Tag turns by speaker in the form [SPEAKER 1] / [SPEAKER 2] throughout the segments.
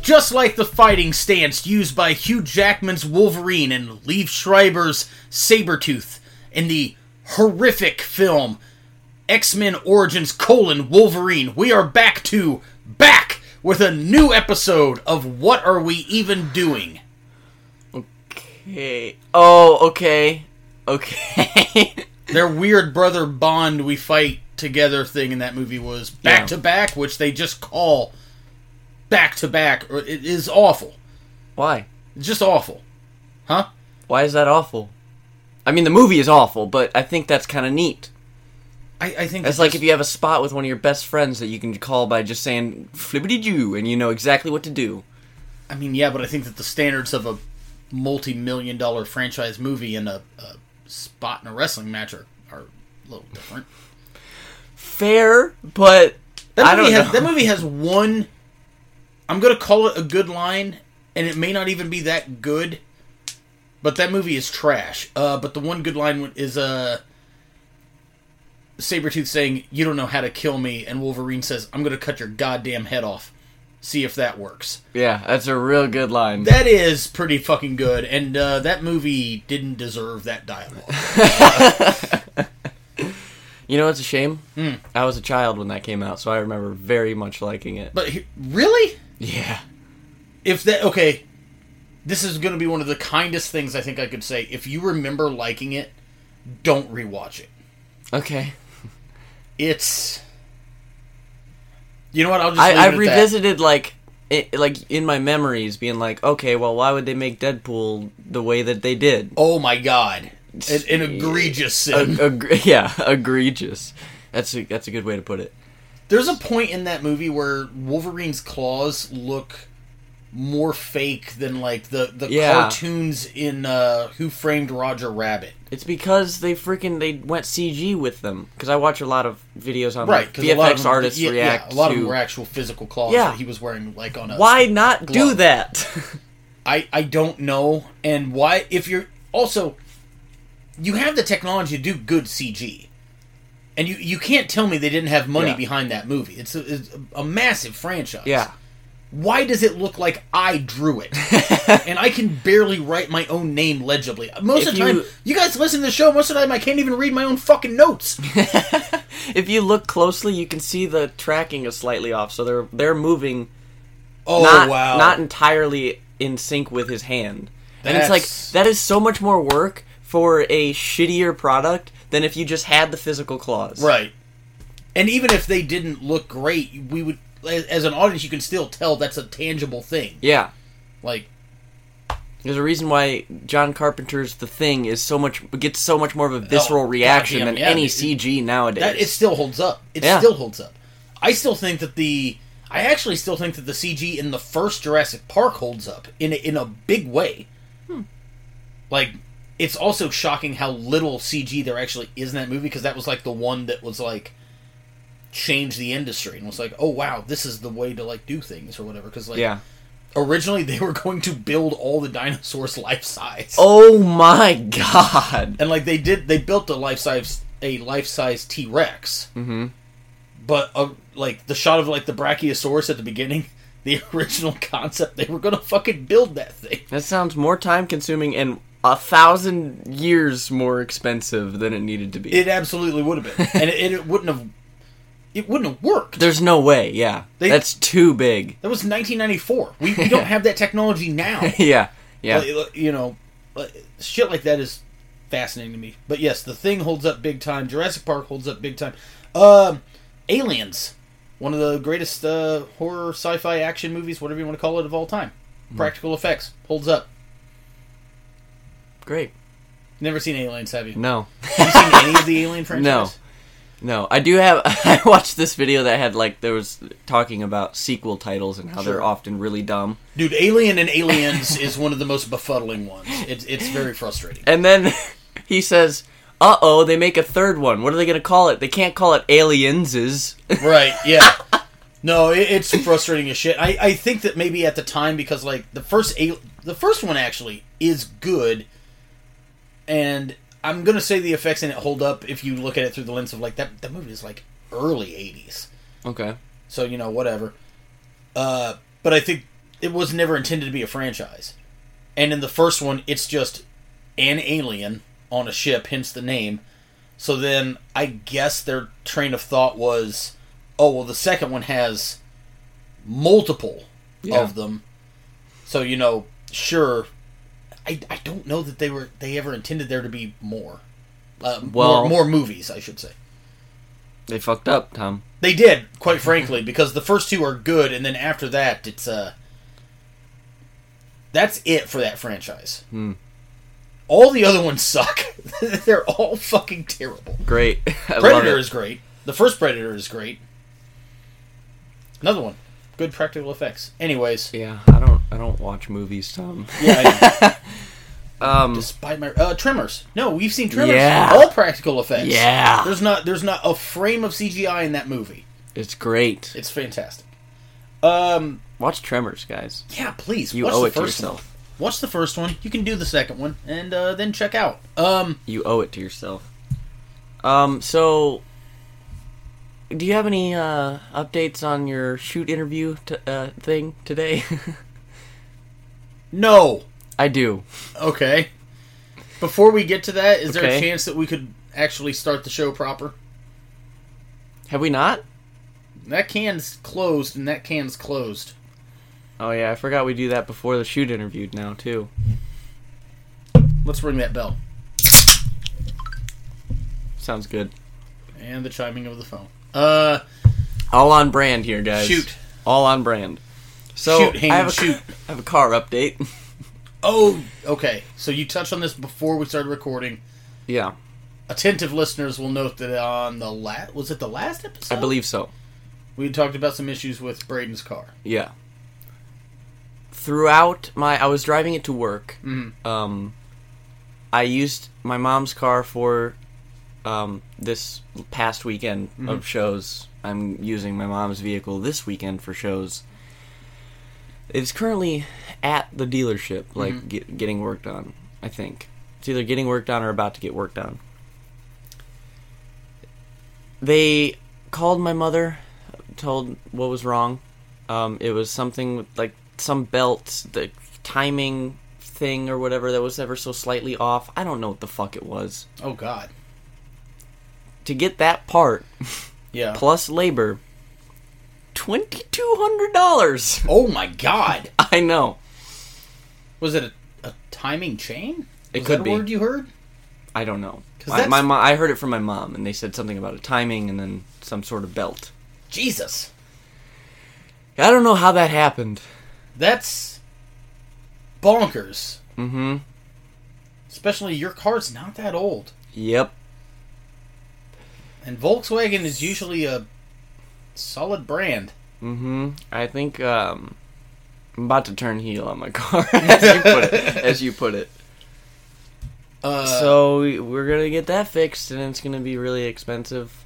[SPEAKER 1] Just like the fighting stance used by Hugh Jackman's Wolverine and Liev Schreiber's Sabretooth in the horrific film X-Men Origins colon Wolverine, we are back to back with a new episode of What Are We Even Doing?
[SPEAKER 2] Okay. Oh, okay. Okay.
[SPEAKER 1] Their weird brother bond we fight together thing in that movie was back
[SPEAKER 2] Yeah.
[SPEAKER 1] to back, which they just call back to back. or It is awful.
[SPEAKER 2] Why?
[SPEAKER 1] It's just awful. Huh?
[SPEAKER 2] Why is that awful? I mean, the movie is awful, but I think that's kind of neat.
[SPEAKER 1] I, I think
[SPEAKER 2] It's
[SPEAKER 1] that
[SPEAKER 2] like
[SPEAKER 1] just-
[SPEAKER 2] if you have a spot with one of your best friends that you can call by just saying "flippity doo" and you know exactly what to do.
[SPEAKER 1] I mean, yeah, but I think that the standards of a multi-million dollar franchise movie and a, a spot in a wrestling match are, are a little different.
[SPEAKER 2] Fair, but I
[SPEAKER 1] That
[SPEAKER 2] don't
[SPEAKER 1] movie, has,
[SPEAKER 2] know.
[SPEAKER 1] that movie has one. I'm gonna call it a good line, and it may not even be that good, but that movie is trash. Uh, but the one good line is uh, Sabretooth saying, "You don't know how to kill me," and Wolverine says, "I'm gonna cut your goddamn head off." See if that works.
[SPEAKER 2] yeah, that's a real good line.
[SPEAKER 1] That is pretty fucking good, and uh, that movie didn't deserve that dialogue.
[SPEAKER 2] you know, it's a shame.
[SPEAKER 1] Hmm.
[SPEAKER 2] I was a child when that came out, so I remember very much liking it.
[SPEAKER 1] But he- really,
[SPEAKER 2] yeah,
[SPEAKER 1] if that okay, this is going to be one of the kindest things I think I could say. If you remember liking it, don't rewatch it.
[SPEAKER 2] okay.
[SPEAKER 1] It's you know what I'll just
[SPEAKER 2] I,
[SPEAKER 1] leave
[SPEAKER 2] I
[SPEAKER 1] it at that.
[SPEAKER 2] revisited like it, like in my memories, being like, okay, well, why would they make Deadpool the way that they did?
[SPEAKER 1] Oh my god, an, an egregious
[SPEAKER 2] Uh,
[SPEAKER 1] sin.
[SPEAKER 2] Eg- yeah, egregious. That's a, that's a good way to put it.
[SPEAKER 1] There's a point in that movie where Wolverine's claws look more fake than like the the
[SPEAKER 2] Yeah.
[SPEAKER 1] cartoons in uh, Who Framed Roger Rabbit.
[SPEAKER 2] It's because they freaking they went CG with them. Because I watch a lot of videos on
[SPEAKER 1] right
[SPEAKER 2] right,
[SPEAKER 1] because
[SPEAKER 2] VFX artists
[SPEAKER 1] yeah,
[SPEAKER 2] react.
[SPEAKER 1] yeah, a lot
[SPEAKER 2] to,
[SPEAKER 1] of them were actual physical claws
[SPEAKER 2] Yeah.
[SPEAKER 1] that he was wearing like on a
[SPEAKER 2] Why not do
[SPEAKER 1] Glove.
[SPEAKER 2] that?
[SPEAKER 1] I, I don't know and why if you're also you have the technology to do good cg and you, you can't tell me they didn't have money
[SPEAKER 2] Yeah.
[SPEAKER 1] behind that movie it's a, it's a massive franchise
[SPEAKER 2] yeah,
[SPEAKER 1] why does it look like i drew it and i can barely write my own name legibly most
[SPEAKER 2] If
[SPEAKER 1] of the time
[SPEAKER 2] you-
[SPEAKER 1] you guys listen to the show most of the time i can't even read my own fucking notes
[SPEAKER 2] if you look closely, you can see the tracking is slightly off, so they're they're moving
[SPEAKER 1] oh
[SPEAKER 2] not
[SPEAKER 1] wow
[SPEAKER 2] not entirely in sync with his hand. And it's
[SPEAKER 1] That's-
[SPEAKER 2] like that is so much more work for a shittier product than if you just had the physical claws.
[SPEAKER 1] Right. And even if they didn't look great, we would as an audience you can still tell that's a tangible thing.
[SPEAKER 2] Yeah.
[SPEAKER 1] Like
[SPEAKER 2] There's a reason why John Carpenter's The Thing is so much gets so much more of a visceral
[SPEAKER 1] Oh,
[SPEAKER 2] reaction
[SPEAKER 1] goddamn,
[SPEAKER 2] than
[SPEAKER 1] yeah,
[SPEAKER 2] any
[SPEAKER 1] it-
[SPEAKER 2] CG nowadays.
[SPEAKER 1] that it still holds up. It
[SPEAKER 2] Yeah.
[SPEAKER 1] still holds up. I still think that the I actually still think that the CG in the first Jurassic Park holds up in a, in a big way.
[SPEAKER 2] Hmm.
[SPEAKER 1] Like it's also shocking how little CG there actually is in that movie because that was like the one that was like changed the industry and was like, "Oh wow, this is the way to like do things or whatever." Cuz like
[SPEAKER 2] yeah.
[SPEAKER 1] originally they were going to build all the dinosaurs life size.
[SPEAKER 2] Oh my god.
[SPEAKER 1] And like they did they built a life size a life size T-Rex. Mhm. But uh, like the shot of like the brachiosaurus at the beginning, the original concept they were going to fucking build that thing.
[SPEAKER 2] That sounds more time consuming and a thousand years more expensive than it needed to be.
[SPEAKER 1] It absolutely would have been. and it, it wouldn't have it wouldn't have worked.
[SPEAKER 2] There's no way, yeah.
[SPEAKER 1] They-
[SPEAKER 2] That's too big.
[SPEAKER 1] That was 1994. We, we don't have that technology now.
[SPEAKER 2] yeah. Yeah.
[SPEAKER 1] Like, you know, like, shit like that is fascinating to me. But yes, the thing holds up big time. Jurassic Park holds up big time. Um, Aliens, one of the greatest uh, horror, sci-fi, action movies, whatever you want to call it, of all time.
[SPEAKER 2] Hmm.
[SPEAKER 1] Practical effects holds up.
[SPEAKER 2] Great.
[SPEAKER 1] Never seen Aliens, have you?
[SPEAKER 2] No.
[SPEAKER 1] Have you seen any of the Alien franchise?
[SPEAKER 2] No. No, I do have. I watched this video that had like there was talking about sequel titles and how
[SPEAKER 1] Sure.
[SPEAKER 2] they're often really dumb.
[SPEAKER 1] Dude, Alien and Aliens is one of the most befuddling ones. It's it's very frustrating.
[SPEAKER 2] And then he says, "Uh oh, they make a third one. What are they gonna call it? They can't call it Alienses."
[SPEAKER 1] Right, yeah. No, it, it's frustrating as shit. I, I think that maybe at the time because like the first a- the first one actually is good, and I'm gonna say the effects in it hold up if you look at it through the lens of like that that movie is like early '80s,
[SPEAKER 2] okay.
[SPEAKER 1] so you know whatever. Uh, but I think it was never intended to be a franchise. And in the first one, it's just an alien on a ship, hence the name. So then I guess their train of thought was, oh well, the second one has multiple
[SPEAKER 2] Yeah.
[SPEAKER 1] of them. So you know, sure. I, I don't know that they were they ever intended there to be more, uh,
[SPEAKER 2] Well-
[SPEAKER 1] more more movies I should say.
[SPEAKER 2] They fucked up, Tom.
[SPEAKER 1] They did, quite frankly, because the first two are good, and then after that, it's uh, that's it for that franchise.
[SPEAKER 2] Hmm.
[SPEAKER 1] All the other ones suck. They're all fucking terrible.
[SPEAKER 2] Great. I love
[SPEAKER 1] Predator
[SPEAKER 2] it.
[SPEAKER 1] is great. The first Predator is great. Another one, good practical effects. Anyways,
[SPEAKER 2] Yeah, I don't. I don't watch movies, Tom.
[SPEAKER 1] yeah. I
[SPEAKER 2] Um.
[SPEAKER 1] Despite my uh, Tremors, no, we've seen Tremors.
[SPEAKER 2] Yeah.
[SPEAKER 1] All practical effects.
[SPEAKER 2] Yeah.
[SPEAKER 1] There's not. There's not a frame of CGI in that movie.
[SPEAKER 2] It's great.
[SPEAKER 1] It's fantastic. Um.
[SPEAKER 2] Watch Tremors, guys.
[SPEAKER 1] Yeah, please.
[SPEAKER 2] You
[SPEAKER 1] watch
[SPEAKER 2] owe
[SPEAKER 1] the
[SPEAKER 2] it to
[SPEAKER 1] first
[SPEAKER 2] yourself.
[SPEAKER 1] One. Watch the first one. You can do the second one, and uh, then check out. Um,
[SPEAKER 2] You owe it to yourself. Um. So, do you have any uh, updates on your shoot interview t- uh, thing today?
[SPEAKER 1] no.
[SPEAKER 2] I do.
[SPEAKER 1] Okay. Before we get to that, is there a
[SPEAKER 2] Okay.
[SPEAKER 1] chance that we could actually start the show proper?
[SPEAKER 2] Have we not?
[SPEAKER 1] That can's closed, and that can's closed.
[SPEAKER 2] Oh yeah, I forgot we do that before the shoot interview now too.
[SPEAKER 1] Let's ring that bell
[SPEAKER 2] Sounds good.
[SPEAKER 1] and the chiming of the phone. Uh,
[SPEAKER 2] All on brand here, guys.
[SPEAKER 1] Shoot.
[SPEAKER 2] All on brand. So
[SPEAKER 1] Shoot, Hayden,
[SPEAKER 2] I have a
[SPEAKER 1] shoot.
[SPEAKER 2] I have a car update.
[SPEAKER 1] oh, okay. So you touched on this before we started recording.
[SPEAKER 2] yeah,
[SPEAKER 1] Attentive listeners will note that on the last was it the last episode?
[SPEAKER 2] I believe so.
[SPEAKER 1] we talked about some issues with Braden's car.
[SPEAKER 2] Yeah. Throughout my, I was driving it to work. Um, I used my mom's car for um, this past weekend of shows. I'm using my mom's vehicle this weekend for shows. It's currently at the dealership, like get, getting worked on. I think it's either getting worked on or about to get worked on. They called my mother, told what was wrong. Um, it was something with, like some belt, the timing thing or whatever that was ever so slightly off. I don't know what the fuck it was.
[SPEAKER 1] Oh God.
[SPEAKER 2] To get that part
[SPEAKER 1] Yeah.
[SPEAKER 2] plus labor, twenty two hundred dollars.
[SPEAKER 1] Oh my God.
[SPEAKER 2] I know.
[SPEAKER 1] Was it a, a timing chain?
[SPEAKER 2] It
[SPEAKER 1] Was
[SPEAKER 2] could
[SPEAKER 1] that a
[SPEAKER 2] be.
[SPEAKER 1] word you heard?
[SPEAKER 2] I don't know.
[SPEAKER 1] 'Cause
[SPEAKER 2] My,
[SPEAKER 1] that's-
[SPEAKER 2] my mo- I heard it from my mom, and they said something about a timing and then some sort of belt.
[SPEAKER 1] Jesus,
[SPEAKER 2] I don't know how that happened.
[SPEAKER 1] that's bonkers.
[SPEAKER 2] Mm-hmm.
[SPEAKER 1] Especially your car's not that old,
[SPEAKER 2] Yep.
[SPEAKER 1] and Volkswagen is usually a solid brand.
[SPEAKER 2] Mm-hmm. I think um, I'm about to turn heel on my car, as you put it. As you put it.
[SPEAKER 1] Uh,
[SPEAKER 2] so we- we're gonna get that fixed, and it's gonna be really expensive.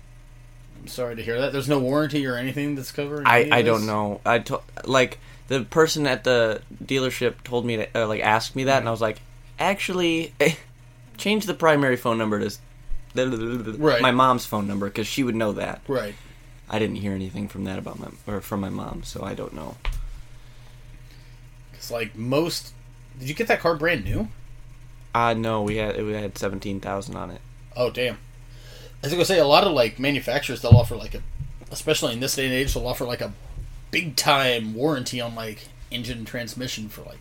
[SPEAKER 1] I'm sorry to hear that. There's no warranty or anything that's covering. any
[SPEAKER 2] I,
[SPEAKER 1] of
[SPEAKER 2] I
[SPEAKER 1] this?
[SPEAKER 2] don't know. I to, like the person at the dealership told me to uh, like asked me that, and I was like, actually, change the primary phone number to s-
[SPEAKER 1] Right.
[SPEAKER 2] my mom's phone number because she would know that.
[SPEAKER 1] Right.
[SPEAKER 2] I didn't hear anything from that about my or from my mom, so I don't know.
[SPEAKER 1] It's like most. Did you get that car brand new?
[SPEAKER 2] Uh no, we had we had seventeen thousand on it.
[SPEAKER 1] Oh damn. I was gonna say a lot of like manufacturers they'll offer like a, especially in this day and age they'll offer like a big time warranty on like engine and transmission for like,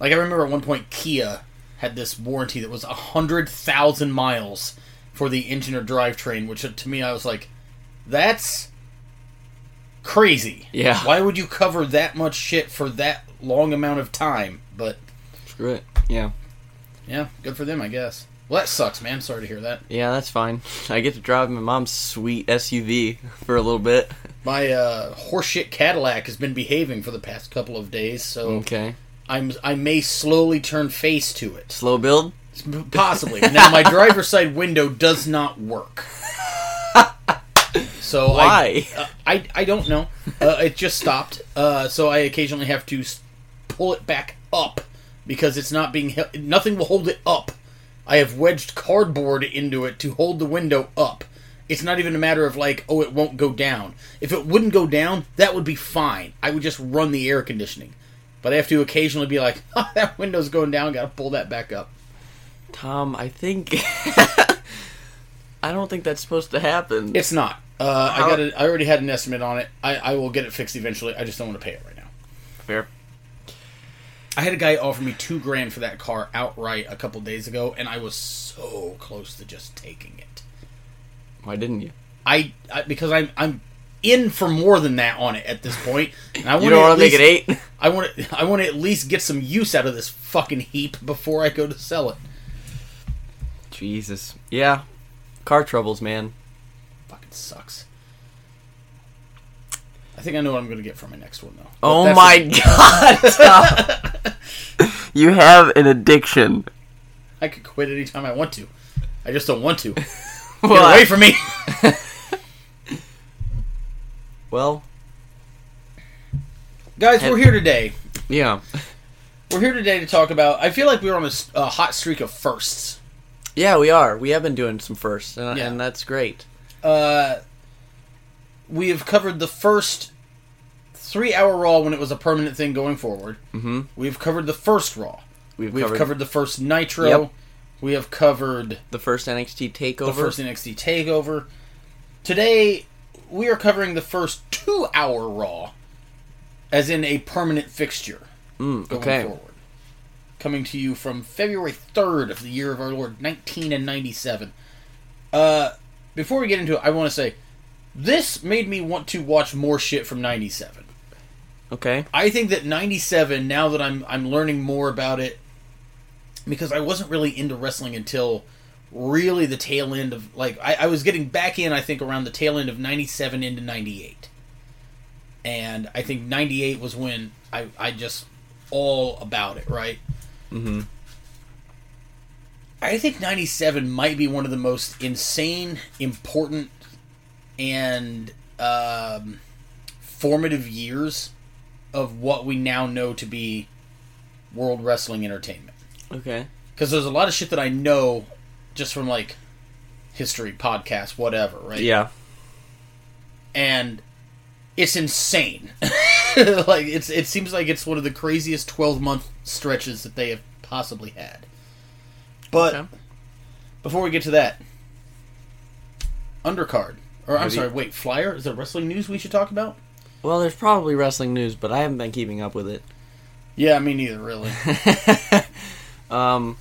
[SPEAKER 1] like I remember at one point Kia had this warranty that was a hundred thousand miles for the engine or drivetrain, which uh, to me I was like, that's crazy.
[SPEAKER 2] Yeah.
[SPEAKER 1] Why would you cover that much shit for that long amount of time? But
[SPEAKER 2] Screw it. Yeah,
[SPEAKER 1] yeah, good for them I guess. Well, that sucks, man. Sorry to hear that.
[SPEAKER 2] yeah, that's fine. I get to drive my mom's sweet SUV for a little bit.
[SPEAKER 1] My uh, horseshit Cadillac has been behaving for the past couple of days, so
[SPEAKER 2] Okay.
[SPEAKER 1] I'm I may slowly turn face to it,
[SPEAKER 2] Slow build?
[SPEAKER 1] possibly. now my driver's side window does not work, so
[SPEAKER 2] Why?
[SPEAKER 1] I, uh, I I don't know. Uh, it just stopped, uh, so I occasionally have to s- pull it back up because it's not being held. Nothing will hold it up. I have wedged cardboard into it to hold the window up. It's not even a matter of like, oh, it won't go down. If it wouldn't go down, that would be fine. I would just run the air conditioning. But I have to occasionally be like, oh, that window's going down, gotta pull that back up.
[SPEAKER 2] Tom, I think I don't think that's supposed to happen.
[SPEAKER 1] It's not. Uh, I
[SPEAKER 2] How-
[SPEAKER 1] got. A, I already had an estimate on it. I, I will get it fixed eventually. I just don't want to pay it right now.
[SPEAKER 2] fair.
[SPEAKER 1] I had a guy offer me two grand for that car outright a couple days ago, and I was so close to just taking it.
[SPEAKER 2] Why didn't you?
[SPEAKER 1] I, I because I'm I'm in for more than that on it at this point, and I
[SPEAKER 2] You
[SPEAKER 1] want
[SPEAKER 2] don't want
[SPEAKER 1] to
[SPEAKER 2] to make it eight.
[SPEAKER 1] I want to I want to at least get some use out of this fucking heap before I go to sell it.
[SPEAKER 2] Jesus. Yeah. Car troubles, man.
[SPEAKER 1] Fucking sucks. I think I know what I'm going to get for my next one though. But
[SPEAKER 2] Oh
[SPEAKER 1] that's-
[SPEAKER 2] my god. Tom. you have an addiction.
[SPEAKER 1] I could quit anytime I want to. I just don't want to. Get
[SPEAKER 2] Well,
[SPEAKER 1] away
[SPEAKER 2] I-
[SPEAKER 1] from me.
[SPEAKER 2] well,
[SPEAKER 1] Guys, we're here today.
[SPEAKER 2] yeah.
[SPEAKER 1] We're here today to talk about. I feel like we were on a, s- a hot streak of firsts.
[SPEAKER 2] Yeah, we are. We have been doing some firsts, and,
[SPEAKER 1] Yeah.
[SPEAKER 2] and that's great.
[SPEAKER 1] Uh, we have covered the first three hour Raw when it was a permanent thing going forward. Mm-hmm. We've covered the first Raw.
[SPEAKER 2] We've,
[SPEAKER 1] We've
[SPEAKER 2] covered,
[SPEAKER 1] covered, the first Nitro.
[SPEAKER 2] Yep.
[SPEAKER 1] We have covered
[SPEAKER 2] the first NXT takeover.
[SPEAKER 1] the first NXT Takeover. Today, we are covering the first two hour Raw, as in a permanent fixture.
[SPEAKER 2] Mm,
[SPEAKER 1] going
[SPEAKER 2] okay.
[SPEAKER 1] forward. Coming to you from February 3rd of the year of our Lord, 1997. Uh, before we get into it, I want to say this made me want to watch more shit from 97.
[SPEAKER 2] Okay.
[SPEAKER 1] I think that 97, now that I'm, I'm learning more about it, because I wasn't really into wrestling until really the tail end of, like, I, I was getting back in, I think, around the tail end of 97 into 98. And I think 98 was when I, I just all about it, right?
[SPEAKER 2] Mm-hmm.
[SPEAKER 1] I think 97 might be one of the most insane, important, and um, formative years of what we now know to be world wrestling entertainment.
[SPEAKER 2] Okay.
[SPEAKER 1] Because there's a lot of shit that I know just from like history, podcasts, whatever, right?
[SPEAKER 2] Yeah.
[SPEAKER 1] And it's insane. like it's it seems like it's one of the craziest 12 month stretches that they have possibly had. But
[SPEAKER 2] Okay.
[SPEAKER 1] before we get to that, undercard. Or I'm
[SPEAKER 2] Maybe-
[SPEAKER 1] sorry, wait, flyer? Is there wrestling news we should talk about?
[SPEAKER 2] Well, there's probably wrestling news, but I haven't been keeping up with
[SPEAKER 1] Yeah, me neither, really.
[SPEAKER 2] it. um,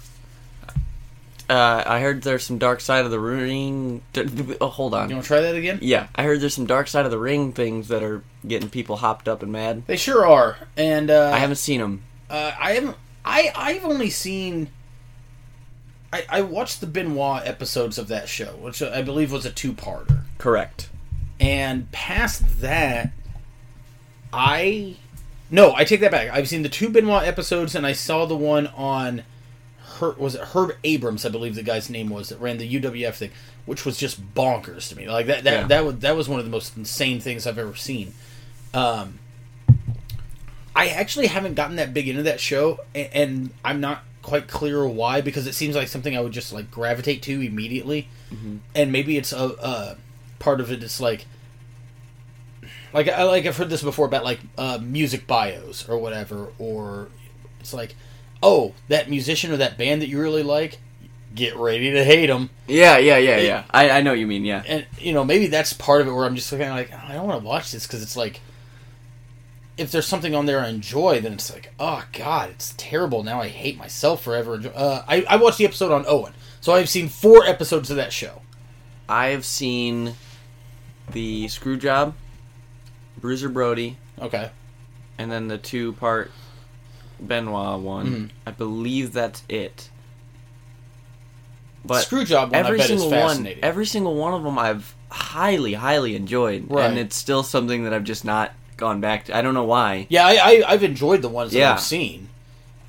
[SPEAKER 2] uh, I heard there's some Dark Side of the Ring. Oh, hold on.
[SPEAKER 1] You want to try that again?
[SPEAKER 2] Yeah, I heard there's some Dark Side of the Ring things that are getting people hopped up and mad.
[SPEAKER 1] They sure are. And uh,
[SPEAKER 2] I haven't seen them.
[SPEAKER 1] uh, I haven't. I I've only seen. I I watched the Benoit episodes of that show, which I believe was a two-parter.
[SPEAKER 2] Correct.
[SPEAKER 1] And past that, I no, I take that back. I've seen the two Benoit episodes, and I saw the one on Her, was it Herb Abrams? I believe the guy's name was that ran the UWF thing, which was just bonkers to me. Like that that
[SPEAKER 2] Yeah.
[SPEAKER 1] that was that was one of the most insane things I've ever seen. Um, I actually haven't gotten that big into that show, and, and I'm not quite clear why because it seems like something I would just like gravitate to immediately, and maybe it's a, a part of it. It's like like I like I've heard this before about like uh, music bios or whatever, or it's like, oh, that musician or that band that you really like, get ready to hate them,
[SPEAKER 2] Yeah, yeah, yeah, yeah. I, I know what you mean. Yeah.
[SPEAKER 1] and you know maybe that's part of it where I'm just kind of like "Oh, I don't want to watch this because it's like, if there's something on there I enjoy, then it's like oh god, it's terrible. Now I hate myself forever. Uh, I I watched the episode on Owen, so I've seen four episodes of that show.
[SPEAKER 2] I've seen the Screwjob, Bruiser Brody,
[SPEAKER 1] Okay,
[SPEAKER 2] and then the two part Benoit one. I believe that's it. But
[SPEAKER 1] Screwjob one
[SPEAKER 2] every
[SPEAKER 1] I bet is
[SPEAKER 2] single one,
[SPEAKER 1] fascinating.
[SPEAKER 2] every single one of them, I've highly, highly enjoyed,
[SPEAKER 1] Right.
[SPEAKER 2] and it's still something that I've just not gone back to. I don't know why,
[SPEAKER 1] yeah, I, I I've enjoyed the ones that
[SPEAKER 2] Yeah.
[SPEAKER 1] I've seen.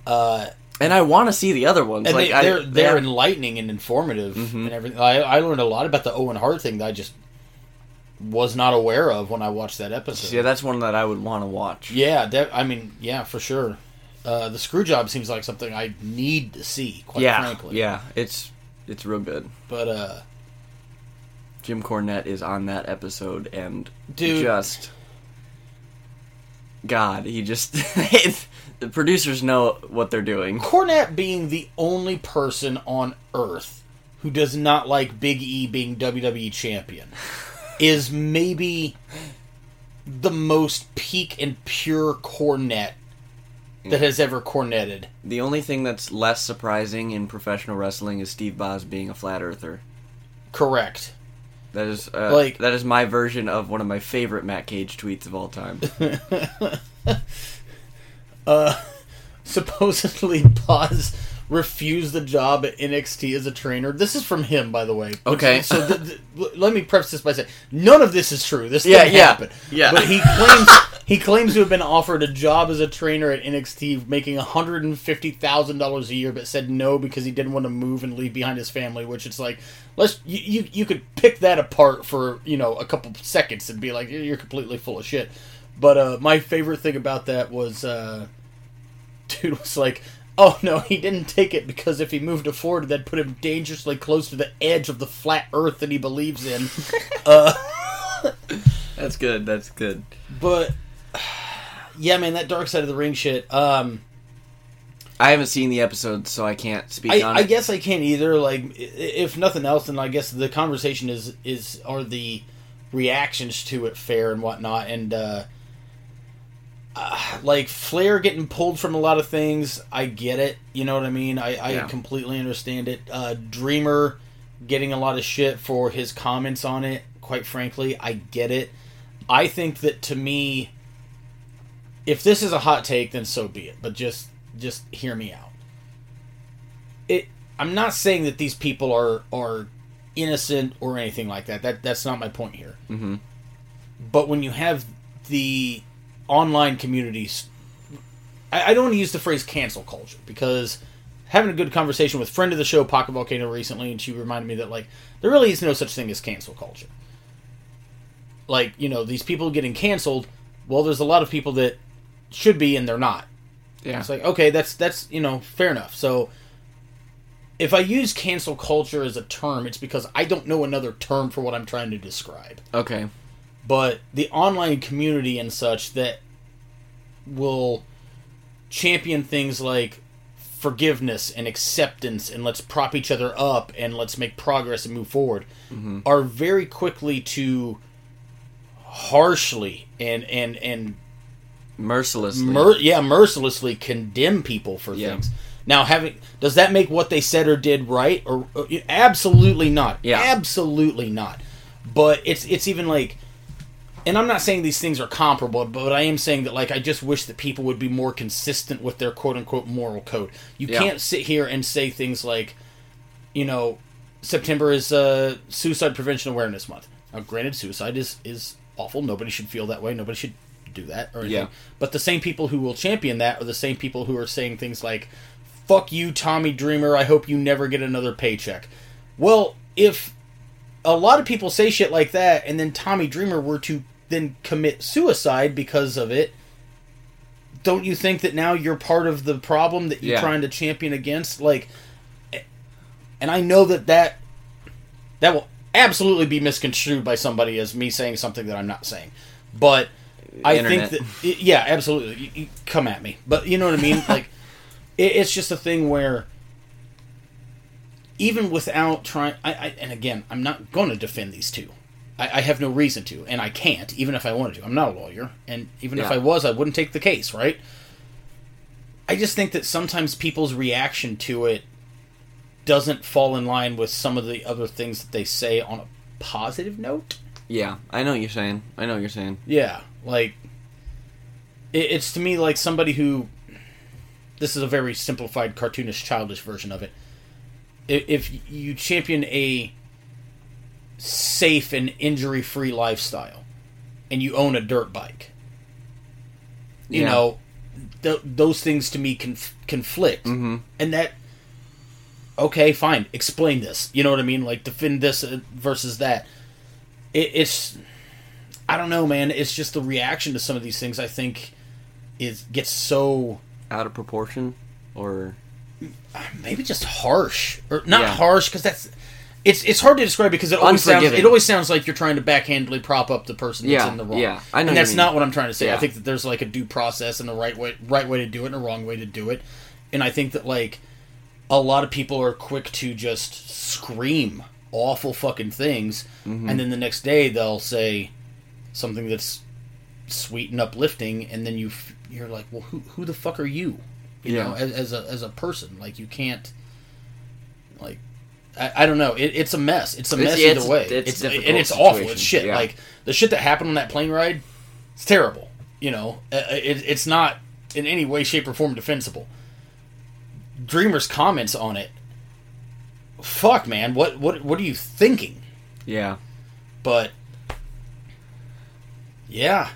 [SPEAKER 1] Uh,
[SPEAKER 2] and I want to see the other ones.
[SPEAKER 1] and
[SPEAKER 2] like
[SPEAKER 1] they,
[SPEAKER 2] I,
[SPEAKER 1] they're they're
[SPEAKER 2] yeah.
[SPEAKER 1] enlightening and informative
[SPEAKER 2] Mhm.
[SPEAKER 1] and everything. I, I learned a lot about the Owen Hart thing that I just was not aware of when I watched that episode.
[SPEAKER 2] yeah, that's one that I would want to watch.
[SPEAKER 1] yeah. That, I mean, yeah, for sure. Uh, the screw job seems like something I need to see, quite
[SPEAKER 2] yeah,
[SPEAKER 1] frankly.
[SPEAKER 2] yeah, it's it's real good.
[SPEAKER 1] But uh,
[SPEAKER 2] Jim Cornette is on that episode and
[SPEAKER 1] Dude.
[SPEAKER 2] just God. He just the producers know what they're doing.
[SPEAKER 1] Cornette being the only person on Earth who does not like Big E being WWE champion is maybe the most peak and pure Cornette that has ever cornetted.
[SPEAKER 2] The only thing that's less surprising in professional wrestling is Steve Boz being a flat earther.
[SPEAKER 1] Correct.
[SPEAKER 2] That is uh,
[SPEAKER 1] Like-
[SPEAKER 2] that is my version of one of my favorite Matt Cage tweets of all time.
[SPEAKER 1] Supposedly, Boz refused the job at NXT as a trainer. This is from him, by the way.
[SPEAKER 2] Okay.
[SPEAKER 1] So th- th- l- let me preface this by saying none of this is true. This
[SPEAKER 2] Yeah,
[SPEAKER 1] didn't
[SPEAKER 2] yeah,
[SPEAKER 1] happen.
[SPEAKER 2] yeah.
[SPEAKER 1] But he claims he claims to have been offered a job as a trainer at NXT, making hundred and fifty thousand dollars a year, but said no because he didn't want to move and leave behind his family. Which it's like, let's you you, you could pick that apart for you know a couple seconds and be like, you're completely full of shit. But uh, my favorite thing about that was. Uh, dude was like, "Oh no, he didn't take it because if he moved it forward, that'd put him dangerously close to the edge of the flat Earth that he believes in."
[SPEAKER 2] that's good. That's good.
[SPEAKER 1] but yeah, man, that dark side of the ring shit. Um,
[SPEAKER 2] I haven't seen the episode, so I can't speak
[SPEAKER 1] I,
[SPEAKER 2] on
[SPEAKER 1] I
[SPEAKER 2] it.
[SPEAKER 1] guess I can't either. Like, i- if nothing else, then I guess the conversation is is are the reactions to it fair and whatnot, and uh, uh, like Flair getting pulled from a lot of things. I get it. You know what I mean? I, I
[SPEAKER 2] Yeah.
[SPEAKER 1] completely understand it. Uh, Dreamer getting a lot of shit for his comments on it. Quite frankly, I get it. I think that to me, if this is a hot take, then so be it. But just just hear me out it I'm not saying that these people are are innocent or anything like that. That that's not my point here. Mm-hmm. But when you have the online communities, I, I don't want to use the phrase cancel culture because having a good conversation with friend of the show Pocket Volcano recently, and she reminded me that like there really is no such thing as cancel culture. Like you know these people getting canceled. Well, there's a lot of people that should be and they're not.
[SPEAKER 2] yeah.
[SPEAKER 1] It's like, okay, that's that's you know fair enough. So if I use cancel culture as a term, it's because I don't know another term for what I'm trying to describe.
[SPEAKER 2] okay.
[SPEAKER 1] But the online community and such that will champion things like forgiveness and acceptance and let's prop each other up and let's make progress and move forward are very quickly to harshly and and and
[SPEAKER 2] Mercilessly.
[SPEAKER 1] mer- yeah, mercilessly condemn people for
[SPEAKER 2] Yeah.
[SPEAKER 1] things. Now, having does that make what they said or did right? Or, or- absolutely not.
[SPEAKER 2] Yeah.
[SPEAKER 1] absolutely not. But it's it's even like, and I'm not saying these things are comparable, but I am saying that like I just wish that people would be more consistent with their quote unquote moral code. You
[SPEAKER 2] Yeah.
[SPEAKER 1] can't sit here and say things like, you know, September is uh, Suicide Prevention Awareness Month. Now, granted, suicide is is awful. Nobody should feel that way. Nobody should do that or anything.
[SPEAKER 2] Yeah.
[SPEAKER 1] But the same people who will champion that are the same people who are saying things like, "Fuck you, Tommy Dreamer. I hope you never get another paycheck." Well, if a lot of people say shit like that, and then Tommy Dreamer were to then commit suicide because of it. Don't you think that now you're part of the problem that you're
[SPEAKER 2] Yeah.
[SPEAKER 1] trying to champion against? Like, and I know that that that will absolutely be misconstrued by somebody as me saying something that I'm not saying. But I think
[SPEAKER 2] Internet.
[SPEAKER 1] that i- yeah, absolutely. You, you come at me, but you know what I mean. like it, it's just a thing where even without trying, I, I and again, I'm not going to defend these two. I, I have no reason to, and I can't, even if I wanted to. I'm not a lawyer, and even if
[SPEAKER 2] Yeah.
[SPEAKER 1] I was, I wouldn't take the case, right? I just think that sometimes people's reaction to it doesn't fall in line with some of the other things that they say on a positive note.
[SPEAKER 2] Yeah. I know what you're saying. I know what you're saying.
[SPEAKER 1] Yeah, like it, it's to me like somebody who. This is a very simplified, cartoonish, childish version of it. I- If you champion a safe and injury-free lifestyle, and you own a dirt bike, you
[SPEAKER 2] Yeah.
[SPEAKER 1] know th- those things to me conf- conflict, and that. Okay, fine. Explain this. You know what I mean? Like defend this uh, versus that. It, it's I don't know, man. It's just the reaction to some of these things. I think is gets so
[SPEAKER 2] Out of proportion, or
[SPEAKER 1] maybe just harsh or not
[SPEAKER 2] Yeah.
[SPEAKER 1] harsh because that's It's it's hard to describe because it always sounds
[SPEAKER 2] Unforgiving.
[SPEAKER 1] it always sounds like you're trying to backhandedly prop up the person that's
[SPEAKER 2] Yeah,
[SPEAKER 1] in the wrong.
[SPEAKER 2] yeah, I
[SPEAKER 1] and
[SPEAKER 2] know you
[SPEAKER 1] that's
[SPEAKER 2] mean.
[SPEAKER 1] not what I'm trying to say. I
[SPEAKER 2] Yeah.
[SPEAKER 1] think that there's like a due process and the right way right way to do it and a wrong way to do it, and I think that like a lot of people are quick to just scream awful fucking things,
[SPEAKER 2] Mm-hmm.
[SPEAKER 1] and then the next day they'll say something that's sweet and uplifting, and then you f- you're like, well, who who the fuck are you? You
[SPEAKER 2] Yeah.
[SPEAKER 1] know, as, as a as a person, like you can't like I, I don't know. It, it's a mess. It's a
[SPEAKER 2] It's-
[SPEAKER 1] mess
[SPEAKER 2] yeah,
[SPEAKER 1] either
[SPEAKER 2] it's-
[SPEAKER 1] way.
[SPEAKER 2] it's
[SPEAKER 1] It's,
[SPEAKER 2] difficult
[SPEAKER 1] and it's awful. It's
[SPEAKER 2] situation,
[SPEAKER 1] shit.
[SPEAKER 2] yeah.
[SPEAKER 1] Like the shit that happened on that plane ride, it's terrible. You know, Uh, it, it's not in any way, shape, or form defensible. Dreamer's comments on it. Fuck, man. What what what are you thinking?
[SPEAKER 2] Yeah.
[SPEAKER 1] But yeah.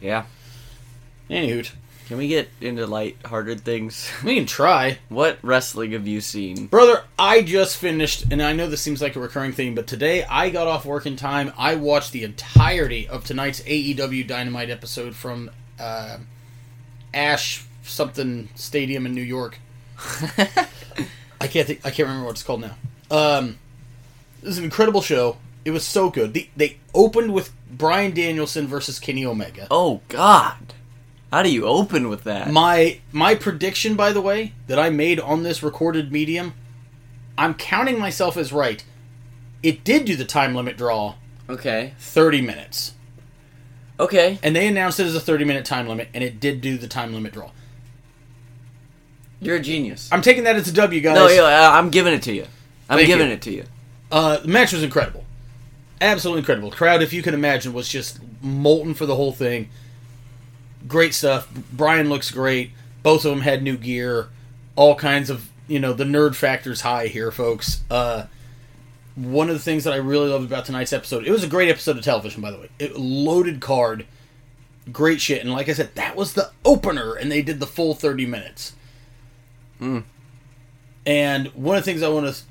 [SPEAKER 2] Yeah.
[SPEAKER 1] Anywho,
[SPEAKER 2] Can we get into light-hearted things?
[SPEAKER 1] we can try.
[SPEAKER 2] What wrestling have you seen?
[SPEAKER 1] Brother, I just finished, and I know this seems like a recurring thing, but today I got off work in time. I watched the entirety of tonight's AEW Dynamite episode from uh, Ash something Stadium in New York. I can't think, I can't remember what it's called now. Um, it was an incredible show. It was so good. The, they opened with Brian Danielson versus Kenny Omega.
[SPEAKER 2] Oh God! How do you open with that?
[SPEAKER 1] My my prediction, by the way, that I made on this recorded medium, I'm counting myself as right. It did do the time limit draw,
[SPEAKER 2] okay.
[SPEAKER 1] 30 minutes,
[SPEAKER 2] Okay.
[SPEAKER 1] and they announced it as a 30 minute time limit, and it did do the time limit draw.
[SPEAKER 2] You're a genius.
[SPEAKER 1] I'm taking that as a W, guys.
[SPEAKER 2] no, yeah, I- I'm giving it to you. I'm
[SPEAKER 1] Thank
[SPEAKER 2] giving
[SPEAKER 1] you.
[SPEAKER 2] it to you.
[SPEAKER 1] Uh, the match was incredible, absolutely incredible. Crowd, if you can imagine, was just molten for the whole thing. Great stuff. Brian looks great. Both of them had new gear. All kinds of you know the nerd factors high here, folks. Uh, one of the things that I really loved about tonight's episode, it was a great episode of television, by the way. It loaded card, great shit. And like I said, that was the opener, and they did the full thirty minutes. And one of the things I want to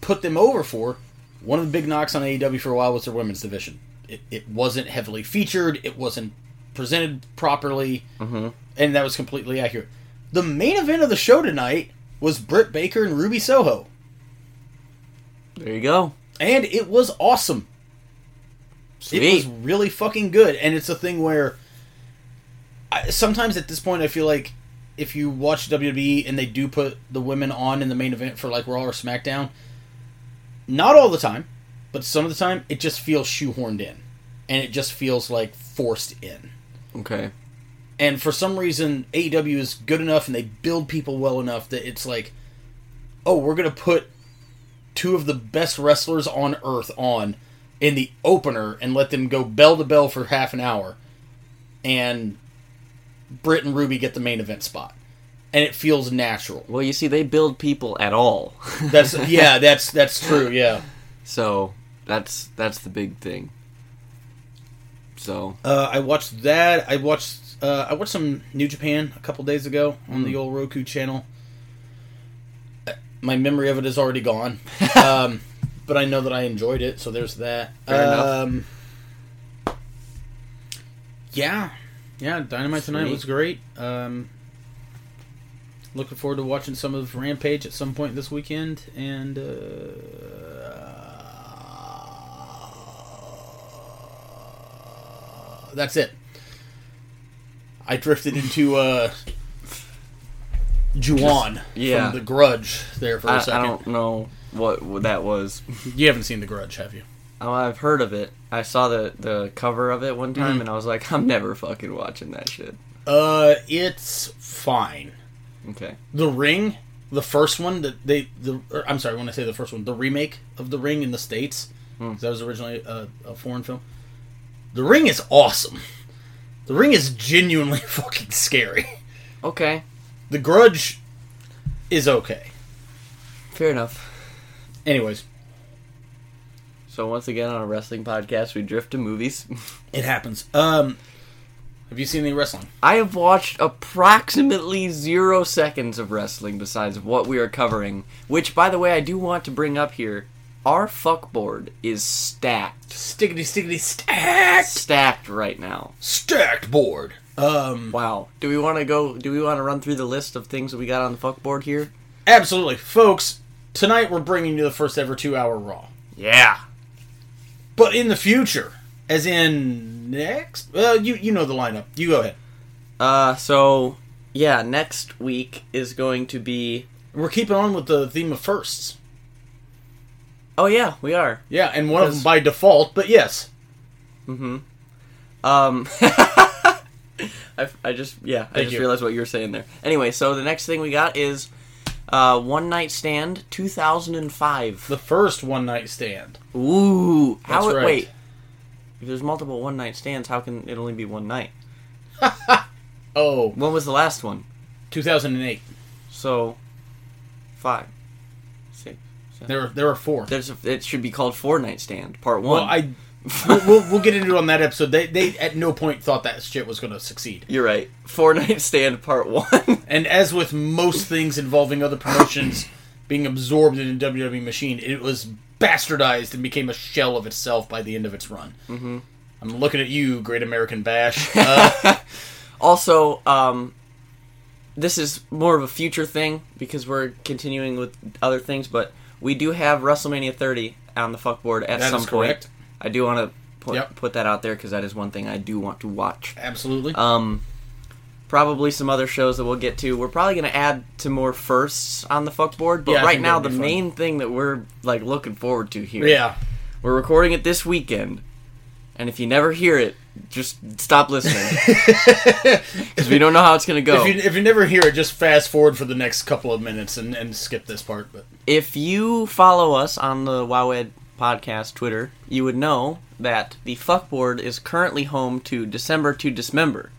[SPEAKER 1] put them over for, one of the big knocks on AEW for a while was their women's division. It, it wasn't heavily featured. It wasn't presented properly, and that was completely accurate. The main event of the show tonight was Britt Baker and Ruby Soho,
[SPEAKER 2] There you go.
[SPEAKER 1] and it was awesome. It was
[SPEAKER 2] Sweet.
[SPEAKER 1] really fucking good, and it's a thing where I, sometimes at this point I feel like if you watch WWE and they do put the women on in the main event for like Raw or SmackDown, not all the time, but some of the time it just feels shoehorned in, and it just feels like forced in.
[SPEAKER 2] okay.
[SPEAKER 1] And for some reason, AEW is good enough and they build people well enough that it's like, oh, we're going to put two of the best wrestlers on earth on in the opener and let them go bell to bell for half an hour. And Britt and Ruby get the main event spot. And it feels natural.
[SPEAKER 2] Well, you see, they build people at all,
[SPEAKER 1] That's yeah, that's that's true, yeah.
[SPEAKER 2] so that's that's the big thing. So
[SPEAKER 1] Uh, I watched that. I watched uh, I watched some New Japan a couple days ago on
[SPEAKER 2] Hmm.
[SPEAKER 1] the old Roku channel. Uh, My memory of it is already gone, um, but I know that I enjoyed it. So there's that.
[SPEAKER 2] Fair enough.
[SPEAKER 1] um, Yeah, yeah. Dynamite tonight
[SPEAKER 2] Sweet.
[SPEAKER 1] was great. Um, looking forward to watching some of Rampage at some point this weekend, and uh, that's it. I drifted into uh, Juan
[SPEAKER 2] yeah.
[SPEAKER 1] from The Grudge there for a
[SPEAKER 2] I,
[SPEAKER 1] second.
[SPEAKER 2] I don't know what what that was.
[SPEAKER 1] You haven't seen The Grudge, have you?
[SPEAKER 2] Um, I've heard of it. I saw the the cover of it one time,
[SPEAKER 1] Mhm.
[SPEAKER 2] and I was like, I'm never fucking watching that shit.
[SPEAKER 1] Uh, it's fine.
[SPEAKER 2] Okay.
[SPEAKER 1] The Ring, the first one that they the or, I'm sorry when I say the first one, the remake of The Ring in the states
[SPEAKER 2] Hmm.
[SPEAKER 1] 'cause that was originally a, a foreign film. The Ring is awesome. The Ring is genuinely fucking scary.
[SPEAKER 2] Okay.
[SPEAKER 1] The Grudge is okay.
[SPEAKER 2] Fair enough.
[SPEAKER 1] Anyways,
[SPEAKER 2] So once again on a wrestling podcast, we drift to movies.
[SPEAKER 1] it happens. Um, have you seen any wrestling?
[SPEAKER 2] I have watched approximately zero seconds of wrestling besides what we are covering, which, by the way, I do want to bring up here. Our fuckboard is stacked,
[SPEAKER 1] Stickety stickety stacked
[SPEAKER 2] stacked right now.
[SPEAKER 1] stacked board. Um,
[SPEAKER 2] Wow. Do we want to go? Do we want to run through the list of things that we got on the fuckboard here?
[SPEAKER 1] absolutely, folks. tonight we're bringing you the first ever two hour Raw.
[SPEAKER 2] Yeah.
[SPEAKER 1] But in the future, as in next, well, you you know the lineup. You go ahead.
[SPEAKER 2] Uh, so yeah, next week is going to be.
[SPEAKER 1] We're keeping on with the theme of firsts.
[SPEAKER 2] Oh yeah, we are.
[SPEAKER 1] Yeah, and one of them
[SPEAKER 2] Yes.
[SPEAKER 1] by default, but yes.
[SPEAKER 2] Um, I, I just yeah, I just
[SPEAKER 1] you.
[SPEAKER 2] realized what you were saying there. Anyway, so the next thing we got is uh, one night stand 2005.
[SPEAKER 1] The first one night stand.
[SPEAKER 2] Ooh, how
[SPEAKER 1] That's
[SPEAKER 2] it-
[SPEAKER 1] right.
[SPEAKER 2] wait? If there's multiple one night stands, how can it only be one night?
[SPEAKER 1] Oh,
[SPEAKER 2] When was the last one?
[SPEAKER 1] 2008.
[SPEAKER 2] So five, six. Seven.
[SPEAKER 1] There were, there were four.
[SPEAKER 2] There's a, it should be called four night stand part one.
[SPEAKER 1] well, I we'll, we'll, we'll get into it on that episode. They they at no point thought that shit was going to succeed.
[SPEAKER 2] You're right. Four night stand part one.
[SPEAKER 1] And as with most things involving other promotions being absorbed in a WWE machine, it was bastardized and became a shell of itself by the end of its run. Mm-hmm. I'm looking at you, Great American Bash. Uh,
[SPEAKER 2] Also, um, this is more of a future thing because we're continuing with other things, but we do have WrestleMania 30 on the fuckboard at
[SPEAKER 1] That
[SPEAKER 2] some
[SPEAKER 1] is
[SPEAKER 2] point.
[SPEAKER 1] correct.
[SPEAKER 2] I do want to put,
[SPEAKER 1] Yep.
[SPEAKER 2] put that out there because that is one thing I do want to watch.
[SPEAKER 1] absolutely.
[SPEAKER 2] Um, probably some other shows that we'll get to. We're probably going to add to more firsts on the fuckboard, but
[SPEAKER 1] Yeah, I
[SPEAKER 2] right
[SPEAKER 1] think
[SPEAKER 2] now the
[SPEAKER 1] that'd be fun.
[SPEAKER 2] main thing that we're like looking forward to here.
[SPEAKER 1] yeah.
[SPEAKER 2] We're recording it this weekend, and if you never hear it, just stop listening because we don't know how it's gonna go.
[SPEAKER 1] If you, if you never hear it, just fast forward for the next couple of minutes and, and skip this part. But
[SPEAKER 2] follow us on the Wowed podcast Twitter, you would know that the fuckboard is currently home to December to Dismember.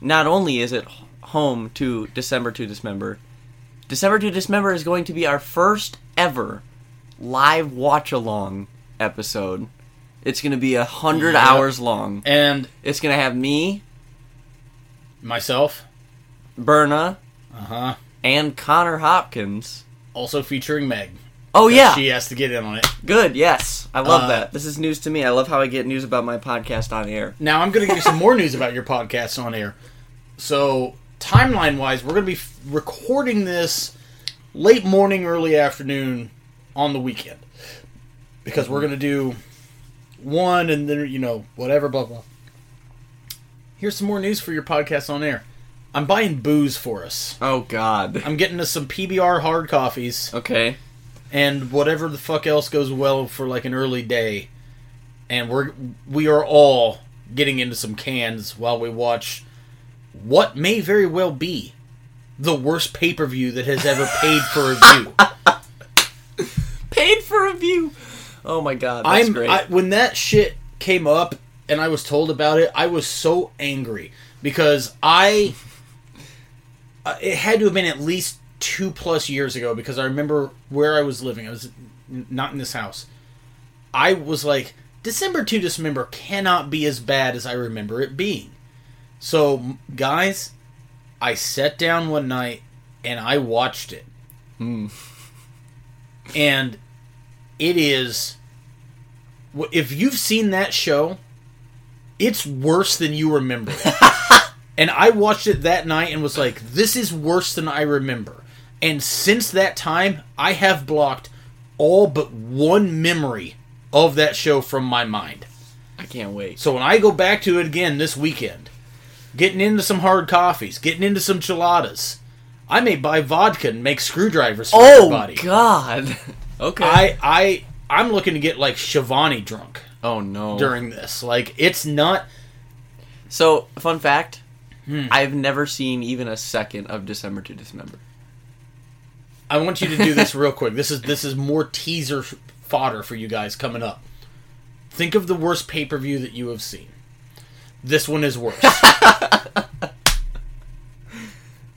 [SPEAKER 2] Not only is it h- home to December to Dismember, December to Dismember is going to be our first ever live watch along episode. It's going to be a hundred
[SPEAKER 1] Yep.
[SPEAKER 2] hours long.
[SPEAKER 1] and
[SPEAKER 2] It's gonna have me,
[SPEAKER 1] myself,
[SPEAKER 2] Berna,
[SPEAKER 1] uh huh,
[SPEAKER 2] and Connor Hopkins.
[SPEAKER 1] also featuring Meg.
[SPEAKER 2] Oh yeah,
[SPEAKER 1] she has to get in on it.
[SPEAKER 2] good. Yes, I love
[SPEAKER 1] Uh,
[SPEAKER 2] that. This is news to me. I love how I get news about my podcast on air.
[SPEAKER 1] Now I'm going to give you some more news about your podcast on air. So timeline wise, we're going to be f- recording this late morning, early afternoon on the weekend because we're going to do one and then you know whatever blah blah. Here's some more news for your podcast on air. I'm buying booze for us.
[SPEAKER 2] Oh God.
[SPEAKER 1] I'm getting us some PBR hard coffees
[SPEAKER 2] Okay.
[SPEAKER 1] and whatever the fuck else goes well for like an early day. And we're we are all getting into some cans while we watch what may very well be the worst pay per view that has ever paid for a view.
[SPEAKER 2] Paid for a view. Oh my God. That's
[SPEAKER 1] I'm
[SPEAKER 2] great.
[SPEAKER 1] I, when that shit came up and I was told about it, I was so angry because I uh, it had to have been at least two plus years ago because I remember where I was living. I was n- not in this house. I was like, December to December cannot be as bad as I remember it being. So, m- guys, I sat down one night and I watched it.
[SPEAKER 2] Hmm.
[SPEAKER 1] And it is. wh- If you've seen that show, it's worse than you remember. it. and I watched it that night and was like, this is worse than I remember. And since that time, I have blocked all but one memory of that show from my mind.
[SPEAKER 2] I can't wait.
[SPEAKER 1] So when I go back to it again this weekend, getting into some hard coffees, getting into some gelatas, I may buy vodka and make screwdrivers for
[SPEAKER 2] Oh
[SPEAKER 1] everybody.
[SPEAKER 2] God. okay.
[SPEAKER 1] I I I'm looking to get like Shivani drunk
[SPEAKER 2] oh no.
[SPEAKER 1] during this. Like it's not
[SPEAKER 2] So fun fact.
[SPEAKER 1] Hmm.
[SPEAKER 2] I've never seen even a second of December to Dismember.
[SPEAKER 1] I want you to do this real quick. This is this is more teaser fodder for you guys coming up. Think of the worst pay per view that you have seen. This one is worse.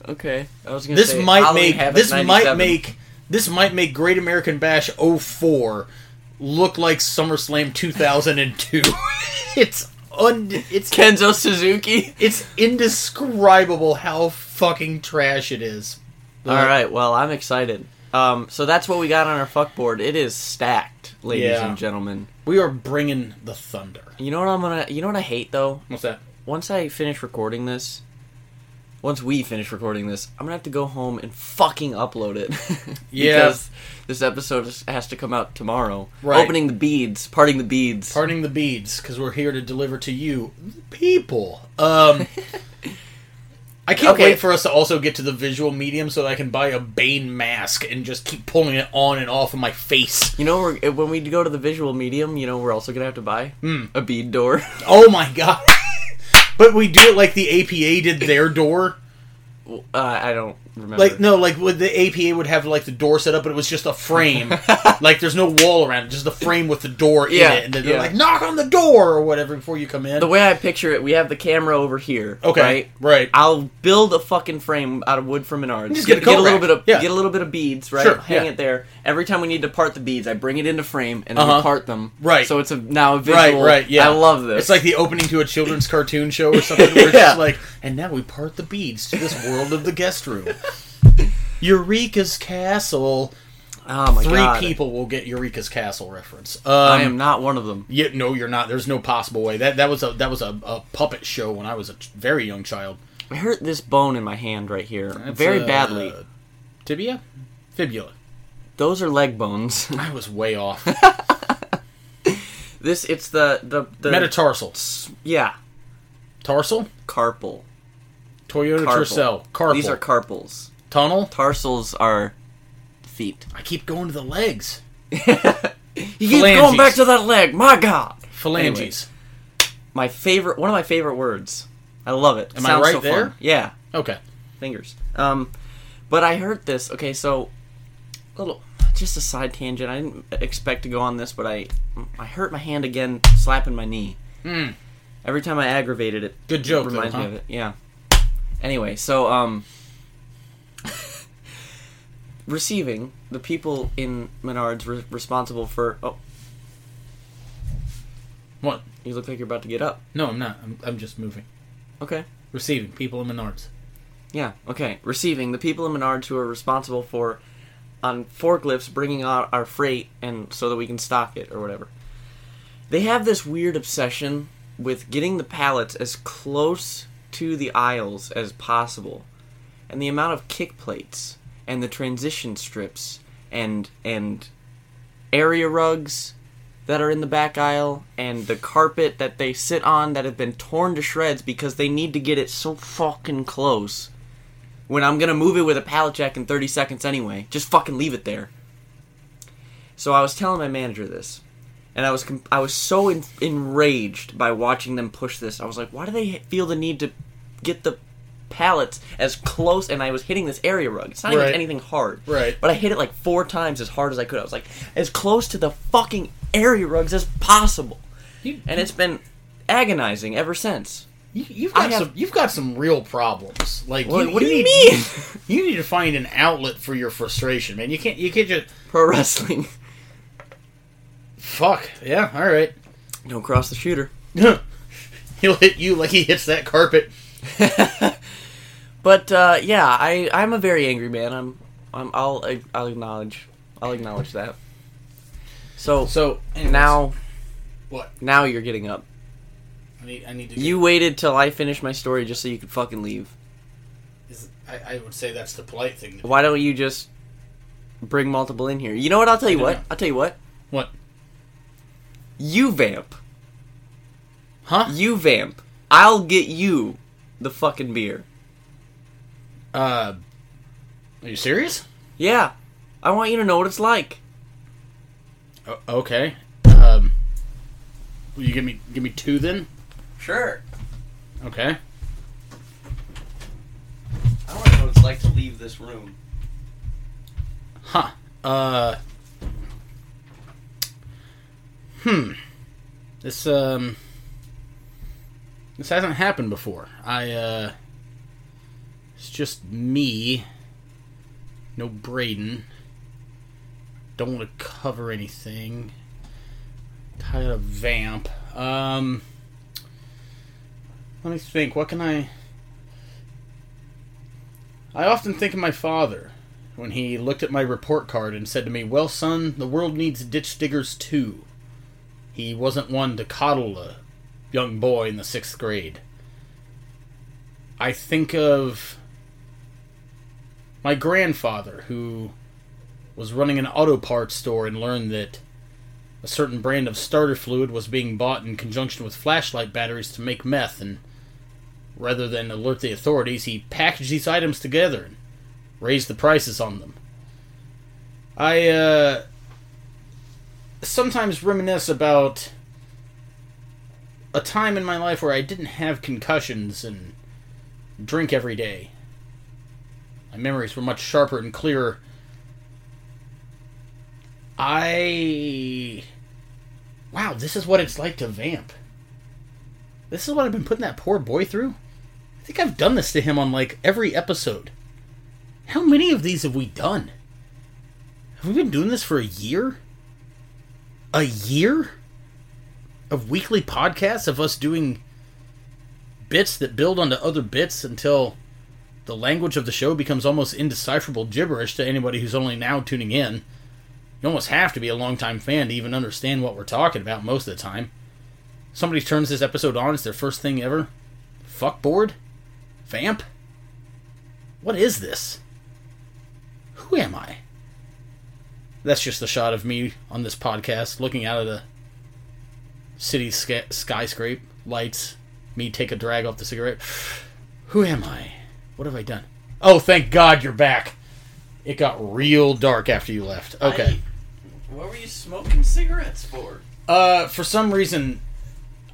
[SPEAKER 2] Okay, I was gonna
[SPEAKER 1] this
[SPEAKER 2] say,
[SPEAKER 1] might
[SPEAKER 2] Halloween
[SPEAKER 1] make
[SPEAKER 2] Havoc
[SPEAKER 1] this
[SPEAKER 2] 97.
[SPEAKER 1] might make this might make Great American Bash 04 look like SummerSlam 2002. it's un it's
[SPEAKER 2] Kenzo Suzuki.
[SPEAKER 1] it's indescribable how fucking trash it is.
[SPEAKER 2] All right. Well, I'm excited. Um, so that's what we got on our fuck board. It is stacked, ladies
[SPEAKER 1] Yeah.
[SPEAKER 2] and gentlemen.
[SPEAKER 1] We are bringing the thunder.
[SPEAKER 2] You know what I'm gonna? You know what I hate though?
[SPEAKER 1] What's that?
[SPEAKER 2] Once I finish recording this, once we finish recording this, I'm gonna have to go home and fucking upload it.
[SPEAKER 1] Yeah.
[SPEAKER 2] Because this episode is- has to come out tomorrow.
[SPEAKER 1] Right.
[SPEAKER 2] Opening the beads, parting the beads.
[SPEAKER 1] Parting the beads because we're here to deliver to you people. Um, I can't
[SPEAKER 2] Okay.
[SPEAKER 1] wait for us to also get to the visual medium so that I can buy a Bane mask and just keep pulling it on and off of my face.
[SPEAKER 2] you know, we're, when we go to the visual medium, you know, we're also gonna have to buy
[SPEAKER 1] Hmm.
[SPEAKER 2] a bead door.
[SPEAKER 1] Oh my god! but we do it like the APA did their door.
[SPEAKER 2] uh, I don't remember.
[SPEAKER 1] Like no, like with the APA would have like the door set up, but it was just a frame. like there's no wall around it, just a frame with the door
[SPEAKER 2] Yeah,
[SPEAKER 1] in it, and then they're
[SPEAKER 2] yeah.
[SPEAKER 1] like knock on the door or whatever before you come in.
[SPEAKER 2] the way I picture it, we have the camera over here.
[SPEAKER 1] okay,
[SPEAKER 2] Right.
[SPEAKER 1] right.
[SPEAKER 2] I'll build a fucking frame out of wood from Menards.
[SPEAKER 1] Just get a coat
[SPEAKER 2] little
[SPEAKER 1] rack.
[SPEAKER 2] bit of
[SPEAKER 1] Yeah.
[SPEAKER 2] get a little bit of beads, right?
[SPEAKER 1] Sure,
[SPEAKER 2] Hang
[SPEAKER 1] yeah.
[SPEAKER 2] it there. Every time we need to part the beads, I bring it into frame and
[SPEAKER 1] Uh-huh.
[SPEAKER 2] we part them.
[SPEAKER 1] Right.
[SPEAKER 2] So it's a now a
[SPEAKER 1] Right,
[SPEAKER 2] visual.
[SPEAKER 1] right, yeah.
[SPEAKER 2] I love this.
[SPEAKER 1] It's like the opening to a children's cartoon show or something. Where it's
[SPEAKER 2] Yeah.
[SPEAKER 1] just like, and now we part the beads to this world of the guest room. Eureka's Castle.
[SPEAKER 2] oh my
[SPEAKER 1] Three
[SPEAKER 2] god.
[SPEAKER 1] people will get Eureka's Castle reference. Um,
[SPEAKER 2] I am not one of them.
[SPEAKER 1] Yeah, no, you're not. There's no possible way. That that was a that was a, a puppet show when I was a ch- very young child.
[SPEAKER 2] I hurt this bone in my hand right here
[SPEAKER 1] That's,
[SPEAKER 2] very
[SPEAKER 1] uh,
[SPEAKER 2] badly.
[SPEAKER 1] Tibia, fibula.
[SPEAKER 2] Those are leg bones.
[SPEAKER 1] I was way off.
[SPEAKER 2] this it's the the, the
[SPEAKER 1] Metatarsal,
[SPEAKER 2] yeah
[SPEAKER 1] tarsal,
[SPEAKER 2] carpal.
[SPEAKER 1] Toyota
[SPEAKER 2] Carpal.
[SPEAKER 1] Tercel, carpal,
[SPEAKER 2] These are carpals.
[SPEAKER 1] tunnel.
[SPEAKER 2] Tarsals are feet.
[SPEAKER 1] I keep going to the legs,
[SPEAKER 2] You keep
[SPEAKER 1] Phalanges.
[SPEAKER 2] going back to that leg. My god.
[SPEAKER 1] phalanges.
[SPEAKER 2] Anyways. my favorite one of my favorite words. I love it.
[SPEAKER 1] Am I right there?
[SPEAKER 2] Fun. Yeah,
[SPEAKER 1] Okay.
[SPEAKER 2] fingers. Um, but I heard this. Okay, so little just a side tangent. I didn't expect to go on this, but I I hurt my hand again slapping my knee. Every time I aggravated it,
[SPEAKER 1] Hmm. Good joke, though,
[SPEAKER 2] Reminds
[SPEAKER 1] huh?
[SPEAKER 2] me of it. Yeah. Anyway, so um, receiving the people in Menards re- responsible for. Oh,
[SPEAKER 1] What?
[SPEAKER 2] you look like you're about to get up.
[SPEAKER 1] No, I'm not. I'm, I'm just moving.
[SPEAKER 2] Okay.
[SPEAKER 1] Receiving people in Menards.
[SPEAKER 2] Yeah, okay. Receiving the people in Menards who are responsible for on forklifts bringing out our freight and so that we can stock it or whatever. They have this weird obsession with getting the pallets as close to the aisles as possible. And the amount of kick plates and the transition strips and and area rugs that are in the back aisle and the carpet that they sit on that have been torn to shreds because they need to get it so fucking close when I'm gonna move it with a pallet jack in 30 seconds anyway. Just fucking leave it there. So I was telling my manager this, and I was com- I was so en- enraged by watching them push this. I was like, why do they feel the need to get the pallets as close? And I was hitting this area rug. It's not
[SPEAKER 1] Right.
[SPEAKER 2] even anything hard.
[SPEAKER 1] Right.
[SPEAKER 2] But I hit it like four times as hard as I could. I was like, as close to the fucking area rugs as possible.
[SPEAKER 1] You,
[SPEAKER 2] And it's been agonizing ever since.
[SPEAKER 1] you, you've
[SPEAKER 2] I
[SPEAKER 1] got
[SPEAKER 2] have-
[SPEAKER 1] some. You've got some real problems. Like,
[SPEAKER 2] What,
[SPEAKER 1] you,
[SPEAKER 2] what do you
[SPEAKER 1] need,
[SPEAKER 2] mean?
[SPEAKER 1] You need to find an outlet for your frustration, man. You can't. You can't just.
[SPEAKER 2] Pro wrestling.
[SPEAKER 1] Fuck. Yeah. All right.
[SPEAKER 2] Don't cross the shooter.
[SPEAKER 1] He'll hit you like he hits that carpet.
[SPEAKER 2] But uh, yeah, I I'm a very angry man. I'm, I'm I'll uh, I'll acknowledge I'll acknowledge that. So,
[SPEAKER 1] So anyways,
[SPEAKER 2] now
[SPEAKER 1] what?
[SPEAKER 2] now you're getting up.
[SPEAKER 1] I need. I need to.
[SPEAKER 2] You waited till I finished my story just so you could fucking leave.
[SPEAKER 1] Is, I, I would say that's the polite thing. To do.
[SPEAKER 2] Why don't you just bring multiple in here? You know what? I'll tell you
[SPEAKER 1] I
[SPEAKER 2] what.
[SPEAKER 1] dunno.
[SPEAKER 2] I'll tell you what.
[SPEAKER 1] What?
[SPEAKER 2] You vamp.
[SPEAKER 1] Huh?
[SPEAKER 2] You vamp. I'll get you the fucking beer.
[SPEAKER 1] Uh. Are you serious?
[SPEAKER 2] Yeah. I want you to know what it's like.
[SPEAKER 1] O- okay. Um. Will you give me give me two then?
[SPEAKER 2] Sure.
[SPEAKER 1] Okay.
[SPEAKER 2] I want to know what it's like to leave this room.
[SPEAKER 1] Huh. Uh. Hmm. This um. This hasn't happened before. I uh. It's just me. No Braden. Don't want to cover anything. Tired of vamp. Um. Let me think. What can I? I often think of my father when he looked at my report card and said to me, Well, son, the world needs ditch diggers too. He wasn't one to coddle a young boy in the sixth grade. I think of my grandfather who was running an auto parts store and learned that a certain brand of starter fluid was being bought in conjunction with flashlight batteries to make meth and rather than alert the authorities he packaged these items together and raised the prices on them i uh sometimes reminisce about a time in my life where i didn't have concussions and drink every day my memories were much sharper and clearer. I. Wow, this is what it's like to vamp. This is what I've been putting that poor boy through. I think I've done this to him on like every episode. How many of these have we done? Have we been doing this for a year? A year? Of weekly podcasts of us doing bits that build onto other bits until the language of the show becomes almost indecipherable gibberish to anybody who's only now tuning in. You almost have to be a longtime fan to even understand what we're talking about most of the time. Somebody turns this episode on, it's their first thing ever. Fuckboard? Vamp? What is this? Who am I? That's just a shot of me on this podcast looking out of the city sky- skyscrape, lights, me take a drag off the cigarette. Who am I? What have I done? Oh, thank God you're back. It got real dark after you left. Okay.
[SPEAKER 2] what were you smoking cigarettes for?
[SPEAKER 1] Uh, for some reason,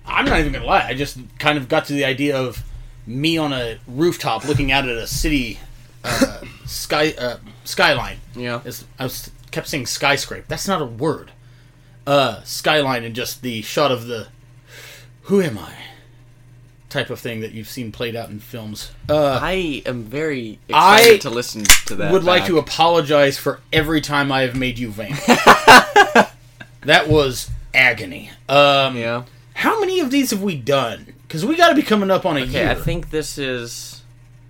[SPEAKER 1] I'm not even gonna lie. I just kind of got to the idea of me on a rooftop looking out at a city uh, sky uh, skyline.
[SPEAKER 2] Yeah.
[SPEAKER 1] It's- I was, kept saying skyscrape. That's not a word. Uh, skyline and just the shot of the "Who am I?" type of thing that you've seen played out in films. Uh,
[SPEAKER 2] I am very
[SPEAKER 1] I
[SPEAKER 2] excited to listen to that.
[SPEAKER 1] would like
[SPEAKER 2] back.
[SPEAKER 1] to apologize for every time I have made you vamp. that was agony. Um,
[SPEAKER 2] Yeah.
[SPEAKER 1] How many of these have we done? Because we got to be coming up on a
[SPEAKER 2] Okay,
[SPEAKER 1] year.
[SPEAKER 2] I think this is.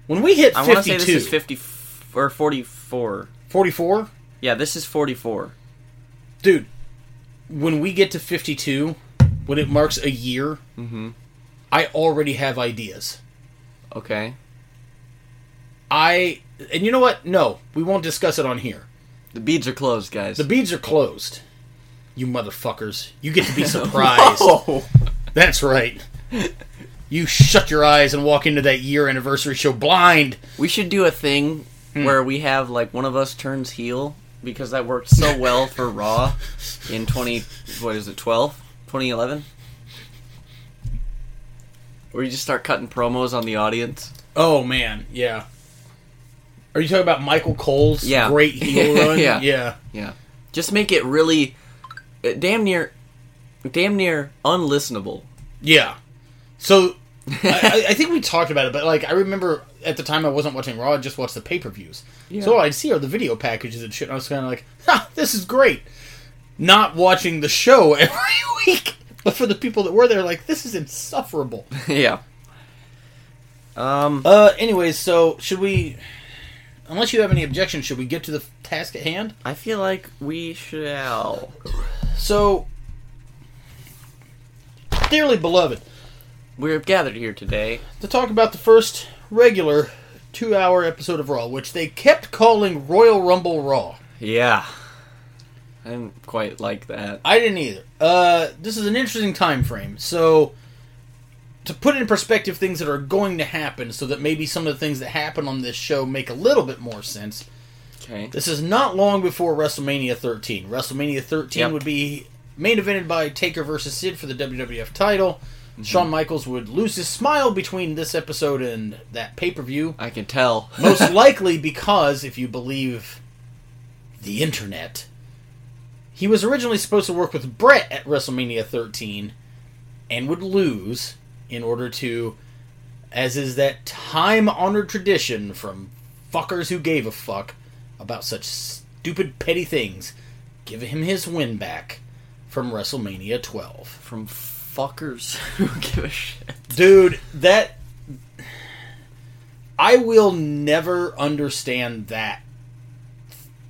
[SPEAKER 1] when we hit
[SPEAKER 2] I want to say
[SPEAKER 1] 52,
[SPEAKER 2] this is fifty f- or forty-four.
[SPEAKER 1] 44,
[SPEAKER 2] Yeah, this is forty-four.
[SPEAKER 1] dude, when we get to 52, when it marks a year,
[SPEAKER 2] Mm-hmm.
[SPEAKER 1] I already have ideas.
[SPEAKER 2] Okay.
[SPEAKER 1] I and you know what? No, we won't discuss it on here.
[SPEAKER 2] The beads are closed, guys.
[SPEAKER 1] The beads are closed. You motherfuckers. You get to be surprised. That's right. You shut your eyes and walk into that year anniversary show blind.
[SPEAKER 2] We should do a thing where we have like one of us turns heel because that worked so well for Raw in 20 what is it 12 2011 where you just start cutting promos on the audience.
[SPEAKER 1] Oh man, yeah. Are you talking about Michael Cole's
[SPEAKER 2] Yeah.
[SPEAKER 1] great heel run?
[SPEAKER 2] Yeah.
[SPEAKER 1] yeah.
[SPEAKER 2] Yeah. Just make it really uh, damn near damn near unlistenable.
[SPEAKER 1] Yeah. So I- I, I think we talked about it, but like I remember at the time I wasn't watching Raw; I just watched the pay per views. So all I'd see are the video packages and shit. And I was kind of like, "Ha, this is great." Not watching the show every week, but for the people that were there, like this is insufferable.
[SPEAKER 2] yeah. Um
[SPEAKER 1] Uh, anyways, so should we? Unless you have any objections, should we get to the task at hand?
[SPEAKER 2] I feel like we shall
[SPEAKER 1] So, dearly beloved,
[SPEAKER 2] we're gathered here today.
[SPEAKER 1] to talk about the first regular two-hour episode of Raw, which they kept calling Royal Rumble Raw.
[SPEAKER 2] Yeah. I didn't quite like that.
[SPEAKER 1] I didn't either. Uh, this is an interesting time frame. So, to put in perspective things that are going to happen, so that maybe some of the things that happen on this show make a little bit more sense.
[SPEAKER 2] Okay.
[SPEAKER 1] This is not long before WrestleMania 13. WrestleMania 13
[SPEAKER 2] Yep.
[SPEAKER 1] would be main evented by Taker versus Sid for the WWF title.
[SPEAKER 2] Mm-hmm.
[SPEAKER 1] Shawn Michaels would lose his smile between this episode and that pay per view.
[SPEAKER 2] I can tell.
[SPEAKER 1] Most likely because, if you believe the internet, he was originally supposed to work with Brett at WrestleMania 13 and would lose in order to, as is that time honored tradition from fuckers who gave a fuck about such stupid petty things, give him his win back from WrestleMania 12.
[SPEAKER 2] from fuckers who give a shit.
[SPEAKER 1] dude that i will never understand that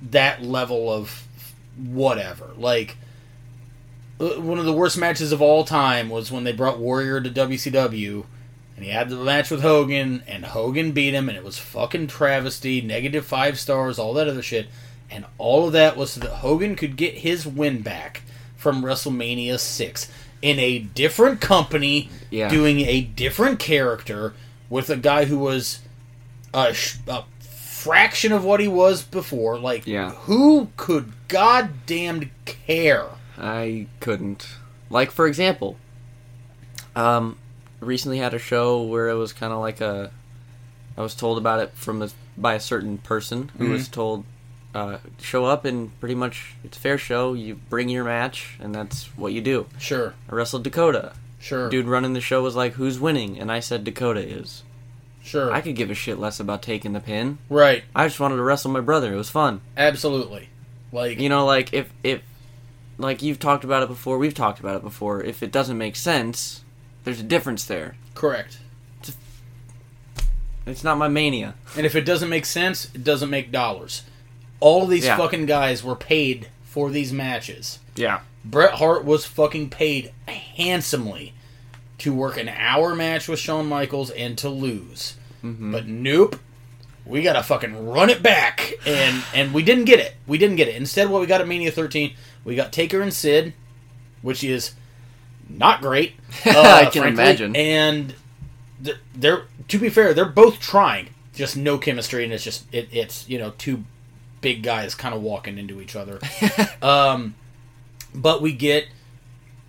[SPEAKER 1] that level of whatever like uh, one of the worst matches of all time was when they brought warrior to wcw and he had the match with Hogan, and Hogan beat him, and it was fucking travesty, negative five stars, all that other shit, and all of that was so that Hogan could get his win back from WrestleMania six in a different company,
[SPEAKER 2] Yeah.
[SPEAKER 1] doing a different character with a guy who was a, sh- a fraction of what he was before. Like,
[SPEAKER 2] Yeah.
[SPEAKER 1] who could goddamn care?
[SPEAKER 2] I couldn't. Like for example, um, recently had a show where it was kind of like a. I was told about it from a, by a certain person who was told, uh, show up and pretty much it's a fair show. You bring your match and that's what you do.
[SPEAKER 1] Sure,
[SPEAKER 2] I wrestled Dakota.
[SPEAKER 1] sure,
[SPEAKER 2] Dude running the show was like, who's winning? And I said Dakota is.
[SPEAKER 1] sure.
[SPEAKER 2] I could give a shit less about taking the pin.
[SPEAKER 1] right,
[SPEAKER 2] I just wanted to wrestle my brother. It was fun.
[SPEAKER 1] absolutely. Like,
[SPEAKER 2] You know, like if if like you've talked about it before, we've talked about it before. If it doesn't make sense, there's a difference there.
[SPEAKER 1] correct.
[SPEAKER 2] It's not my mania.
[SPEAKER 1] And if it doesn't make sense, it doesn't make dollars. All these
[SPEAKER 2] Yeah.
[SPEAKER 1] fucking guys were paid for these matches.
[SPEAKER 2] Yeah.
[SPEAKER 1] Bret Hart was fucking paid handsomely to work an hour match with Shawn Michaels and to lose.
[SPEAKER 2] Mm-hmm.
[SPEAKER 1] But nope, we gotta fucking run it back, and and we didn't get it. We didn't get it. Instead, what we got at Mania 13, we got Taker and Sid, which is not great. uh,
[SPEAKER 2] I can imagine.
[SPEAKER 1] And they're, they're to be fair, they're both trying, just no chemistry, and it's just it, it's you know two big guys kind of walking into each other. um, but we get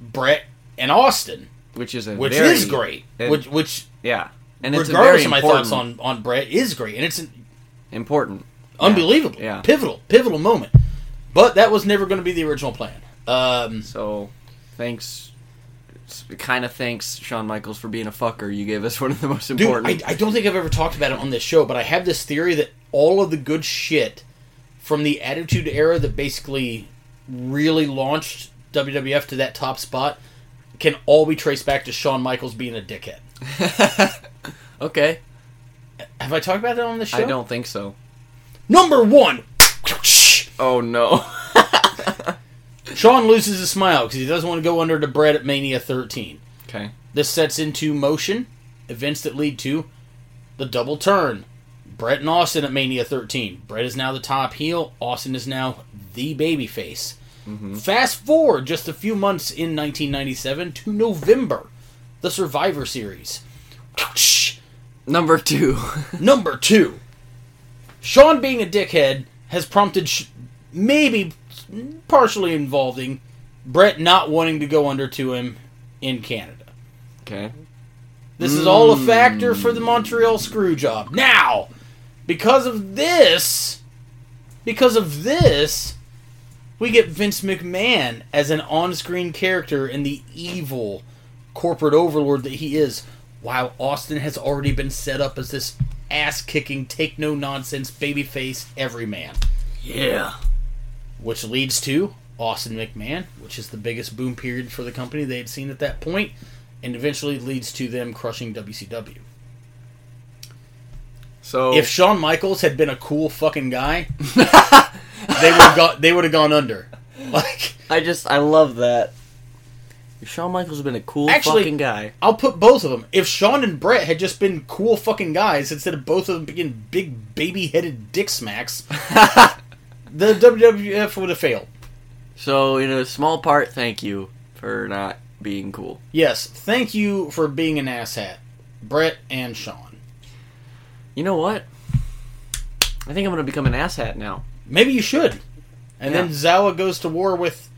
[SPEAKER 1] Brett and Austin,
[SPEAKER 2] Which is a
[SPEAKER 1] which
[SPEAKER 2] very-
[SPEAKER 1] is great.
[SPEAKER 2] and-
[SPEAKER 1] which which
[SPEAKER 2] yeah. And it's a
[SPEAKER 1] regardless
[SPEAKER 2] very
[SPEAKER 1] of my
[SPEAKER 2] important,
[SPEAKER 1] thoughts on on Brett is great, and it's an
[SPEAKER 2] important.
[SPEAKER 1] unbelievable,
[SPEAKER 2] Yeah.
[SPEAKER 1] pivotal, pivotal moment. But that was never going to be the original plan. Um,
[SPEAKER 2] So, thanks. Kind of thanks Shawn Michaels for being a fucker. You gave us one of the most
[SPEAKER 1] Dude,
[SPEAKER 2] important.
[SPEAKER 1] I, I don't think I've ever talked about it on this show, but I have this theory that all of the good shit from the Attitude Era that basically really launched WWF to that top spot can all be traced back to Shawn Michaels being a dickhead.
[SPEAKER 2] okay,
[SPEAKER 1] Have I talked about that on the show?
[SPEAKER 2] I don't think so.
[SPEAKER 1] Number one,
[SPEAKER 2] Oh no.
[SPEAKER 1] Shawn loses his smile because he doesn't want to go under to Brett at Mania 13.
[SPEAKER 2] okay.
[SPEAKER 1] This sets into motion events that lead to the double turn. Brett and Austin at Mania 13. Brett is now the top heel. Austin is now the babyface. Fast forward just a few months in 1997 to November, the Survivor Series.
[SPEAKER 2] Number two.
[SPEAKER 1] Number two, Sean being a dickhead has prompted, sh- maybe partially involving, Brett not wanting to go under to him in Canada.
[SPEAKER 2] okay.
[SPEAKER 1] This is all a factor for the Montreal screw job. Now, because of this, because of this, we get Vince McMahon as an on screen character and the evil corporate overlord that he is, while Austin has already been set up as this ass kicking, take no nonsense, babyface everyman.
[SPEAKER 2] Yeah.
[SPEAKER 1] Which leads to Austin McMahon, which is the biggest boom period for the company they had seen at that point, and eventually leads to them crushing WCW.
[SPEAKER 2] So
[SPEAKER 1] If Shawn Michaels had been a cool fucking guy, they would have gone, they would have gone under. Like
[SPEAKER 2] I just I love that. Shawn Michaels has been a cool
[SPEAKER 1] Actually-
[SPEAKER 2] fucking guy.
[SPEAKER 1] I'll put both of them. If Shawn and Brett had just been cool fucking guys instead of both of them being big baby-headed dick smacks, the WWF would have failed.
[SPEAKER 2] So in a small part, thank you for not being cool.
[SPEAKER 1] Yes, thank you for being an asshat, Brett and Shawn.
[SPEAKER 2] You know what? I think I'm gonna become an asshat now.
[SPEAKER 1] Maybe you should. And then
[SPEAKER 2] Yeah.
[SPEAKER 1] Zawa goes to war with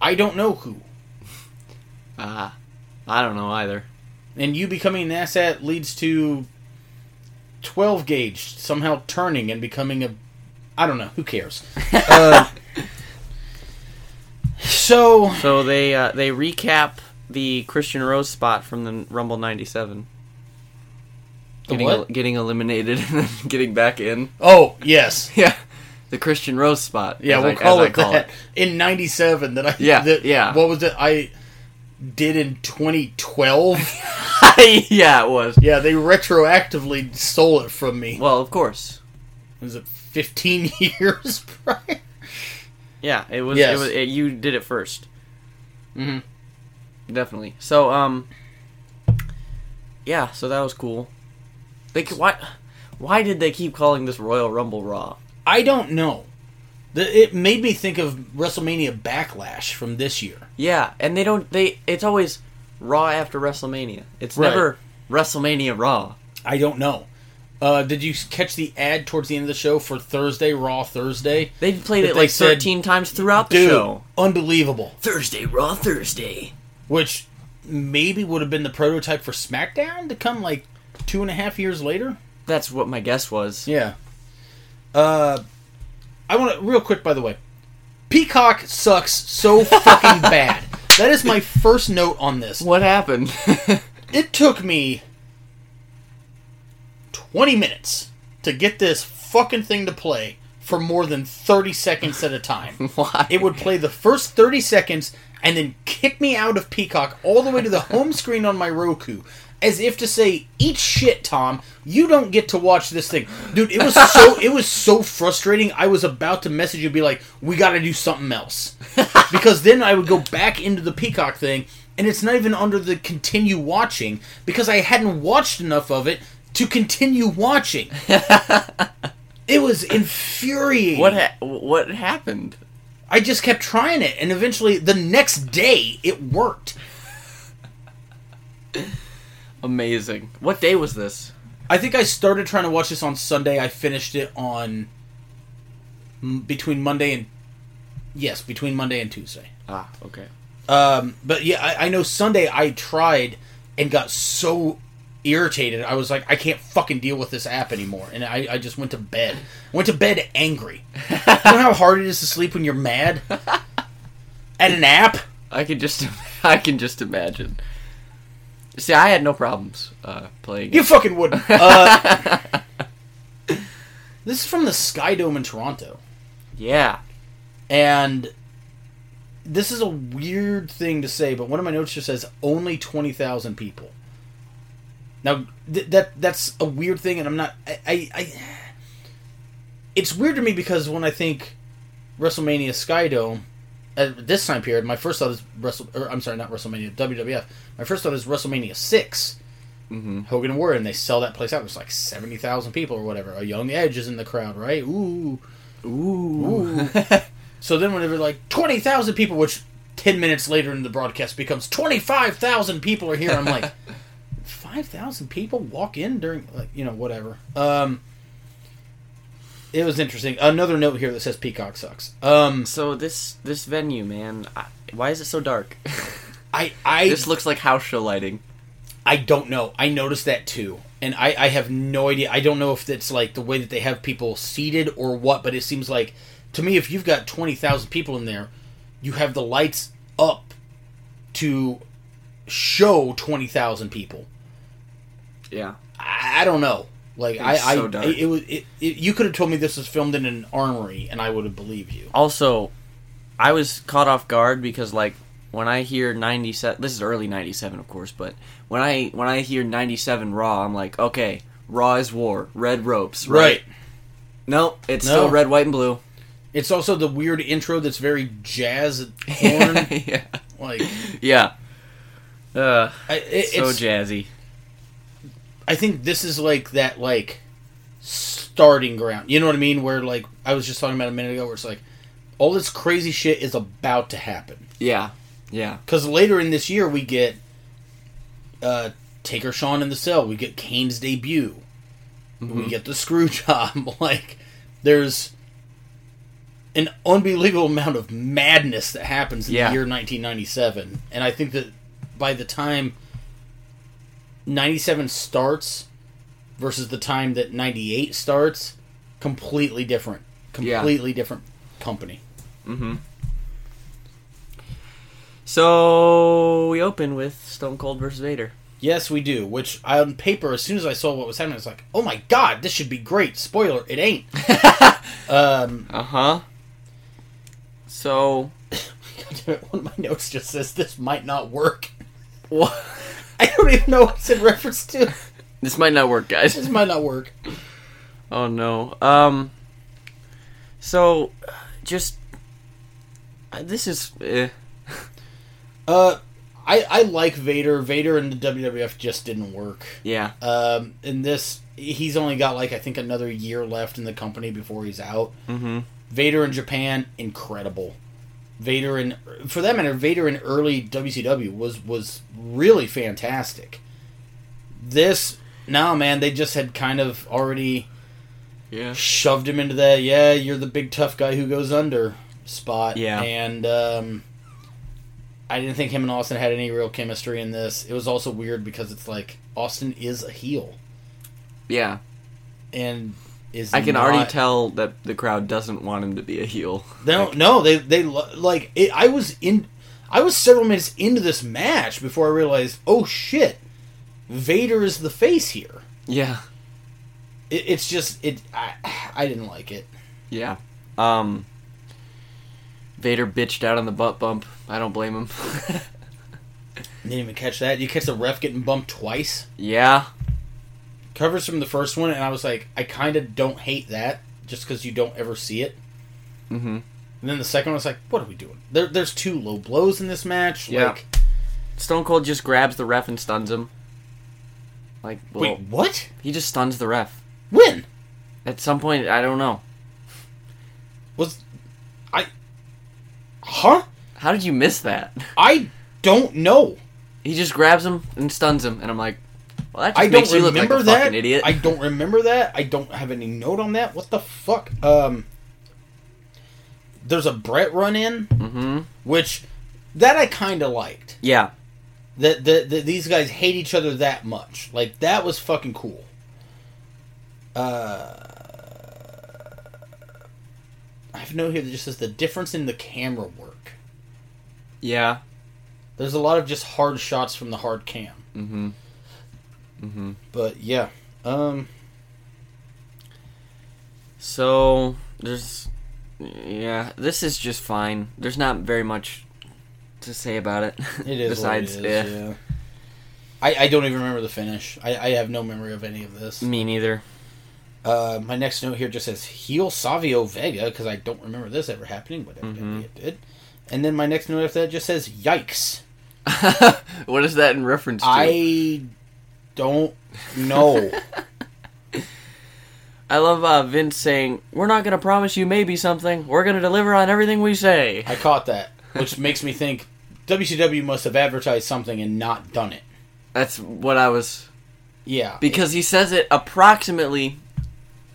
[SPEAKER 1] I don't know who.
[SPEAKER 2] Ah, I don't know either.
[SPEAKER 1] and you becoming an asset leads to 12 gauge somehow turning and becoming a i don't know who cares uh, so
[SPEAKER 2] So they uh, they recap the Christian Rose spot from the Rumble '97.
[SPEAKER 1] The
[SPEAKER 2] Getting,
[SPEAKER 1] what?
[SPEAKER 2] getting eliminated and then getting back in.
[SPEAKER 1] oh yes
[SPEAKER 2] Yeah, the Christian Rose spot.
[SPEAKER 1] yeah
[SPEAKER 2] as
[SPEAKER 1] we'll
[SPEAKER 2] I-
[SPEAKER 1] call
[SPEAKER 2] as I
[SPEAKER 1] it that in 97 that i
[SPEAKER 2] Yeah,
[SPEAKER 1] that,
[SPEAKER 2] yeah.
[SPEAKER 1] what was it i did in 2012
[SPEAKER 2] it. yeah, it was.
[SPEAKER 1] yeah they retroactively stole it from me
[SPEAKER 2] Well, of course.
[SPEAKER 1] was it 15 years prior
[SPEAKER 2] Yeah, it was.
[SPEAKER 1] Yes.
[SPEAKER 2] It was it, you did it 1st
[SPEAKER 1] Mhm.
[SPEAKER 2] Definitely. So, um, yeah, so that was cool. They c- why why did they keep calling this Royal Rumble Raw?
[SPEAKER 1] I don't know. The, it made me think of WrestleMania Backlash from this year.
[SPEAKER 2] Yeah, and they don't they it's always Raw after WrestleMania. It's
[SPEAKER 1] Right.
[SPEAKER 2] never WrestleMania Raw.
[SPEAKER 1] I don't know. Uh, did you catch the ad towards the end of the show for Thursday Raw Thursday?
[SPEAKER 2] They played
[SPEAKER 1] But
[SPEAKER 2] it
[SPEAKER 1] they
[SPEAKER 2] like
[SPEAKER 1] said-
[SPEAKER 2] 13 times throughout the
[SPEAKER 1] Dude,
[SPEAKER 2] show.
[SPEAKER 1] unbelievable.
[SPEAKER 2] Thursday Raw Thursday.
[SPEAKER 1] Which maybe would have been the prototype for SmackDown to come like two and a half years later.
[SPEAKER 2] That's what my guess was.
[SPEAKER 1] Yeah. Uh, I want to real quick. By the way, Peacock sucks so fucking bad. That is my first note on this.
[SPEAKER 2] What happened?
[SPEAKER 1] It took me twenty minutes to get this fucking thing to play for more than thirty seconds at a time.
[SPEAKER 2] why?
[SPEAKER 1] It would play the first 30 seconds and then kick me out of Peacock all the way to the home screen on my Roku. As if to say, "Eat shit, Tom. You don't get to watch this thing, dude." It was so it was so frustrating. I was about to message you, and be like, "We got to do something else," because then I would go back into the Peacock thing, and it's not even under the continue watching because I hadn't watched enough of it to continue watching. it was infuriating.
[SPEAKER 2] what ha- what happened?
[SPEAKER 1] I just kept trying it, and eventually the next day it worked.
[SPEAKER 2] Amazing. What day was this?
[SPEAKER 1] I think I started trying to watch this on Sunday. I finished it on m- between Monday and yes, between Monday and Tuesday.
[SPEAKER 2] Ah, okay.
[SPEAKER 1] Um, but yeah, I, I know Sunday I tried and got so irritated. I was like, I can't fucking deal with this app anymore, and I, I just went to bed. I went to bed angry. you know how hard it is to sleep when you're mad at an app.
[SPEAKER 2] I can just I can just imagine. See, I had no problems uh, playing.
[SPEAKER 1] You
[SPEAKER 2] it.
[SPEAKER 1] fucking wouldn't. Uh, this is from the Sky Dome in Toronto,
[SPEAKER 2] Yeah.
[SPEAKER 1] and this is a weird thing to say, but one of my notes just says only twenty thousand people. Now th- that that's a weird thing, and I'm not. I, I, I it's weird to me because when I think WrestleMania Skydome at this time period, my first thought is Wrestle. Or I'm sorry, not WrestleMania WWF. My first thought is WrestleMania six.
[SPEAKER 2] Mhm.
[SPEAKER 1] Hogan and Warrior, and they sell that place out. There's like seventy thousand people or whatever. A young Edge is in the crowd, right? Ooh.
[SPEAKER 2] Ooh.
[SPEAKER 1] So then whenever like twenty thousand people, which ten minutes later in the broadcast becomes twenty five thousand people are here, I'm like five thousand people walk in during like you know, whatever. Um It was interesting. Another note here that says Peacock sucks. Um
[SPEAKER 2] so this this venue, man. I, why is it so dark?
[SPEAKER 1] I I
[SPEAKER 2] this looks like house show lighting.
[SPEAKER 1] I don't know. I noticed that too. And I, I have no idea. I don't know if it's like the way that they have people seated or what, but it seems like to me if you've got 20,000 people in there, you have the lights up to show 20,000 people.
[SPEAKER 2] Yeah.
[SPEAKER 1] I, I don't know. Like I,
[SPEAKER 2] It's
[SPEAKER 1] I
[SPEAKER 2] so dark.
[SPEAKER 1] it, it was it, it, you could have told me this was filmed in an armory and I would have believed you.
[SPEAKER 2] Also, I was caught off guard because like when I hear 97 this is early 97 of course, but when I when I hear 97 Raw, I'm like, "Okay, Raw is war, red ropes." Nope, it's
[SPEAKER 1] No.
[SPEAKER 2] still red, white and blue.
[SPEAKER 1] It's also the weird intro that's very jazz horn
[SPEAKER 2] yeah.
[SPEAKER 1] like
[SPEAKER 2] Yeah. Uh,
[SPEAKER 1] I, it,
[SPEAKER 2] so
[SPEAKER 1] it's
[SPEAKER 2] jazzy.
[SPEAKER 1] I think this is like that like starting ground. You know what I mean? Where like I was just talking about a minute ago, where it's like all this crazy shit is about to happen.
[SPEAKER 2] Yeah. Yeah.
[SPEAKER 1] Because later in this year we get uh, Taker Sean in the cell, we get Kane's debut,
[SPEAKER 2] Mm-hmm.
[SPEAKER 1] we get the screw job. like there's an unbelievable amount of madness that happens in
[SPEAKER 2] Yeah.
[SPEAKER 1] the year 1997, and I think that by the time 97 starts versus the time that 98 starts, completely different,
[SPEAKER 2] Yeah.
[SPEAKER 1] completely different company.
[SPEAKER 2] So we open with Stone Cold versus Vader.
[SPEAKER 1] Yes, we do. Which on paper, as soon as I saw what was happening, I was like, "Oh my god, this should be great." Spoiler: it ain't. um,
[SPEAKER 2] Uh huh. So
[SPEAKER 1] one of my notes just says this might not work.
[SPEAKER 2] what?
[SPEAKER 1] I don't even know what's in reference to.
[SPEAKER 2] This might not work,
[SPEAKER 1] This
[SPEAKER 2] guys.
[SPEAKER 1] might not work.
[SPEAKER 2] Oh no. Um. So, just uh, this is eh.
[SPEAKER 1] Uh, I, I like Vader. Vader in the WWF just didn't work.
[SPEAKER 2] Yeah.
[SPEAKER 1] Um, in this, he's only got like I think another year left in the company before he's out.
[SPEAKER 2] Mm-hmm.
[SPEAKER 1] Vader in Japan, incredible. Vader in, for that matter, Vader in early WCW was was really fantastic. This, nah, man, they just had kind of already
[SPEAKER 2] Yeah.
[SPEAKER 1] shoved him into that. Yeah, you're the big tough guy who goes under spot.
[SPEAKER 2] Yeah.
[SPEAKER 1] and um, I didn't think him and Austin had any real chemistry in this. It was also weird because it's like Austin is a heel
[SPEAKER 2] Yeah.
[SPEAKER 1] and is
[SPEAKER 2] I can
[SPEAKER 1] not-
[SPEAKER 2] already tell that the crowd doesn't want him to be a heel.
[SPEAKER 1] They don't. No, they they lo- like. It, I was in. I was several minutes into this match before I realized, oh shit, Vader is the face here.
[SPEAKER 2] Yeah.
[SPEAKER 1] It, it's just it. I, I didn't like it.
[SPEAKER 2] Yeah. Um Vader bitched out on the butt bump. I don't blame him.
[SPEAKER 1] Didn't even catch that. You catch the ref getting bumped twice.
[SPEAKER 2] yeah.
[SPEAKER 1] Covers from the first one, and I was like, I kind of don't hate that just because you don't ever see it.
[SPEAKER 2] Mhm.
[SPEAKER 1] And then the second one was like, what are we doing? There, there's two low blows in this match.
[SPEAKER 2] Yeah.
[SPEAKER 1] Like,
[SPEAKER 2] Stone Cold just grabs the ref and stuns him. Like, well,
[SPEAKER 1] wait, what?
[SPEAKER 2] he just stuns the ref.
[SPEAKER 1] When?
[SPEAKER 2] At some point, I don't know.
[SPEAKER 1] Was. I. Huh?
[SPEAKER 2] How did you miss that?
[SPEAKER 1] I don't know.
[SPEAKER 2] He just grabs him and stuns him, and I'm like, well, that just
[SPEAKER 1] I
[SPEAKER 2] makes
[SPEAKER 1] don't
[SPEAKER 2] you look like
[SPEAKER 1] remember
[SPEAKER 2] a
[SPEAKER 1] that.
[SPEAKER 2] fucking idiot.
[SPEAKER 1] I don't remember that. I don't have any note on that. What the fuck? Um, there's a Brett run in,
[SPEAKER 2] hmm
[SPEAKER 1] which that I kind of liked.
[SPEAKER 2] Yeah,
[SPEAKER 1] That, that that these guys hate each other that much. Like that was fucking cool. Uh, I have a note here that just says the difference in the camera work.
[SPEAKER 2] yeah.
[SPEAKER 1] There's a lot of just hard shots from the hard cam.
[SPEAKER 2] Mm-hmm. Mm-hmm.
[SPEAKER 1] But yeah, um,
[SPEAKER 2] So there's, yeah, this is just fine. There's not very much to say about it.
[SPEAKER 1] It is.
[SPEAKER 2] besides,
[SPEAKER 1] what it is,
[SPEAKER 2] eh.
[SPEAKER 1] yeah. I, I don't even remember the finish. I, I have no memory of any of this.
[SPEAKER 2] me neither.
[SPEAKER 1] Uh, my next note here just says heel Savio Vega because I don't remember this ever happening, but
[SPEAKER 2] Mm-hmm.
[SPEAKER 1] evidently it did. And then my next note after that just says yikes.
[SPEAKER 2] what is that in reference to?
[SPEAKER 1] I don't know.
[SPEAKER 2] I love uh, Vince saying, "We're not gonna promise you maybe something. We're gonna deliver on everything we say."
[SPEAKER 1] I caught that, which makes me think WCW must have advertised something and not done it.
[SPEAKER 2] That's what I was
[SPEAKER 1] Yeah,
[SPEAKER 2] because he says it approximately,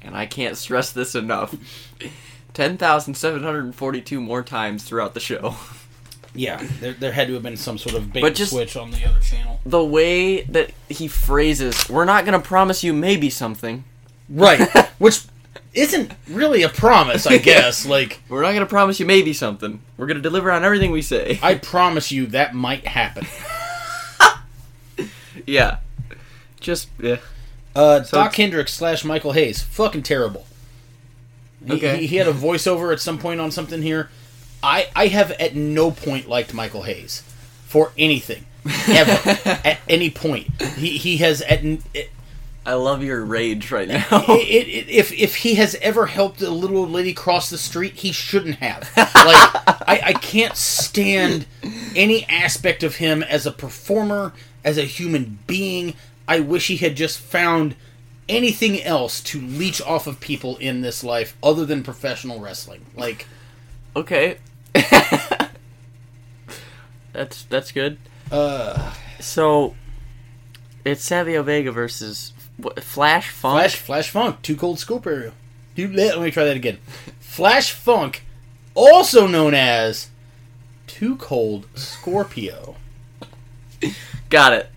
[SPEAKER 2] and I can't stress this enough, ten thousand seven hundred forty-two more times throughout the show.
[SPEAKER 1] yeah. There, there had to have been some sort of bait
[SPEAKER 2] But
[SPEAKER 1] and
[SPEAKER 2] just-
[SPEAKER 1] switch on the other channel,
[SPEAKER 2] The way that he phrases, "We're not gonna promise you maybe something.
[SPEAKER 1] right? which isn't really a promise, I guess. Like.
[SPEAKER 2] We're not gonna promise you maybe something. We're gonna deliver on everything we say."
[SPEAKER 1] I promise you that might happen.
[SPEAKER 2] yeah, just yeah.
[SPEAKER 1] Uh, Doc
[SPEAKER 2] it's-
[SPEAKER 1] Hendricks slash Michael Hayes, fucking terrible. He,
[SPEAKER 2] Okay.
[SPEAKER 1] he, he had a voiceover at some point on something here. I I have at no point liked Michael Hayes for anything ever at any point. He he has at n- it,
[SPEAKER 2] I love your rage right now.
[SPEAKER 1] it, it, if if he has ever helped a little old lady cross the street, he shouldn't have. Like I, I can't stand any aspect of him as a performer, as a human being. I wish he had just found anything else to leech off of people in this life other than professional wrestling. Like
[SPEAKER 2] Okay. that's that's good.
[SPEAKER 1] uh
[SPEAKER 2] So it's Savio Vega versus what, Flash Funk.
[SPEAKER 1] Flash Flash Funk, too cold scoop area. You let, let me try that again. Flash Funk, also known as Too Cold Scorpio.
[SPEAKER 2] Got it.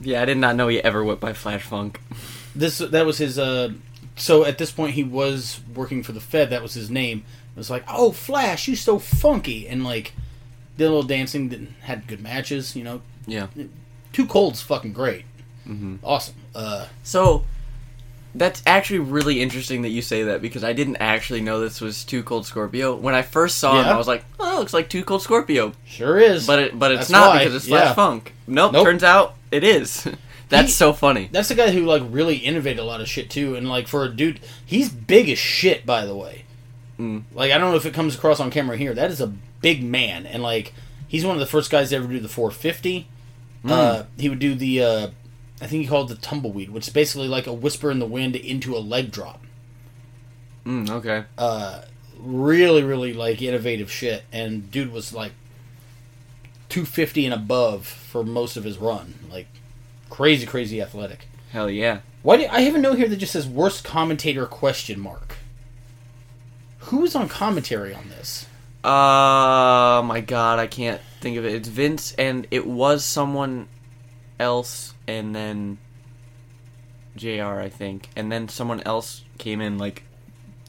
[SPEAKER 2] Yeah, I did not know he ever went by Flash Funk.
[SPEAKER 1] this that was his uh so at this point he was working for the fed that was his name it was like oh flash you so funky and like did a little dancing did had good matches you know
[SPEAKER 2] Yeah.
[SPEAKER 1] too cold's fucking great
[SPEAKER 2] Mm-hmm.
[SPEAKER 1] awesome uh
[SPEAKER 2] So that's actually really interesting that you say that because I didn't actually know this was Too Cold Scorpio. When I first saw him,
[SPEAKER 1] Yeah.
[SPEAKER 2] I was like, "Oh, it looks like Too Cold Scorpio,"
[SPEAKER 1] sure is
[SPEAKER 2] but it, but it's
[SPEAKER 1] That's
[SPEAKER 2] not
[SPEAKER 1] why,
[SPEAKER 2] because it's Flash
[SPEAKER 1] yeah.
[SPEAKER 2] Funk. Nope,
[SPEAKER 1] Nope.
[SPEAKER 2] Turns out it is. that's
[SPEAKER 1] He-
[SPEAKER 2] so funny.
[SPEAKER 1] that's the guy who like really innovated a lot of shit too and like for a dude he's big as shit by the way
[SPEAKER 2] Mm.
[SPEAKER 1] like i don't know if it comes across on camera here that is a big man and like He's one of the first guys to ever do the 450. Uh, he would do the, uh, I think he called it the tumbleweed, which is basically like a whisper in the wind into a leg drop.
[SPEAKER 2] Mm, okay.
[SPEAKER 1] Uh. Really, really like innovative shit. And dude was like 250 and above for most of his run. Like crazy, crazy athletic.
[SPEAKER 2] Hell yeah.
[SPEAKER 1] Why do I have a note here that just says worst commentator question mark? Who was on commentary on this?
[SPEAKER 2] Uh, my God, I can't think of it. It's Vince, and it was someone else, and then Jr. I think, and then someone else came in like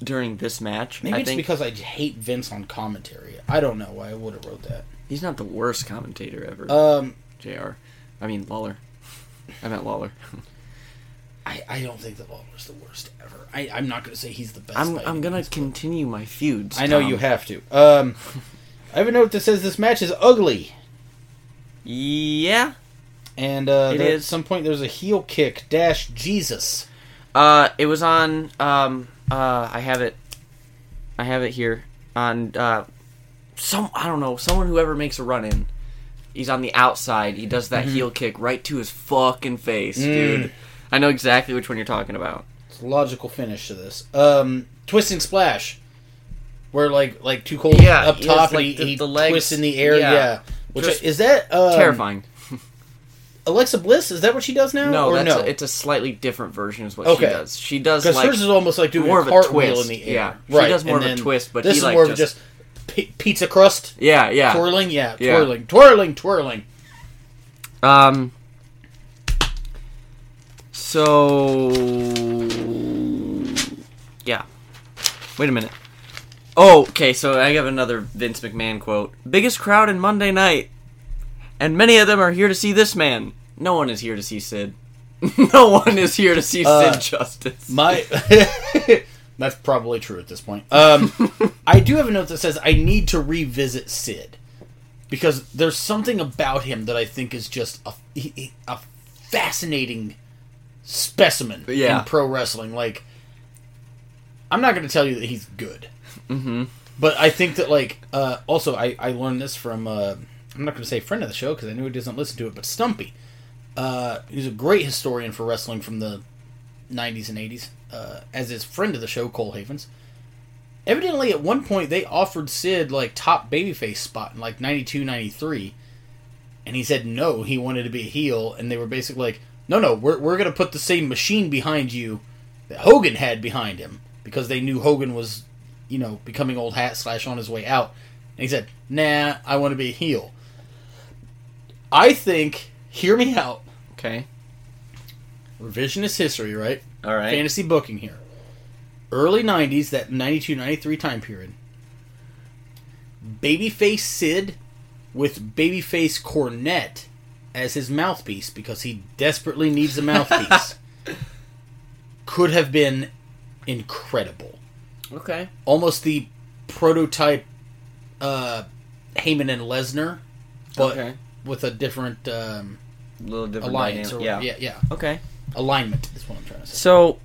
[SPEAKER 2] during this match.
[SPEAKER 1] Maybe
[SPEAKER 2] I
[SPEAKER 1] it's
[SPEAKER 2] think
[SPEAKER 1] because I hate Vince on commentary. I don't know why I would have wrote that.
[SPEAKER 2] he's not the worst commentator ever.
[SPEAKER 1] Um,
[SPEAKER 2] Jr. I mean Lawler. I meant Lawler.
[SPEAKER 1] I, I don't think that Lawler's the worst ever. I, I'm not going to say he's the best.
[SPEAKER 2] I'm
[SPEAKER 1] by
[SPEAKER 2] I'm
[SPEAKER 1] any
[SPEAKER 2] gonna
[SPEAKER 1] means.
[SPEAKER 2] continue my feuds.
[SPEAKER 1] I know
[SPEAKER 2] Tom.
[SPEAKER 1] you have to. Um, I have a note that says this match is ugly,
[SPEAKER 2] Yeah.
[SPEAKER 1] and uh,
[SPEAKER 2] It
[SPEAKER 1] there- at
[SPEAKER 2] is.
[SPEAKER 1] some point there's a heel kick dash Jesus.
[SPEAKER 2] Uh, it was on. Um, uh, I have it. I have it here on. Uh, some I don't know. Someone whoever makes a run in. He's on the outside. He does
[SPEAKER 1] Mm-hmm.
[SPEAKER 2] that heel kick right to his fucking face,
[SPEAKER 1] Mm.
[SPEAKER 2] dude. I know exactly which one you're talking about.
[SPEAKER 1] It's a logical finish to this. Um, twist and splash, where like like two cold
[SPEAKER 2] Yeah,
[SPEAKER 1] up
[SPEAKER 2] he
[SPEAKER 1] top,
[SPEAKER 2] has, like,
[SPEAKER 1] and he,
[SPEAKER 2] the-
[SPEAKER 1] he
[SPEAKER 2] the legs-
[SPEAKER 1] twists in the air. Yeah,
[SPEAKER 2] yeah.
[SPEAKER 1] which
[SPEAKER 2] Just
[SPEAKER 1] is that um,
[SPEAKER 2] Terrifying.
[SPEAKER 1] Alexa Bliss is that what she does now?
[SPEAKER 2] No,
[SPEAKER 1] or
[SPEAKER 2] that's
[SPEAKER 1] no,
[SPEAKER 2] a, it's a slightly different version is what
[SPEAKER 1] Okay.
[SPEAKER 2] she does. She does
[SPEAKER 1] Because
[SPEAKER 2] like
[SPEAKER 1] hers is almost like doing
[SPEAKER 2] more
[SPEAKER 1] a
[SPEAKER 2] of a
[SPEAKER 1] cartwheel in
[SPEAKER 2] twist,
[SPEAKER 1] the air.
[SPEAKER 2] yeah. She
[SPEAKER 1] right.
[SPEAKER 2] does more
[SPEAKER 1] and
[SPEAKER 2] of a
[SPEAKER 1] then
[SPEAKER 2] twist, but
[SPEAKER 1] this
[SPEAKER 2] he,
[SPEAKER 1] is
[SPEAKER 2] like,
[SPEAKER 1] more of
[SPEAKER 2] just-
[SPEAKER 1] just pi- pizza crust
[SPEAKER 2] yeah, yeah.
[SPEAKER 1] twirling. Yeah,
[SPEAKER 2] Yeah.
[SPEAKER 1] twirling, twirling, twirling.
[SPEAKER 2] Um. So. Yeah. Wait a minute. Oh, okay, so I have another Vince McMahon quote. Biggest crowd in Monday night, and many of them are here to see this man. No one is here to see Sid. no one is here to see
[SPEAKER 1] Uh,
[SPEAKER 2] Sid Justice.
[SPEAKER 1] My. That's probably true at this point. Um, I do have a note that says I need to revisit Sid because there's something about him that I think is just a he- he- a fascinating specimen
[SPEAKER 2] Yeah.
[SPEAKER 1] in pro wrestling. Like, I'm not going to tell you that he's good, mm-hmm. but I think that like uh, also I I learned this from uh, I'm not going to say friend of the show because I know he doesn't listen to it, but Stumpy, uh, who's a great historian for wrestling from the 90s and 80s, uh, as his friend of the show, Cole Havens. Evidently, at one point, they offered Sid like top babyface spot in like 92, 93, and he said no, he wanted to be a heel, and they were basically like, no, no, we're, we're going to put the same machine behind you that Hogan had behind him because they knew Hogan was, you know, becoming old hat slash on his way out. And he said, nah, I want to be a heel. I think, hear me out,
[SPEAKER 2] okay.
[SPEAKER 1] revisionist history, right?
[SPEAKER 2] All right.
[SPEAKER 1] fantasy booking here. Early 90s, that 92 93 time period. Babyface Sid with Babyface Cornette as his mouthpiece because he desperately needs a mouthpiece could have been incredible.
[SPEAKER 2] Okay.
[SPEAKER 1] Almost the prototype uh, Heyman and Lesnar, but
[SPEAKER 2] Okay.
[SPEAKER 1] with a different um,
[SPEAKER 2] A little different
[SPEAKER 1] alliance.
[SPEAKER 2] dynamic.
[SPEAKER 1] Or, yeah,
[SPEAKER 2] yeah.
[SPEAKER 1] yeah.
[SPEAKER 2] Okay.
[SPEAKER 1] Alignment is what I'm trying to say.
[SPEAKER 2] So,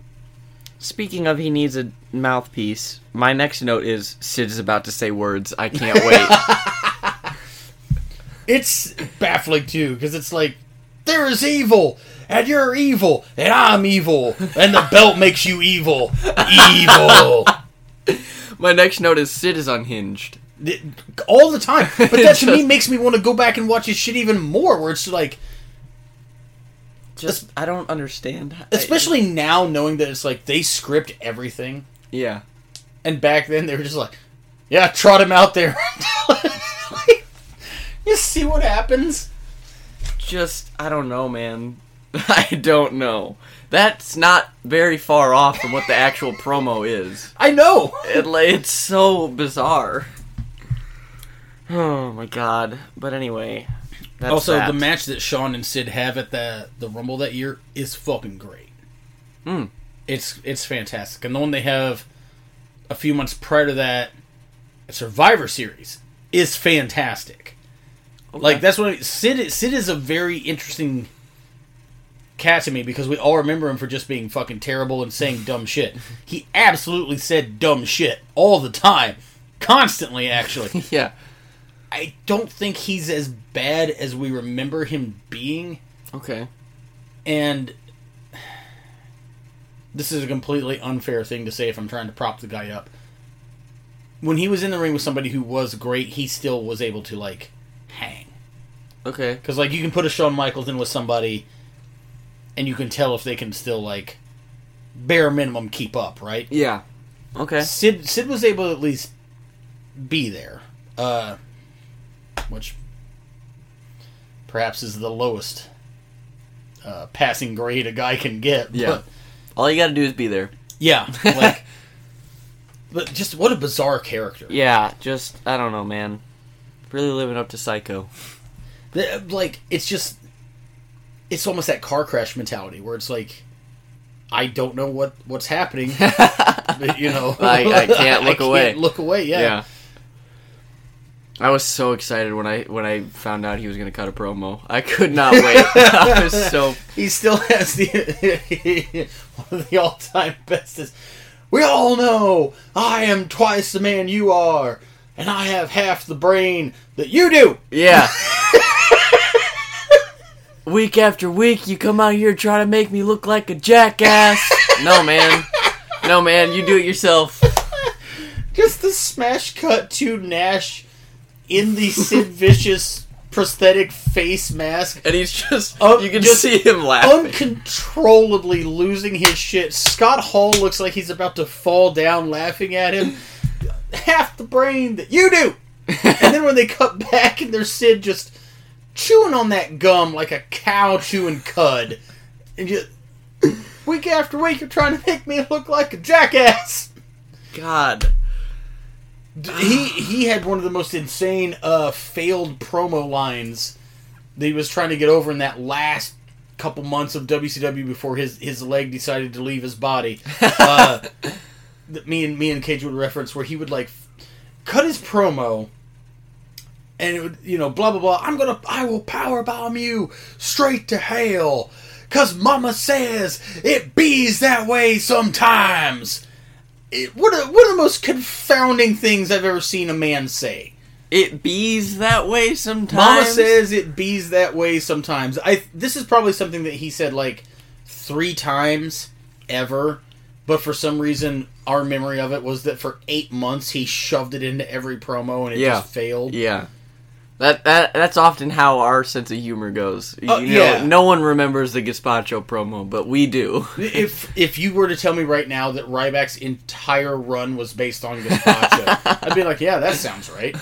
[SPEAKER 2] speaking of he needs a mouthpiece, my next note is Sid is about to say words. I can't wait.
[SPEAKER 1] it's baffling too because it's like there is evil and you're evil and i'm evil and the belt makes you evil evil
[SPEAKER 2] my next note is Sid is unhinged.
[SPEAKER 1] Th- all the time but that to me
[SPEAKER 2] Just-
[SPEAKER 1] makes me want to go back and watch his shit even more where it's like
[SPEAKER 2] Just I don't understand. I-
[SPEAKER 1] especially now knowing that it's like they script everything
[SPEAKER 2] yeah.
[SPEAKER 1] and back then they were just like yeah trot him out there Like, you see what happens
[SPEAKER 2] Just I don't know, man. I don't know. That's not very far off from what the actual promo is.
[SPEAKER 1] i know
[SPEAKER 2] It, like, it's so bizarre. Oh my god. But anyway, that's
[SPEAKER 1] also
[SPEAKER 2] that.
[SPEAKER 1] the match that Sean and Sid have at the the Rumble that year is fucking great.
[SPEAKER 2] Hmm.
[SPEAKER 1] It's it's fantastic, and the one they have a few months prior to that, Survivor Series, is fantastic. Like that's what I, Sid Sid is a very interesting cat to me because we all remember him for just being fucking terrible and saying dumb shit. He absolutely said dumb shit all the time, constantly actually.
[SPEAKER 2] yeah.
[SPEAKER 1] I don't think he's as bad as we remember him being.
[SPEAKER 2] Okay.
[SPEAKER 1] And this is a completely unfair thing to say if I'm trying to prop the guy up. When he was in the ring with somebody who was great, he still was able to like hang.
[SPEAKER 2] Okay.
[SPEAKER 1] Because like you can put a Shawn Michaels in with somebody, and you can tell if they can still like bare minimum keep up, right?
[SPEAKER 2] Yeah. Okay.
[SPEAKER 1] Sid Sid was able to at least be there, uh, which perhaps is the lowest uh, passing grade a guy can get.
[SPEAKER 2] Yeah.
[SPEAKER 1] but-
[SPEAKER 2] All you got to do is be there.
[SPEAKER 1] yeah. Like, but just what a bizarre character.
[SPEAKER 2] Yeah, just I don't know, man. Really living up to Psycho.
[SPEAKER 1] The- Like it's just, it's almost that car crash mentality where it's like, I don't know what what's happening. but, you know,
[SPEAKER 2] I- I can't look away.
[SPEAKER 1] Look away. Yeah.
[SPEAKER 2] I was so excited when I when I found out he was gonna cut a promo. I could not wait. I was so
[SPEAKER 1] He still has the one of the all time bestest. We all know I am twice the man you are, and I have half the brain that you do.
[SPEAKER 2] yeah. week after week, you come out here trying to make me look like a jackass. no, man. No, man. You do it yourself.
[SPEAKER 1] Just the smash cut to Nash in the Sid Vicious prosthetic face mask,
[SPEAKER 2] And he's just
[SPEAKER 1] Oh,
[SPEAKER 2] you can
[SPEAKER 1] just um
[SPEAKER 2] see him laughing.
[SPEAKER 1] uncontrollably losing his shit. Scott Hall looks like he's about to fall down laughing at him. Half the brain that you do! And then when they cut back and there's Sid just chewing on that gum like a cow chewing cud. And just. Week after week, you're trying to make me look like a jackass!
[SPEAKER 2] God.
[SPEAKER 1] he he had one of the most insane uh, failed promo lines that he was trying to get over in that last couple months of WCW before his his leg decided to leave his body. Uh, that me and me and Cage would reference where he would like cut his promo. And it would, you know, blah blah blah. I'm gonna, I will powerbomb you straight to hell, cause Mama says it bees that way sometimes it, what a, one of the most confounding things I've ever seen a man say.
[SPEAKER 2] It bees that way sometimes.
[SPEAKER 1] Mama says it bees that way sometimes. I this is probably something that he said like three times ever, but for some reason our memory of it was that for eight months he shoved it into every promo and it
[SPEAKER 2] Yeah.
[SPEAKER 1] just failed.
[SPEAKER 2] Yeah. That, that that's often how our sense of humor goes. You
[SPEAKER 1] Oh,
[SPEAKER 2] know,
[SPEAKER 1] yeah.
[SPEAKER 2] no one remembers the gazpacho promo, but we do.
[SPEAKER 1] If if you were to tell me right now that Ryback's entire run was based on gazpacho, I'd be like, yeah, that sounds right.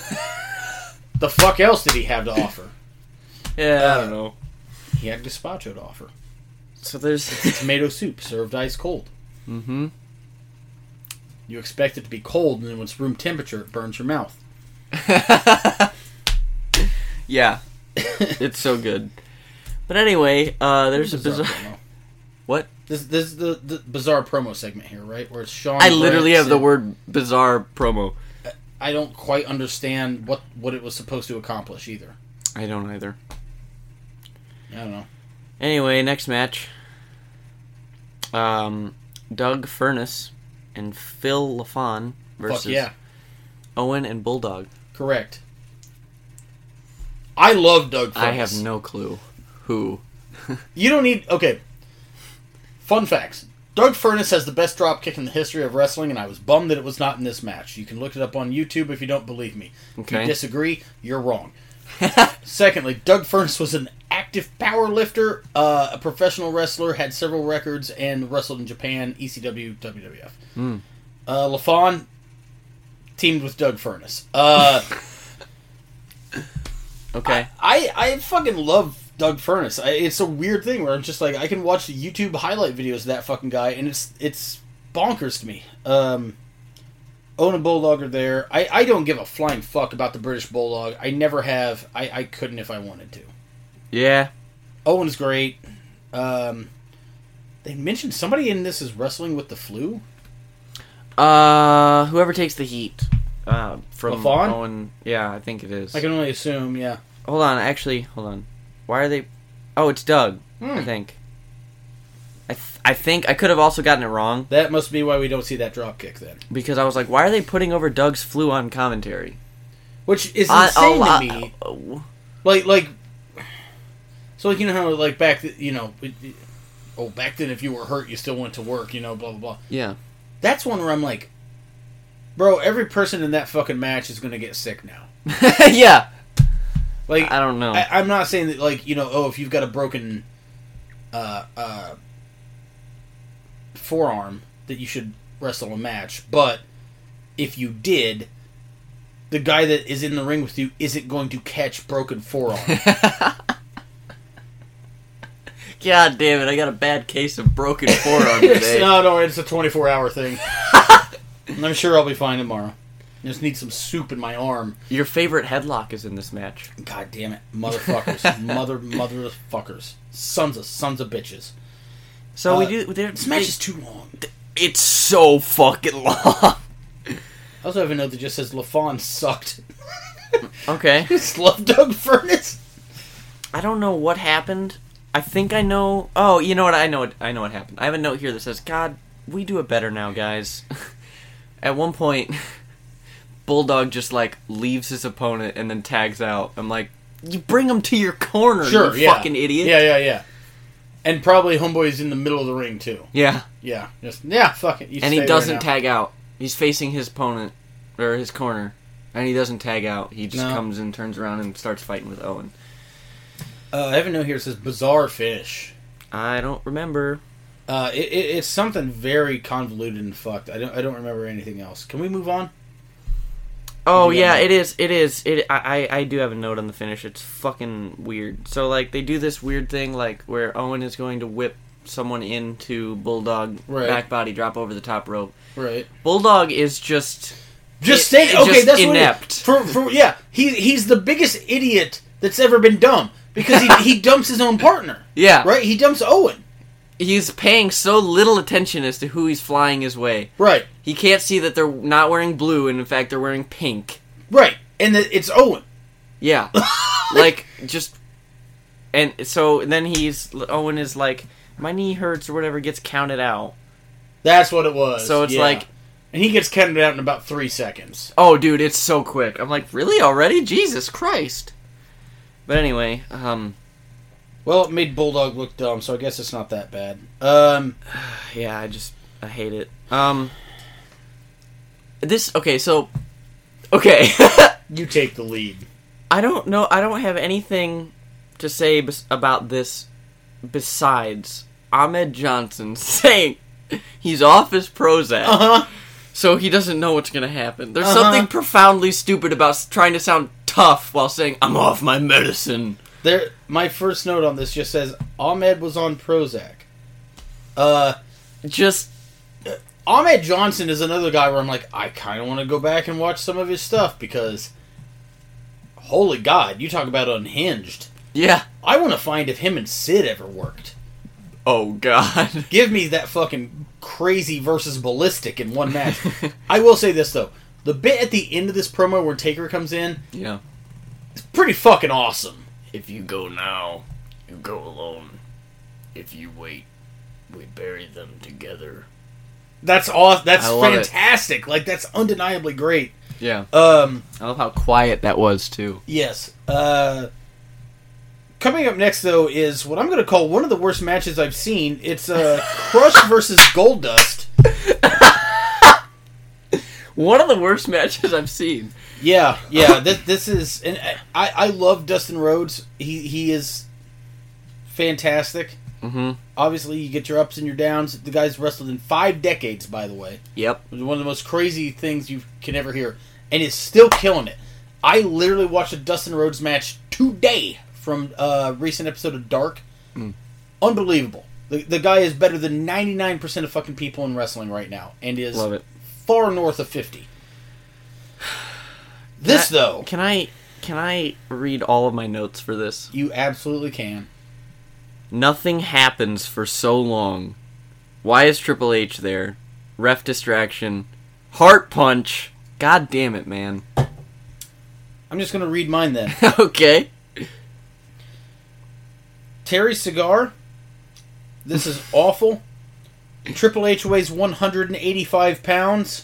[SPEAKER 1] The fuck else did he have to offer?
[SPEAKER 2] Yeah, I don't know.
[SPEAKER 1] He had gazpacho to offer.
[SPEAKER 2] So there's
[SPEAKER 1] tomato soup served ice cold.
[SPEAKER 2] Mhm.
[SPEAKER 1] You expect it to be cold, and then when it's room temperature, it burns your mouth.
[SPEAKER 2] Yeah. it's so good. But anyway, uh there's a bizarre
[SPEAKER 1] promo.
[SPEAKER 2] What?
[SPEAKER 1] This, this is the, the bizarre promo segment here, right? Where it's Sean.
[SPEAKER 2] I literally
[SPEAKER 1] Brett
[SPEAKER 2] have the
[SPEAKER 1] said-
[SPEAKER 2] word bizarre promo.
[SPEAKER 1] I don't quite understand what what it was supposed to accomplish either.
[SPEAKER 2] I don't either.
[SPEAKER 1] I don't know.
[SPEAKER 2] Anyway, next match. Um Doug Furness and Phil LaFon versus
[SPEAKER 1] Fuck yeah,
[SPEAKER 2] Owen and Bulldog.
[SPEAKER 1] correct. I love Doug.
[SPEAKER 2] I
[SPEAKER 1] Furness.
[SPEAKER 2] have no clue who.
[SPEAKER 1] You don't need. Okay. Fun facts. Doug Furness has the best drop kick in the history of wrestling, and I was bummed that it was not in this match. You can look it up on YouTube if you don't believe me. If
[SPEAKER 2] Okay.
[SPEAKER 1] you disagree, you're wrong. Secondly, Doug Furness was an active power lifter, uh, a professional wrestler, had several records, and wrestled in Japan, E ECW, WWF. Uh, LaFon teamed with Doug Furness. Uh,
[SPEAKER 2] Okay.
[SPEAKER 1] I I fucking love Doug Furness. I, it's a weird thing where I'm just like I can watch YouTube highlight videos of that fucking guy, and it's it's bonkers to me. Um, Owen and Bulldog are there. I I don't give a flying fuck about the British Bulldog. I never have. I I couldn't if I wanted to.
[SPEAKER 2] Yeah.
[SPEAKER 1] Owen's great. Um, they mentioned somebody in this is wrestling with the flu.
[SPEAKER 2] Uh, whoever takes the heat. Uh, from
[SPEAKER 1] LaFon?
[SPEAKER 2] Owen. Yeah, I think it is.
[SPEAKER 1] I can only assume. Yeah.
[SPEAKER 2] Hold on, actually, hold on. Why are they? Oh, it's Doug. I
[SPEAKER 1] Hmm.
[SPEAKER 2] think. I th- I think I could have also gotten it wrong
[SPEAKER 1] That must be why we don't see that drop kick then.
[SPEAKER 2] because I was like, why are they putting over Doug's flu on commentary?
[SPEAKER 1] which is
[SPEAKER 2] I-
[SPEAKER 1] insane
[SPEAKER 2] oh, I-
[SPEAKER 1] to me.
[SPEAKER 2] oh,
[SPEAKER 1] Like like, so like you know how like back th- you know, it, it- oh back then if you were hurt you still went to work you know blah blah blah.
[SPEAKER 2] yeah.
[SPEAKER 1] That's one where I'm like, bro, every person in that fucking match is gonna get sick now.
[SPEAKER 2] yeah.
[SPEAKER 1] Like
[SPEAKER 2] I don't know.
[SPEAKER 1] I, I'm not saying that like you know oh if you've got a broken uh, uh, forearm that you should wrestle a match, but if you did, the guy that is in the ring with you isn't going to catch broken forearm.
[SPEAKER 2] God damn it! I got a bad case of broken forearm
[SPEAKER 1] It's-
[SPEAKER 2] today.
[SPEAKER 1] no, no, it's a 24 hour thing. And I'm sure I'll be fine tomorrow. I just need some soup in my arm.
[SPEAKER 2] Your favorite headlock is in this match.
[SPEAKER 1] God damn it, motherfuckers, mother motherfuckers, sons of sons of bitches.
[SPEAKER 2] So we
[SPEAKER 1] Uh,
[SPEAKER 2] do. there-
[SPEAKER 1] This match is too long.
[SPEAKER 2] It's so fucking long.
[SPEAKER 1] I also have a note that just says LaFon sucked.
[SPEAKER 2] Okay.
[SPEAKER 1] Love Doug Furnace.
[SPEAKER 2] I don't know what happened. I think I know. Oh, you know what? I know. What, I know what happened. I have a note here that says, "God, we do it better now, guys." At one point, Bulldog just like leaves his opponent and then tags out. I'm like, "You bring him to your corner,
[SPEAKER 1] Sure,
[SPEAKER 2] you
[SPEAKER 1] yeah.
[SPEAKER 2] fucking idiot."
[SPEAKER 1] Yeah, yeah, yeah. And probably Homeboy's in the middle of the ring too.
[SPEAKER 2] Yeah.
[SPEAKER 1] Yeah, just yeah, fuck it. You
[SPEAKER 2] And
[SPEAKER 1] stay
[SPEAKER 2] he
[SPEAKER 1] there
[SPEAKER 2] doesn't
[SPEAKER 1] now.
[SPEAKER 2] tag out. He's facing his opponent or his corner, and he doesn't tag out. He just
[SPEAKER 1] No.
[SPEAKER 2] comes and turns around and starts fighting with Owen.
[SPEAKER 1] uh, I have a note here that says bizarre finish.
[SPEAKER 2] I don't remember.
[SPEAKER 1] Uh, it, it, it's something very convoluted and fucked. I don't I don't remember anything else. Can we move on?
[SPEAKER 2] Oh
[SPEAKER 1] You got
[SPEAKER 2] yeah,
[SPEAKER 1] me.
[SPEAKER 2] it is. It is. It. I. I I do have a note on the finish. It's fucking weird. So like they do this weird thing like where Owen is going to whip someone into Bulldog
[SPEAKER 1] Right.
[SPEAKER 2] back body drop over the top rope.
[SPEAKER 1] Right.
[SPEAKER 2] Bulldog is just.
[SPEAKER 1] Just
[SPEAKER 2] It-
[SPEAKER 1] stay.
[SPEAKER 2] it
[SPEAKER 1] Okay,
[SPEAKER 2] just
[SPEAKER 1] that's
[SPEAKER 2] inept.
[SPEAKER 1] What it is. for, for yeah, he he's the biggest idiot that's ever been dumb because he, he dumps his own partner.
[SPEAKER 2] Yeah.
[SPEAKER 1] Right. He dumps Owen.
[SPEAKER 2] He's paying so little attention as to who he's flying his way.
[SPEAKER 1] Right.
[SPEAKER 2] He can't see that they're not wearing blue, and in fact they're wearing pink.
[SPEAKER 1] Right. And that it's Owen.
[SPEAKER 2] Yeah. like just and so then he's Owen is like my knee hurts or whatever gets counted out.
[SPEAKER 1] That's what it was.
[SPEAKER 2] So it's
[SPEAKER 1] yeah.
[SPEAKER 2] like
[SPEAKER 1] and he gets counted out in about three seconds.
[SPEAKER 2] oh dude, it's so quick. I'm like really already? Jesus Christ. But anyway, um
[SPEAKER 1] Well, it made Bulldog look dumb, so I guess it's not that bad. Um,
[SPEAKER 2] yeah, I just I hate it. Um this okay, so okay.
[SPEAKER 1] you take the lead.
[SPEAKER 2] I don't know. I don't have anything to say bes- about this besides Ahmed Johnson saying he's off his Prozac,
[SPEAKER 1] Uh huh.
[SPEAKER 2] so he doesn't know what's gonna happen. There's
[SPEAKER 1] Uh-huh.
[SPEAKER 2] something profoundly stupid about s- trying to sound tough while saying I'm off my medicine.
[SPEAKER 1] There, my first note on this just says Ahmed was on Prozac. Uh,
[SPEAKER 2] Just
[SPEAKER 1] Ahmed Johnson is another guy where I'm like, I kind of want to go back and watch some of his stuff because, holy God, you talk about unhinged.
[SPEAKER 2] yeah.
[SPEAKER 1] I want to find if him and Sid ever worked.
[SPEAKER 2] Oh God.
[SPEAKER 1] Give me that fucking crazy versus ballistic in one match. I will say this though. The bit at the end of this promo where Taker comes in,
[SPEAKER 2] yeah.
[SPEAKER 1] it's pretty fucking awesome.
[SPEAKER 2] If you go now, you go alone. If you wait, we bury them together.
[SPEAKER 1] That's awesome. That's
[SPEAKER 2] I love it.
[SPEAKER 1] fantastic. Like that's undeniably great.
[SPEAKER 2] Yeah.
[SPEAKER 1] Um
[SPEAKER 2] I love how quiet that was too.
[SPEAKER 1] yes. Uh coming up next though is what I'm going to call one of the worst matches I've seen. It's uh Crush versus Goldust.
[SPEAKER 2] One of the worst matches I've seen.
[SPEAKER 1] Yeah, yeah. This this is, and I I love Dustin Rhodes. He he is fantastic.
[SPEAKER 2] Mm-hmm.
[SPEAKER 1] Obviously, you get your ups and your downs. The guy's wrestled in five decades, by the way.
[SPEAKER 2] Yep.
[SPEAKER 1] It was one of the most crazy things you can ever hear, and is still killing it. I literally watched a Dustin Rhodes match today from a recent episode of Dark.
[SPEAKER 2] Hmm.
[SPEAKER 1] Unbelievable. The, the guy is better than 99% of fucking people in wrestling right now, and is
[SPEAKER 2] Love it.
[SPEAKER 1] far north of 50. This,
[SPEAKER 2] That-
[SPEAKER 1] though,
[SPEAKER 2] Can I can I read all of my notes for this?
[SPEAKER 1] you absolutely can.
[SPEAKER 2] Nothing happens for so long. Why is Triple H there? Ref distraction. Heart punch. God damn it, man.
[SPEAKER 1] I'm just going to read mine then.
[SPEAKER 2] okay.
[SPEAKER 1] Terry Cigar, this is awful. Triple H weighs 185 pounds.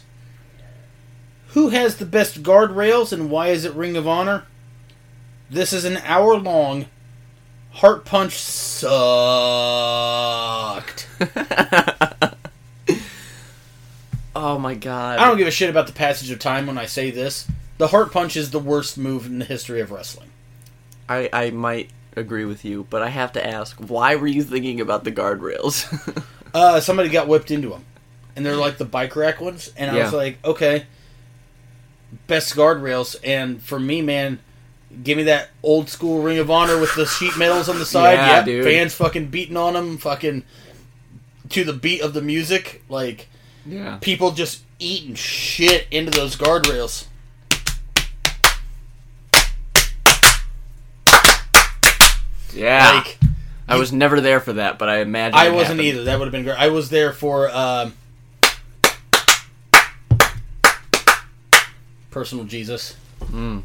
[SPEAKER 1] Who has the best guardrails and why is it Ring of Honor? This is an hour long. Heart Punch sucked.
[SPEAKER 2] oh my god.
[SPEAKER 1] I don't give a shit about the passage of time when I say this. The Heart Punch is the worst move in the history of wrestling.
[SPEAKER 2] I, I might agree with you, but I have to ask, why were you thinking about the guardrails?
[SPEAKER 1] Uh, somebody got whipped into them, and they're like the bike rack ones, and I
[SPEAKER 2] Yeah.
[SPEAKER 1] was like, okay, best guardrails. And for me, man, give me that old school Ring of Honor with the sheet metals on the side.
[SPEAKER 2] Yeah,
[SPEAKER 1] Yeah,
[SPEAKER 2] dude.
[SPEAKER 1] fans fucking beating on them, fucking to the beat of the music, like
[SPEAKER 2] yeah.
[SPEAKER 1] people just eating shit into those guardrails.
[SPEAKER 2] Yeah.
[SPEAKER 1] Like
[SPEAKER 2] I was never there for that, but I imagine
[SPEAKER 1] I
[SPEAKER 2] it
[SPEAKER 1] wasn't
[SPEAKER 2] happened.
[SPEAKER 1] either. That would have been great. I was there for um, personal Jesus.
[SPEAKER 2] Hmm.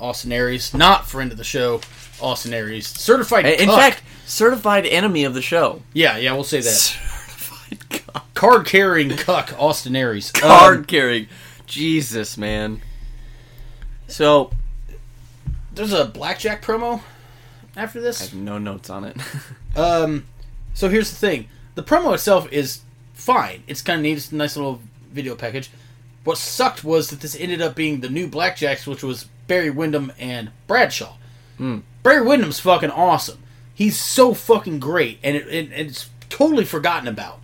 [SPEAKER 1] Austin Aries, not friend of the show. Austin Aries, certified.
[SPEAKER 2] In in
[SPEAKER 1] cuck.
[SPEAKER 2] fact, certified enemy of the show.
[SPEAKER 1] yeah, yeah, Um, we'll say that.
[SPEAKER 2] Certified cuck.
[SPEAKER 1] Card carrying cuck, Austin Aries. Um,
[SPEAKER 2] card carrying. Jesus, man. So
[SPEAKER 1] there's a blackjack promo after
[SPEAKER 2] I
[SPEAKER 1] this.
[SPEAKER 2] have no notes on it.
[SPEAKER 1] Um, so here's the thing: the promo itself is fine. It's kind of neat. It's a nice little video package. What sucked was that this ended up being the new Blackjacks, which was Barry Windham and Bradshaw. Barry Windham's fucking awesome. He's so fucking great, and it, it, it's totally forgotten about.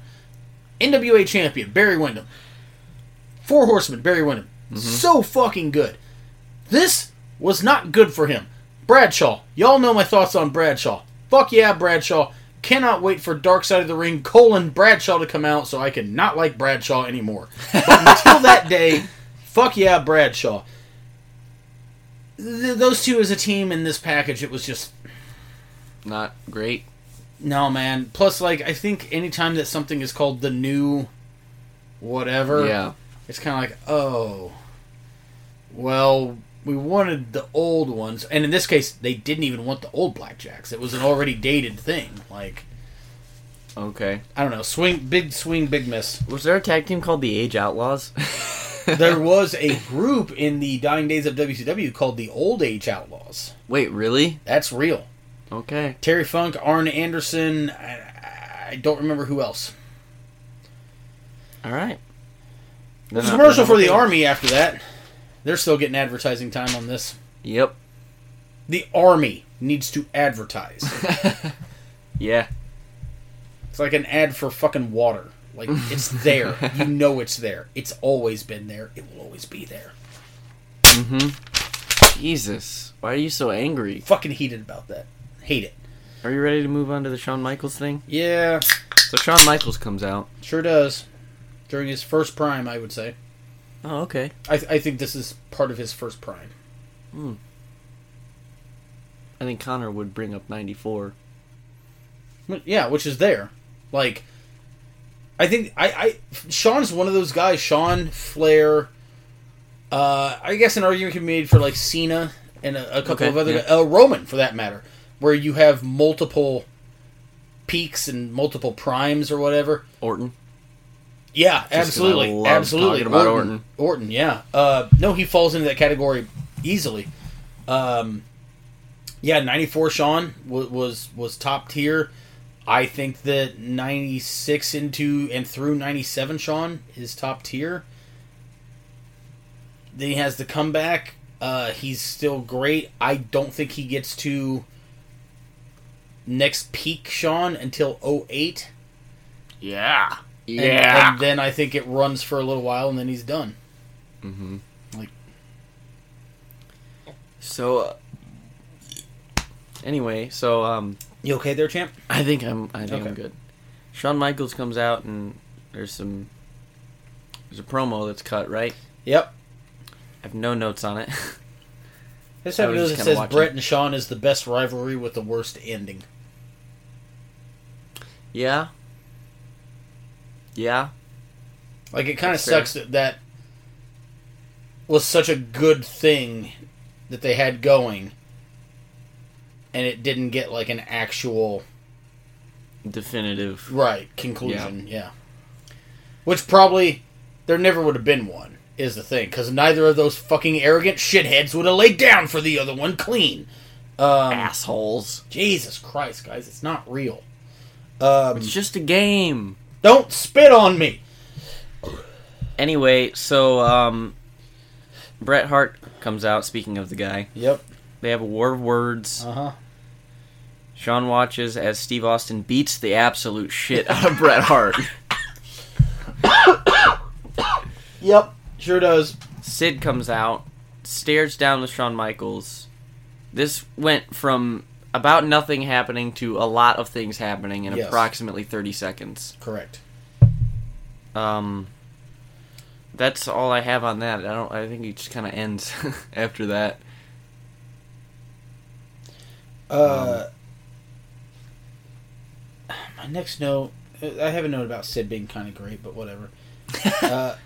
[SPEAKER 1] NWA champion Barry Windham, Four Horsemen Barry Windham, so fucking good. This was not good for him. Bradshaw, y'all know my thoughts on Bradshaw. Fuck yeah, Bradshaw. Cannot wait for Dark Side of the Ring colon Bradshaw to come out so I can not like Bradshaw anymore. But until that day, fuck yeah, Bradshaw. Th- those two as a team in this package, it was just
[SPEAKER 2] Not great.
[SPEAKER 1] no man. Plus, like I think anytime that something is called the new, whatever,
[SPEAKER 2] Yeah.
[SPEAKER 1] it's kind of like, oh, well, we wanted the old ones, and in this case, they didn't even want the old blackjacks. It was an already dated thing. Like
[SPEAKER 2] Okay.
[SPEAKER 1] I don't know, swing, big swing, big miss.
[SPEAKER 2] Was there a tag team called the Age Outlaws?
[SPEAKER 1] There was a group in the dying days of WCW called the Old Age Outlaws.
[SPEAKER 2] Wait, really?
[SPEAKER 1] That's real.
[SPEAKER 2] Okay.
[SPEAKER 1] Terry Funk, Arn Anderson. I, I don't remember who else.
[SPEAKER 2] All right.
[SPEAKER 1] There's a commercial for the Army after that. They're still getting advertising time on this.
[SPEAKER 2] Yep.
[SPEAKER 1] The Army needs to advertise.
[SPEAKER 2] Yeah.
[SPEAKER 1] It's like an ad for fucking water. Like it's there. you know it's there. It's always been there. It will always be there.
[SPEAKER 2] Mm-hmm. Jesus. Why are you so angry?
[SPEAKER 1] Fucking heated about that. Hate it.
[SPEAKER 2] Are you ready to move on to the Shawn Michaels thing?
[SPEAKER 1] Yeah,
[SPEAKER 2] So Shawn Michaels comes out.
[SPEAKER 1] sure does. During his first prime, I would say.
[SPEAKER 2] Oh, okay.
[SPEAKER 1] I, th- I think this is part of his first prime.
[SPEAKER 2] I think Connor would bring up 94.
[SPEAKER 1] But, Yeah, which is there. Like, I think I, I Sean's one of those guys. Sean Flair. Uh, I guess an argument can be made for like Cena and a, a couple
[SPEAKER 2] Okay,
[SPEAKER 1] of other
[SPEAKER 2] yeah.
[SPEAKER 1] uh, Roman for that matter, where you have multiple peaks and multiple primes or whatever.
[SPEAKER 2] Orton.
[SPEAKER 1] Yeah,
[SPEAKER 2] Just 'cause I
[SPEAKER 1] absolutely,
[SPEAKER 2] love
[SPEAKER 1] absolutely.
[SPEAKER 2] talking about
[SPEAKER 1] Orton, Orton, yeah. Uh, no, he falls into that category easily. Um, yeah, ninety four. Sean was, was was top tier. I think that ninety six into and through ninety seven. Sean is top tier. Then he has the comeback. Uh, he's still great. I don't think he gets to next peak Sean until 08.
[SPEAKER 2] Yeah. Yeah.
[SPEAKER 1] And, and then I think it runs for a little while, and then he's done.
[SPEAKER 2] so uh, anyway, so um
[SPEAKER 1] You okay there, champ?
[SPEAKER 2] I think I'm I think I'm
[SPEAKER 1] Okay.
[SPEAKER 2] good. Shawn Michaels comes out and there's some there's a promo that's cut, right?
[SPEAKER 1] Yep.
[SPEAKER 2] I have no notes on it.
[SPEAKER 1] This
[SPEAKER 2] I
[SPEAKER 1] time
[SPEAKER 2] was
[SPEAKER 1] it
[SPEAKER 2] just
[SPEAKER 1] says
[SPEAKER 2] kinda watching.
[SPEAKER 1] Brett and Sean is the best rivalry with the worst ending.
[SPEAKER 2] yeah. Yeah.
[SPEAKER 1] Like it kind of
[SPEAKER 2] That's fair.
[SPEAKER 1] sucks that that was such a good thing that they had going, and it didn't get like an actual
[SPEAKER 2] Definitive.
[SPEAKER 1] right conclusion. Yeah. Which probably there never would have been one. is the thing because neither of those fucking arrogant shitheads would have laid down for the other one clean.
[SPEAKER 2] Assholes.
[SPEAKER 1] Jesus Christ, guys, it's not real. Um,
[SPEAKER 2] It's just a game.
[SPEAKER 1] Don't spit on me.
[SPEAKER 2] Anyway, so um, Bret Hart comes out. Speaking of the guy,
[SPEAKER 1] Yep.
[SPEAKER 2] they have a war of words.
[SPEAKER 1] Uh huh.
[SPEAKER 2] Sean watches as Steve Austin beats the absolute shit out of Bret Hart.
[SPEAKER 1] Yep. Sure does.
[SPEAKER 2] Sid comes out, stares down with Shawn Michaels. This went from about nothing happening to a lot of things happening in
[SPEAKER 1] Yes.
[SPEAKER 2] approximately 30 seconds.
[SPEAKER 1] Correct.
[SPEAKER 2] Um, that's all I have on that. I don't. I think it just kind of ends after that.
[SPEAKER 1] Uh, Um, my next note, I have a note about Sid being kind of great, but whatever. uh,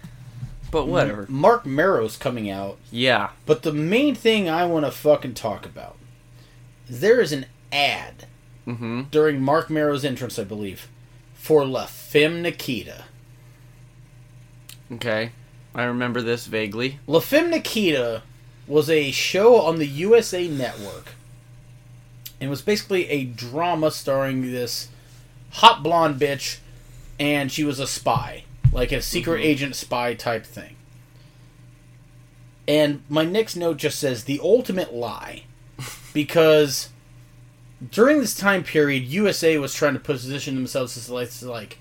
[SPEAKER 2] But whatever.
[SPEAKER 1] Mark Merrow's coming out,
[SPEAKER 2] Yeah.
[SPEAKER 1] but the main thing I want to fucking talk about is there is an ad
[SPEAKER 2] Mm-hmm.
[SPEAKER 1] during Mark Merrow's entrance, I believe, for La Femme Nikita.
[SPEAKER 2] Okay. I remember this vaguely.
[SPEAKER 1] La Femme Nikita was a show on the USA Network and was basically a drama starring this hot blonde bitch, and she was a spy, like a secret agent spy type thing. And my next note just says the ultimate lie, because during this time period, USA was trying to position themselves as like, this, like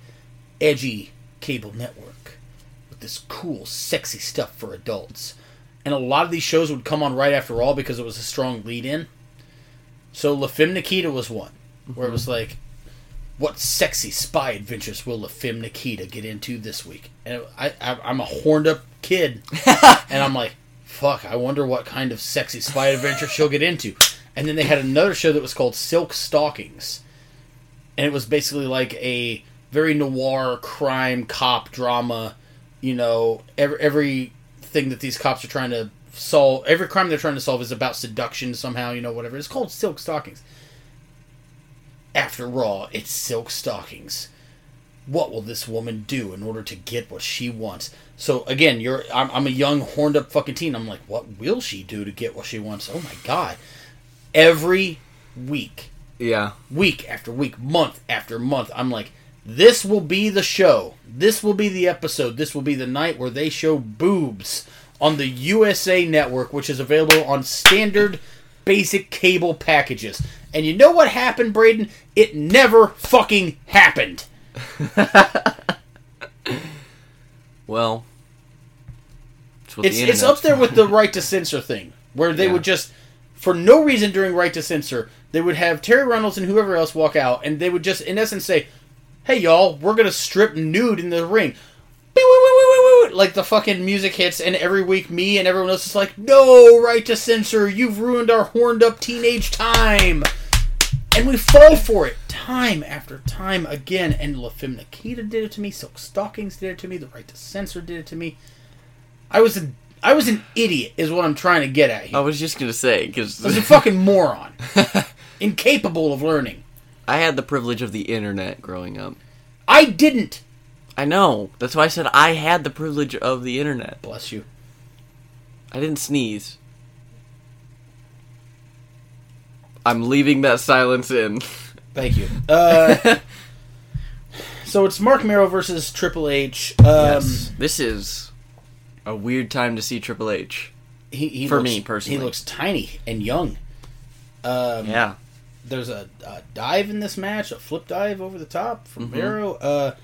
[SPEAKER 1] edgy cable network with this cool, sexy stuff for adults. And a lot of these shows would come on right after all because it was a strong lead in. So La Femme Nikita was one, where it was like, what sexy spy adventures will La Femme Nikita get into this week? And I, I, I'm a horned up kid, and I'm like, fuck, I wonder what kind of sexy spy adventure she'll get into. And then they had another show that was called Silk Stockings and it was basically like a very noir crime cop drama you know every everything that these cops are trying to solve every crime they're trying to solve is about seduction somehow you know whatever it's called silk stockings after all it's silk stockings what will this woman do in order to get what she wants so again you're i'm, I'm a young horned up fucking teen i'm like what will she do to get what she wants oh my god every week
[SPEAKER 2] Yeah.
[SPEAKER 1] week after week, month after month. I'm like, this will be the show. This will be the episode. This will be the night where they show boobs on the USA network, which is available on standard basic cable packages. And you know what happened, Braden? It never fucking happened.
[SPEAKER 2] Well. It's,
[SPEAKER 1] It's
[SPEAKER 2] what the
[SPEAKER 1] it's
[SPEAKER 2] internet's
[SPEAKER 1] up there with the right to censor thing, where they
[SPEAKER 2] Yeah.
[SPEAKER 1] would just, for no reason during right to censor, they would have Terry Reynolds and whoever else walk out, and they would just, in essence, say, "Hey y'all, we're gonna strip nude in the ring." Beep, woo, woo, woo, woo, woo. Like the fucking music hits, and every week me and everyone else is like, "No right to censor! You've ruined our horned up teenage time." And we fall for it time after time again. And La Femme Nikita did it to me. Silk Stockings did it to me. The Right to Censor did it to me. I was an I was an idiot, is what I'm trying to get at here.
[SPEAKER 2] I was just gonna say because
[SPEAKER 1] I was a fucking moron, incapable of learning.
[SPEAKER 2] I had the privilege of the internet growing up.
[SPEAKER 1] I didn't.
[SPEAKER 2] I know. That's why I said I had the privilege of the internet.
[SPEAKER 1] Bless you.
[SPEAKER 2] I didn't sneeze. I'm leaving that silence in.
[SPEAKER 1] Thank you. Uh, so it's Mark Merrill versus Triple H. Um,
[SPEAKER 2] This is a weird time to see Triple H.
[SPEAKER 1] he, he
[SPEAKER 2] For
[SPEAKER 1] looks-
[SPEAKER 2] me, personally.
[SPEAKER 1] he looks tiny and young. Um,
[SPEAKER 2] Yeah.
[SPEAKER 1] there's a, a dive in this match, a flip dive over the top from
[SPEAKER 2] Mm-hmm.
[SPEAKER 1] Mero. Uh,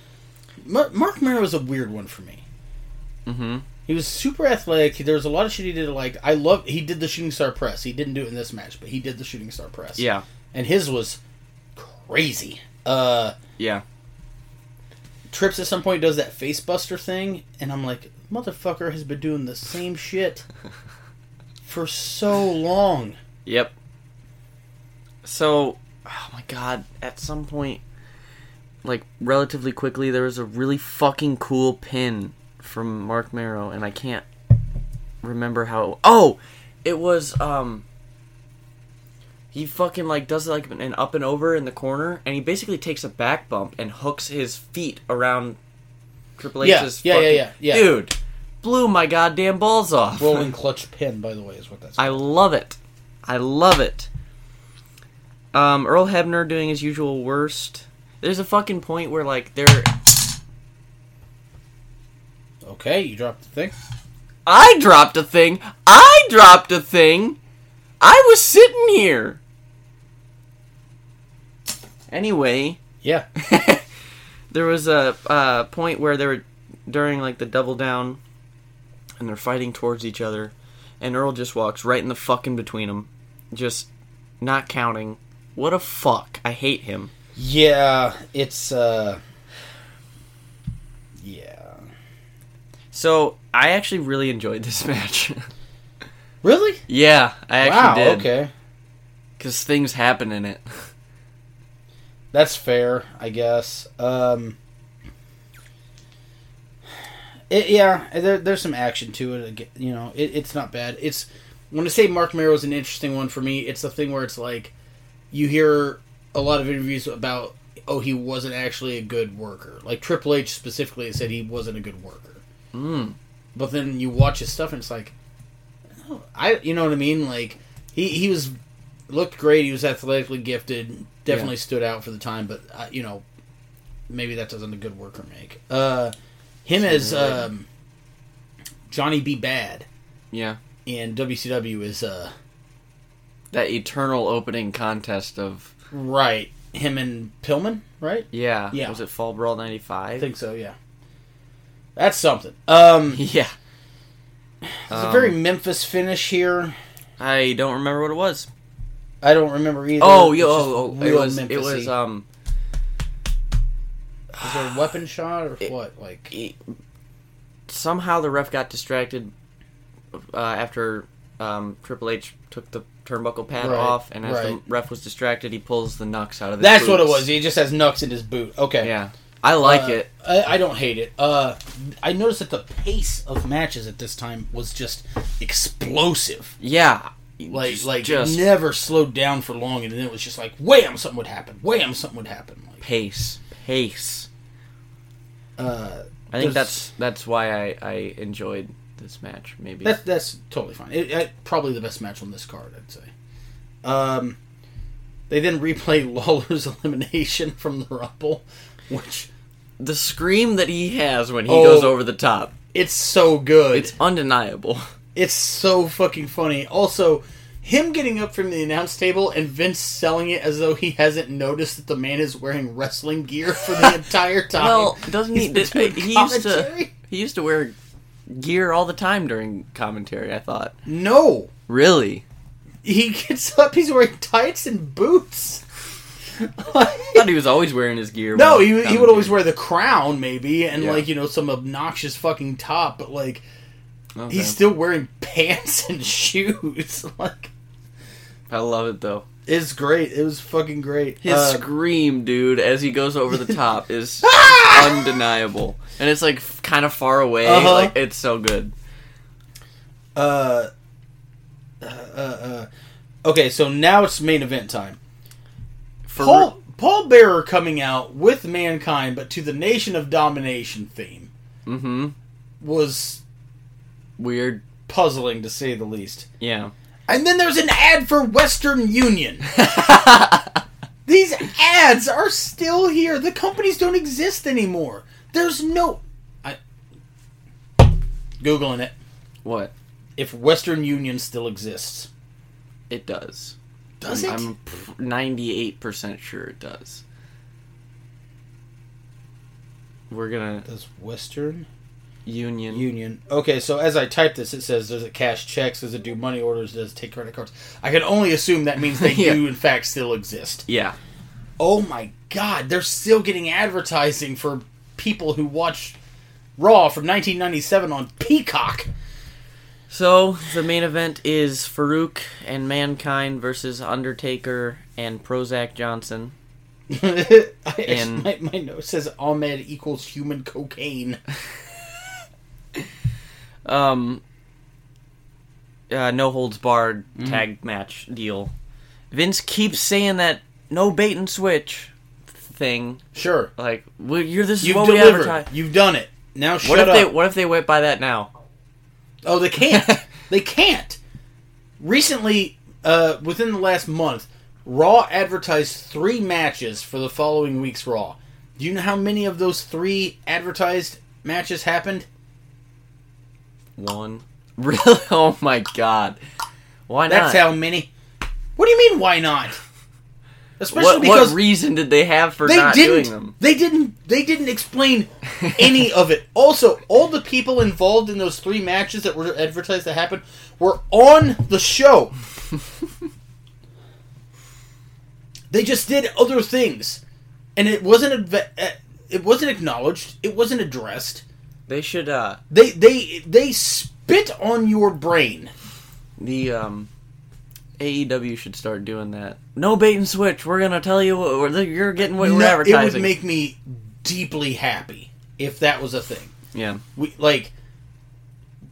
[SPEAKER 1] Mar- Mark Mero is a weird one for me.
[SPEAKER 2] Mm-hmm.
[SPEAKER 1] He was super athletic. There was a lot of shit he did. Like I love, he did the shooting star press. He didn't do it in this match, but he did the shooting star press.
[SPEAKER 2] Yeah.
[SPEAKER 1] and his was crazy. Uh,
[SPEAKER 2] Yeah.
[SPEAKER 1] Trips at some point does that face buster thing, and I'm like, motherfucker has been doing the same shit for so long.
[SPEAKER 2] Yep. So, oh my god, at some point, like relatively quickly, there was a really fucking cool pin from Mark Merrow, and I can't remember how. Oh, it was um. He fucking like does like an up and over in the corner, and he basically takes a back bump and hooks his feet around Triple
[SPEAKER 1] Yeah,
[SPEAKER 2] H's.
[SPEAKER 1] yeah, yeah,
[SPEAKER 2] fucking-
[SPEAKER 1] yeah, yeah.
[SPEAKER 2] Dude, blew my goddamn balls off.
[SPEAKER 1] Rolling clutch pin, by the way, is what that's.
[SPEAKER 2] I love it. I love it. Um, Earl Hebner doing his usual worst. There's a fucking point where like they're
[SPEAKER 1] okay, you dropped the thing.
[SPEAKER 2] I dropped a thing. I dropped a thing. I was sitting here. Anyway,
[SPEAKER 1] Yeah.
[SPEAKER 2] there was a uh, point where they were during like the double down, and they're fighting towards each other, and Earl just walks right in the fucking between them, just not counting. What a fuck! I hate him.
[SPEAKER 1] Yeah, it's uh Yeah.
[SPEAKER 2] So I actually really enjoyed this match.
[SPEAKER 1] Really?
[SPEAKER 2] yeah, I
[SPEAKER 1] wow,
[SPEAKER 2] actually did.
[SPEAKER 1] okay.
[SPEAKER 2] Because things happen in it.
[SPEAKER 1] That's fair, I guess. Um it, yeah, there, there's some action to it. ag- You know, it, it's not bad. It's when I say Mark Merrow is an interesting one for me. It's the thing where it's like you hear a lot of interviews about oh he wasn't actually a good worker. Like Triple H specifically said he wasn't a good worker.
[SPEAKER 2] Mm.
[SPEAKER 1] but then you watch his stuff and it's like oh, I you know what I mean like he he was looked great he was athletically gifted definitely stood out for the time but uh, you know maybe that doesn't a good worker make uh him as um Johnny B Bad
[SPEAKER 2] Yeah.
[SPEAKER 1] in WCW is uh
[SPEAKER 2] That eternal opening contest of
[SPEAKER 1] right him and Pillman right
[SPEAKER 2] yeah,
[SPEAKER 1] Yeah.
[SPEAKER 2] was it Fall Brawl
[SPEAKER 1] I
[SPEAKER 2] '95?
[SPEAKER 1] think so yeah that's something um
[SPEAKER 2] Yeah. Um,
[SPEAKER 1] it's a very Memphis finish here
[SPEAKER 2] I don't remember what it was.
[SPEAKER 1] I don't remember either
[SPEAKER 2] Oh,
[SPEAKER 1] It's
[SPEAKER 2] yo,
[SPEAKER 1] just
[SPEAKER 2] oh, oh, it
[SPEAKER 1] real
[SPEAKER 2] was it
[SPEAKER 1] Memphis-y.
[SPEAKER 2] was um
[SPEAKER 1] Is there a weapon shot or what? Like,
[SPEAKER 2] it- somehow the ref got distracted uh, after um, Triple H took the turnbuckle pad
[SPEAKER 1] Right,
[SPEAKER 2] off, and as
[SPEAKER 1] right.
[SPEAKER 2] the ref was distracted, he pulls the nux out of. His
[SPEAKER 1] that's what it
[SPEAKER 2] boots.
[SPEAKER 1] was. He just has nuts in his boot. Okay.
[SPEAKER 2] Yeah, I like it.
[SPEAKER 1] Uh, I, I don't hate it. Uh, I noticed that the pace of matches at this time was just explosive.
[SPEAKER 2] Yeah,
[SPEAKER 1] Like,
[SPEAKER 2] Just-
[SPEAKER 1] like
[SPEAKER 2] just
[SPEAKER 1] never slowed down for long, and then it was just like, wham, something would happen. Wham, something would happen. Like,
[SPEAKER 2] pace, pace.
[SPEAKER 1] uh,
[SPEAKER 2] I
[SPEAKER 1] There's-
[SPEAKER 2] think that's that's why I I enjoyed this match. Maybe
[SPEAKER 1] That's that's totally fine. It, it, probably the best match on this card, I'd say. Um, they then replay Lawler's elimination from the Rumble, which
[SPEAKER 2] the scream that he has when he
[SPEAKER 1] Oh.
[SPEAKER 2] goes over the top.
[SPEAKER 1] it's so good.
[SPEAKER 2] It's undeniable.
[SPEAKER 1] It's so fucking funny. Also, him getting up from the announce table and Vince selling it as though he hasn't noticed that the man is wearing wrestling gear for the entire time.
[SPEAKER 2] Well, doesn't he?
[SPEAKER 1] He's been doing
[SPEAKER 2] he used to
[SPEAKER 1] commentary?
[SPEAKER 2] he used to wear gear all the time during commentary. I thought
[SPEAKER 1] No.
[SPEAKER 2] really.
[SPEAKER 1] He gets up, he's wearing tights and boots.
[SPEAKER 2] I thought he was always wearing his gear.
[SPEAKER 1] no,
[SPEAKER 2] when
[SPEAKER 1] he, he would
[SPEAKER 2] commentary.
[SPEAKER 1] always wear the crown, maybe, and
[SPEAKER 2] Yeah.
[SPEAKER 1] like, you know, some obnoxious fucking top, but like,
[SPEAKER 2] Okay.
[SPEAKER 1] he's still wearing pants and shoes. like,
[SPEAKER 2] I love it though.
[SPEAKER 1] it's great. It was fucking great.
[SPEAKER 2] His
[SPEAKER 1] Uh,
[SPEAKER 2] scream, dude, as he goes over the top is undeniable, and it's like kind of far away.
[SPEAKER 1] Ah! Uh-huh.
[SPEAKER 2] Like it's so good.
[SPEAKER 1] uh, uh, uh, uh, okay, so now it's main event time.
[SPEAKER 2] For
[SPEAKER 1] Paul Paul Bearer coming out with mankind, but to the Nation of Domination theme
[SPEAKER 2] hmm
[SPEAKER 1] was
[SPEAKER 2] weird,
[SPEAKER 1] puzzling to say the least.
[SPEAKER 2] yeah.
[SPEAKER 1] And then there's an ad for Western Union. These ads are still here. The companies don't exist anymore. There's no. I googling it.
[SPEAKER 2] what
[SPEAKER 1] If Western Union still exists,
[SPEAKER 2] it does.
[SPEAKER 1] does it?
[SPEAKER 2] I'm ninety-eight percent sure it does. We're gonna
[SPEAKER 1] does Western
[SPEAKER 2] union.
[SPEAKER 1] Union. Okay, so as I type this, it says, "Does it cash checks? Does it do money orders? Does it take credit cards?" I can only assume that means they
[SPEAKER 2] Yeah.
[SPEAKER 1] do, in fact, still exist.
[SPEAKER 2] yeah,
[SPEAKER 1] Oh my God, they're still getting advertising for people who watch Raw from 1997 on Peacock.
[SPEAKER 2] So the main event is Farouk and Mankind versus Undertaker and Prozac Johnson.
[SPEAKER 1] I,
[SPEAKER 2] And-
[SPEAKER 1] my, my note says Ahmed equals human cocaine.
[SPEAKER 2] Um, uh, no holds barred
[SPEAKER 1] Mm-hmm.
[SPEAKER 2] tag match deal. Vince keeps saying that no bait and switch thing.
[SPEAKER 1] Sure,
[SPEAKER 2] Like well, you're this is
[SPEAKER 1] you've
[SPEAKER 2] what we
[SPEAKER 1] delivered.
[SPEAKER 2] advertise.
[SPEAKER 1] You've done it. Now
[SPEAKER 2] What
[SPEAKER 1] shut
[SPEAKER 2] if
[SPEAKER 1] up.
[SPEAKER 2] they What if they went by that now?
[SPEAKER 1] Oh, they can't. they can't. Recently, uh, within the last month, Raw advertised three matches for the following week's Raw. Do you know how many of those three advertised matches happened?
[SPEAKER 2] One. Really? Oh my god. Why
[SPEAKER 1] That's
[SPEAKER 2] not?
[SPEAKER 1] how many. What do you mean? Why not? Especially
[SPEAKER 2] what,
[SPEAKER 1] because
[SPEAKER 2] what reason did they have for
[SPEAKER 1] they
[SPEAKER 2] not
[SPEAKER 1] didn't.
[SPEAKER 2] doing them?
[SPEAKER 1] They didn't. They didn't explain any of it. Also, all the people involved in those three matches that were advertised that happened were on the show. they just did other things, and it wasn't. adve- uh, It wasn't acknowledged. It wasn't addressed.
[SPEAKER 2] They should uh
[SPEAKER 1] They they they spit on your brain.
[SPEAKER 2] the um AEW should start doing that. No bait and switch. We're gonna tell you what we're, you're getting what we're
[SPEAKER 1] No, it
[SPEAKER 2] advertising.
[SPEAKER 1] would make me deeply happy if that was a thing.
[SPEAKER 2] yeah,
[SPEAKER 1] we like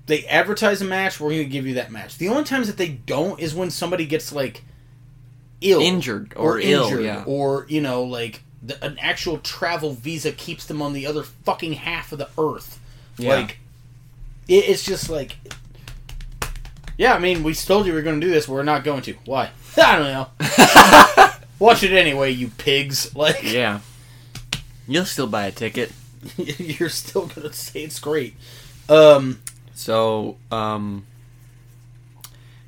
[SPEAKER 1] they advertise a match we're going to give you that match the only times that they don't is when somebody gets like ill
[SPEAKER 2] injured or, ill. yeah,
[SPEAKER 1] or you know like the, an actual travel visa keeps them on the other fucking half of the earth
[SPEAKER 2] Yeah.
[SPEAKER 1] like it, it's just like yeah i mean we told you we were going to do this we're not going to why i don't know watch it anyway you pigs like
[SPEAKER 2] yeah. You'll still buy a ticket.
[SPEAKER 1] you're still going to say it's great um
[SPEAKER 2] So um,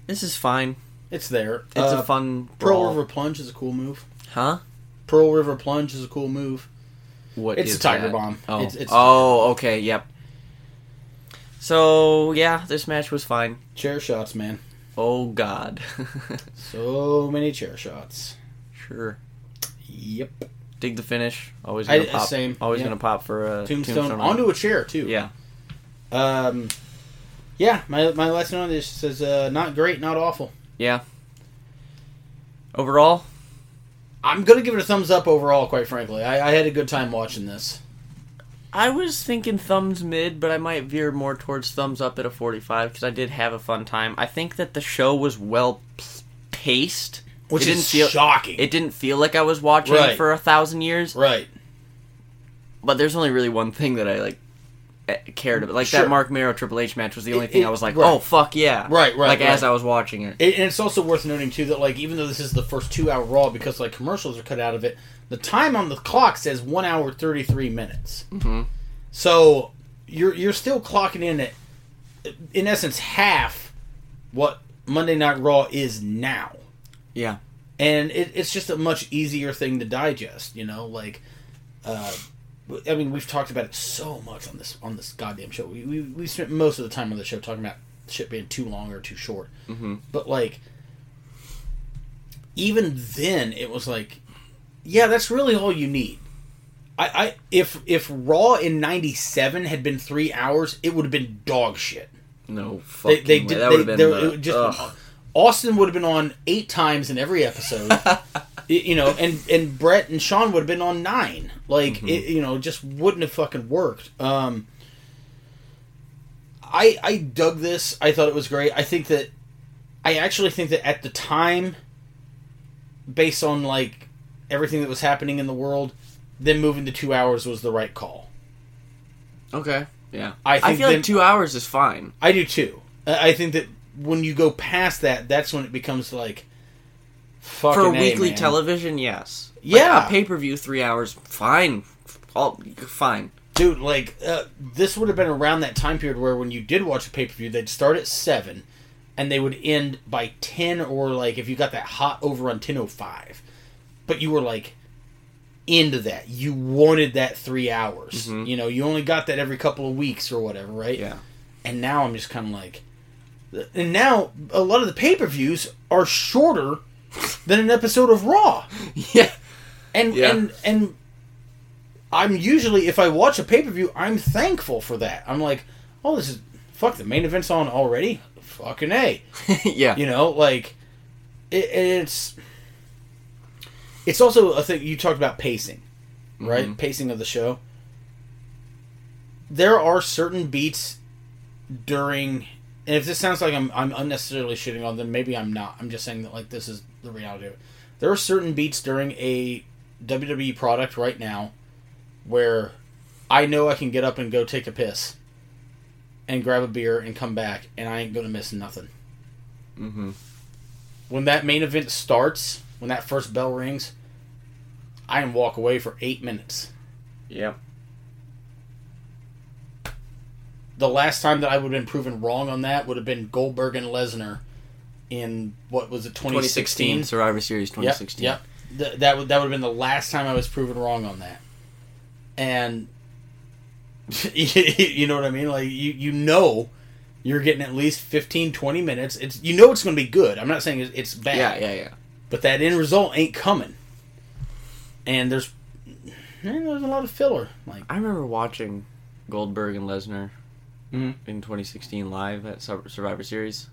[SPEAKER 2] this is fine.
[SPEAKER 1] it's there
[SPEAKER 2] It's
[SPEAKER 1] Uh,
[SPEAKER 2] a fun
[SPEAKER 1] Pearl
[SPEAKER 2] brawl.
[SPEAKER 1] River Plunge is a cool move.
[SPEAKER 2] huh?
[SPEAKER 1] Pearl River Plunge is a cool move.
[SPEAKER 2] What
[SPEAKER 1] It's
[SPEAKER 2] is
[SPEAKER 1] a Tiger
[SPEAKER 2] that?
[SPEAKER 1] Bomb.
[SPEAKER 2] Oh,
[SPEAKER 1] It's- it's-
[SPEAKER 2] oh, okay, yep. So yeah, this match was fine.
[SPEAKER 1] Chair shots, man.
[SPEAKER 2] Oh God,
[SPEAKER 1] So many chair shots.
[SPEAKER 2] sure.
[SPEAKER 1] Yep.
[SPEAKER 2] Dig the finish. Always
[SPEAKER 1] I-
[SPEAKER 2] gonna pop.
[SPEAKER 1] same,
[SPEAKER 2] Always
[SPEAKER 1] yeah.
[SPEAKER 2] gonna pop for a
[SPEAKER 1] Tombstone,
[SPEAKER 2] tombstone
[SPEAKER 1] onto a chair too.
[SPEAKER 2] Yeah,
[SPEAKER 1] Um. Yeah, my my last note on this says uh, not great, not awful.
[SPEAKER 2] yeah. Overall,
[SPEAKER 1] I'm gonna give it a thumbs up overall. Quite frankly, I, I had a good time watching this.
[SPEAKER 2] I was thinking thumbs mid, but I might veer more towards thumbs up at a 45 because I did have a fun time. I think that the show was well p- paced,
[SPEAKER 1] Which
[SPEAKER 2] it
[SPEAKER 1] is
[SPEAKER 2] didn't feel
[SPEAKER 1] shocking.
[SPEAKER 2] it didn't feel like I was watching
[SPEAKER 1] Right.
[SPEAKER 2] for a thousand years.
[SPEAKER 1] right.
[SPEAKER 2] But there's only really one thing that I like eh, cared about. Like
[SPEAKER 1] Sure.
[SPEAKER 2] that Mark Mero Triple H match was the only
[SPEAKER 1] It-
[SPEAKER 2] thing
[SPEAKER 1] it-
[SPEAKER 2] I was like,
[SPEAKER 1] right.
[SPEAKER 2] oh fuck yeah,
[SPEAKER 1] Right, right,
[SPEAKER 2] Like as
[SPEAKER 1] right.
[SPEAKER 2] I was watching it,
[SPEAKER 1] It, and it's also worth noting too that like even though this is the first two hour Raw because like commercials are cut out of it, the time on the clock says one hour thirty three minutes. Mm-hmm. So you're you're still clocking in at in essence half what Monday Night Raw is now,
[SPEAKER 2] yeah,
[SPEAKER 1] and it, it's just a much easier thing to digest. You know, like. Uh, w- I mean, we've talked about it so much on this on this goddamn show. We we, we spent most of the time on the show talking about shit being too long or too short. Mm-hmm. But like, even then, it was like, yeah, that's really all you need. I, I if if Raw in '97 had been three hours, it would have been dog shit.
[SPEAKER 2] no fucking
[SPEAKER 1] They, they
[SPEAKER 2] way.
[SPEAKER 1] did. they,
[SPEAKER 2] that would have been
[SPEAKER 1] there-
[SPEAKER 2] the-
[SPEAKER 1] it would just
[SPEAKER 2] ugh.
[SPEAKER 1] Austin would have been on eight times in every episode, Y- you know, and and Brett and Sean would have been on nine. Like
[SPEAKER 2] Mm-hmm.
[SPEAKER 1] it, you know, just wouldn't have fucking worked. Um, I I dug this. I thought it was great. I think that I actually think that at the time, based on like everything that was happening in the world, then moving to two hours was the right call.
[SPEAKER 2] okay, yeah.
[SPEAKER 1] I
[SPEAKER 2] I
[SPEAKER 1] think
[SPEAKER 2] feel
[SPEAKER 1] them-
[SPEAKER 2] like two hours is fine.
[SPEAKER 1] I do too. I I think that when you go past that, that's when it becomes like fucking
[SPEAKER 2] for
[SPEAKER 1] A,
[SPEAKER 2] weekly
[SPEAKER 1] man.
[SPEAKER 2] television, yes. Like,
[SPEAKER 1] Yeah.
[SPEAKER 2] a pay per view three hours, fine, all fine.
[SPEAKER 1] dude. Like uh, this would have been around that time period where when you did watch a pay per view, they'd start at seven, and they would end by ten or like if you got that hot over on ten oh five, but you were like into that. You wanted that three hours. You know, you only got that every couple of weeks or whatever, right?
[SPEAKER 2] Mm-hmm. Yeah,
[SPEAKER 1] and now I'm just kind of like, and now a lot of the pay per views are shorter than an episode of Raw,
[SPEAKER 2] yeah,
[SPEAKER 1] and
[SPEAKER 2] Yeah.
[SPEAKER 1] and and I'm usually if I watch a pay per view, I'm thankful for that. I'm like, oh, this is fuck the main event's on already, fucking a,
[SPEAKER 2] yeah,
[SPEAKER 1] you know, like it, it's it's also a thing you talked about pacing, right? Pacing of the show. There are certain beats during, and if this sounds like I'm I'm unnecessarily shitting on them, maybe I'm not. I'm just saying that like this is the reality of it. There are certain beats during a WWE product right now where I know I can get up and go take a piss and grab a beer and come back, and I ain't gonna miss nothing. Mm-hmm. When that main event starts, when that first bell rings, I can walk away for eight minutes.
[SPEAKER 2] Yep.
[SPEAKER 1] The last time that I would have been proven wrong on that would have been Goldberg and Lesnar in what was it,
[SPEAKER 2] 2016
[SPEAKER 1] 2016?
[SPEAKER 2] Survivor Series 2016.
[SPEAKER 1] Yep. yep. Th- that would that would have been the last time I was proven wrong on that. And you know what I mean? Like you you know you're getting at least 15 20 minutes. It's you know it's going to be good. I'm not saying it's- it's bad.
[SPEAKER 2] Yeah, yeah, yeah.
[SPEAKER 1] But that end result ain't coming. And there's man, there's a lot of filler. Like
[SPEAKER 2] I remember watching Goldberg and Lesnar
[SPEAKER 1] Mhm.
[SPEAKER 2] in 2016 live at Sur- Survivor Series.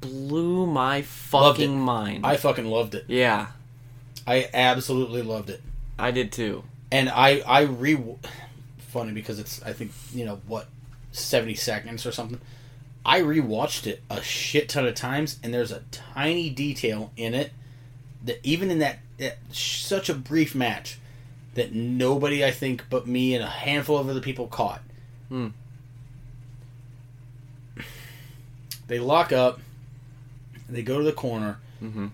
[SPEAKER 2] Blew my
[SPEAKER 1] Loved it.
[SPEAKER 2] fucking mind.
[SPEAKER 1] I fucking loved it.
[SPEAKER 2] yeah,
[SPEAKER 1] I absolutely loved it.
[SPEAKER 2] I did too.
[SPEAKER 1] and I I re funny because it's I think you know what seventy seconds or something. I rewatched it a shit ton of times, and there's a tiny detail in it that even in that, that such a brief match that nobody I think but me and a handful of other people caught.
[SPEAKER 2] Hmm.
[SPEAKER 1] They lock up. They go to the corner.
[SPEAKER 2] Mhm.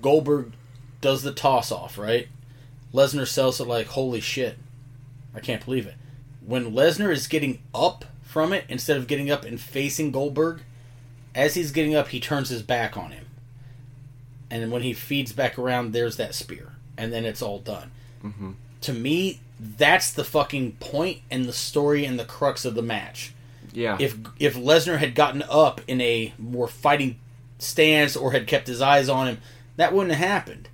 [SPEAKER 1] Goldberg does the toss off, right? Lesnar sells it like, holy shit. I can't believe it. When Lesnar is getting up from it, instead of getting up and facing Goldberg, as he's getting up, he turns his back on him. And when he feeds back around, there's that spear. And then it's all done.
[SPEAKER 2] Mhm.
[SPEAKER 1] To me, that's the fucking point and the story and the crux of the match
[SPEAKER 2] Yeah,
[SPEAKER 1] if if Lesnar had gotten up in a more fighting stance or had kept his eyes on him, that wouldn't have happened.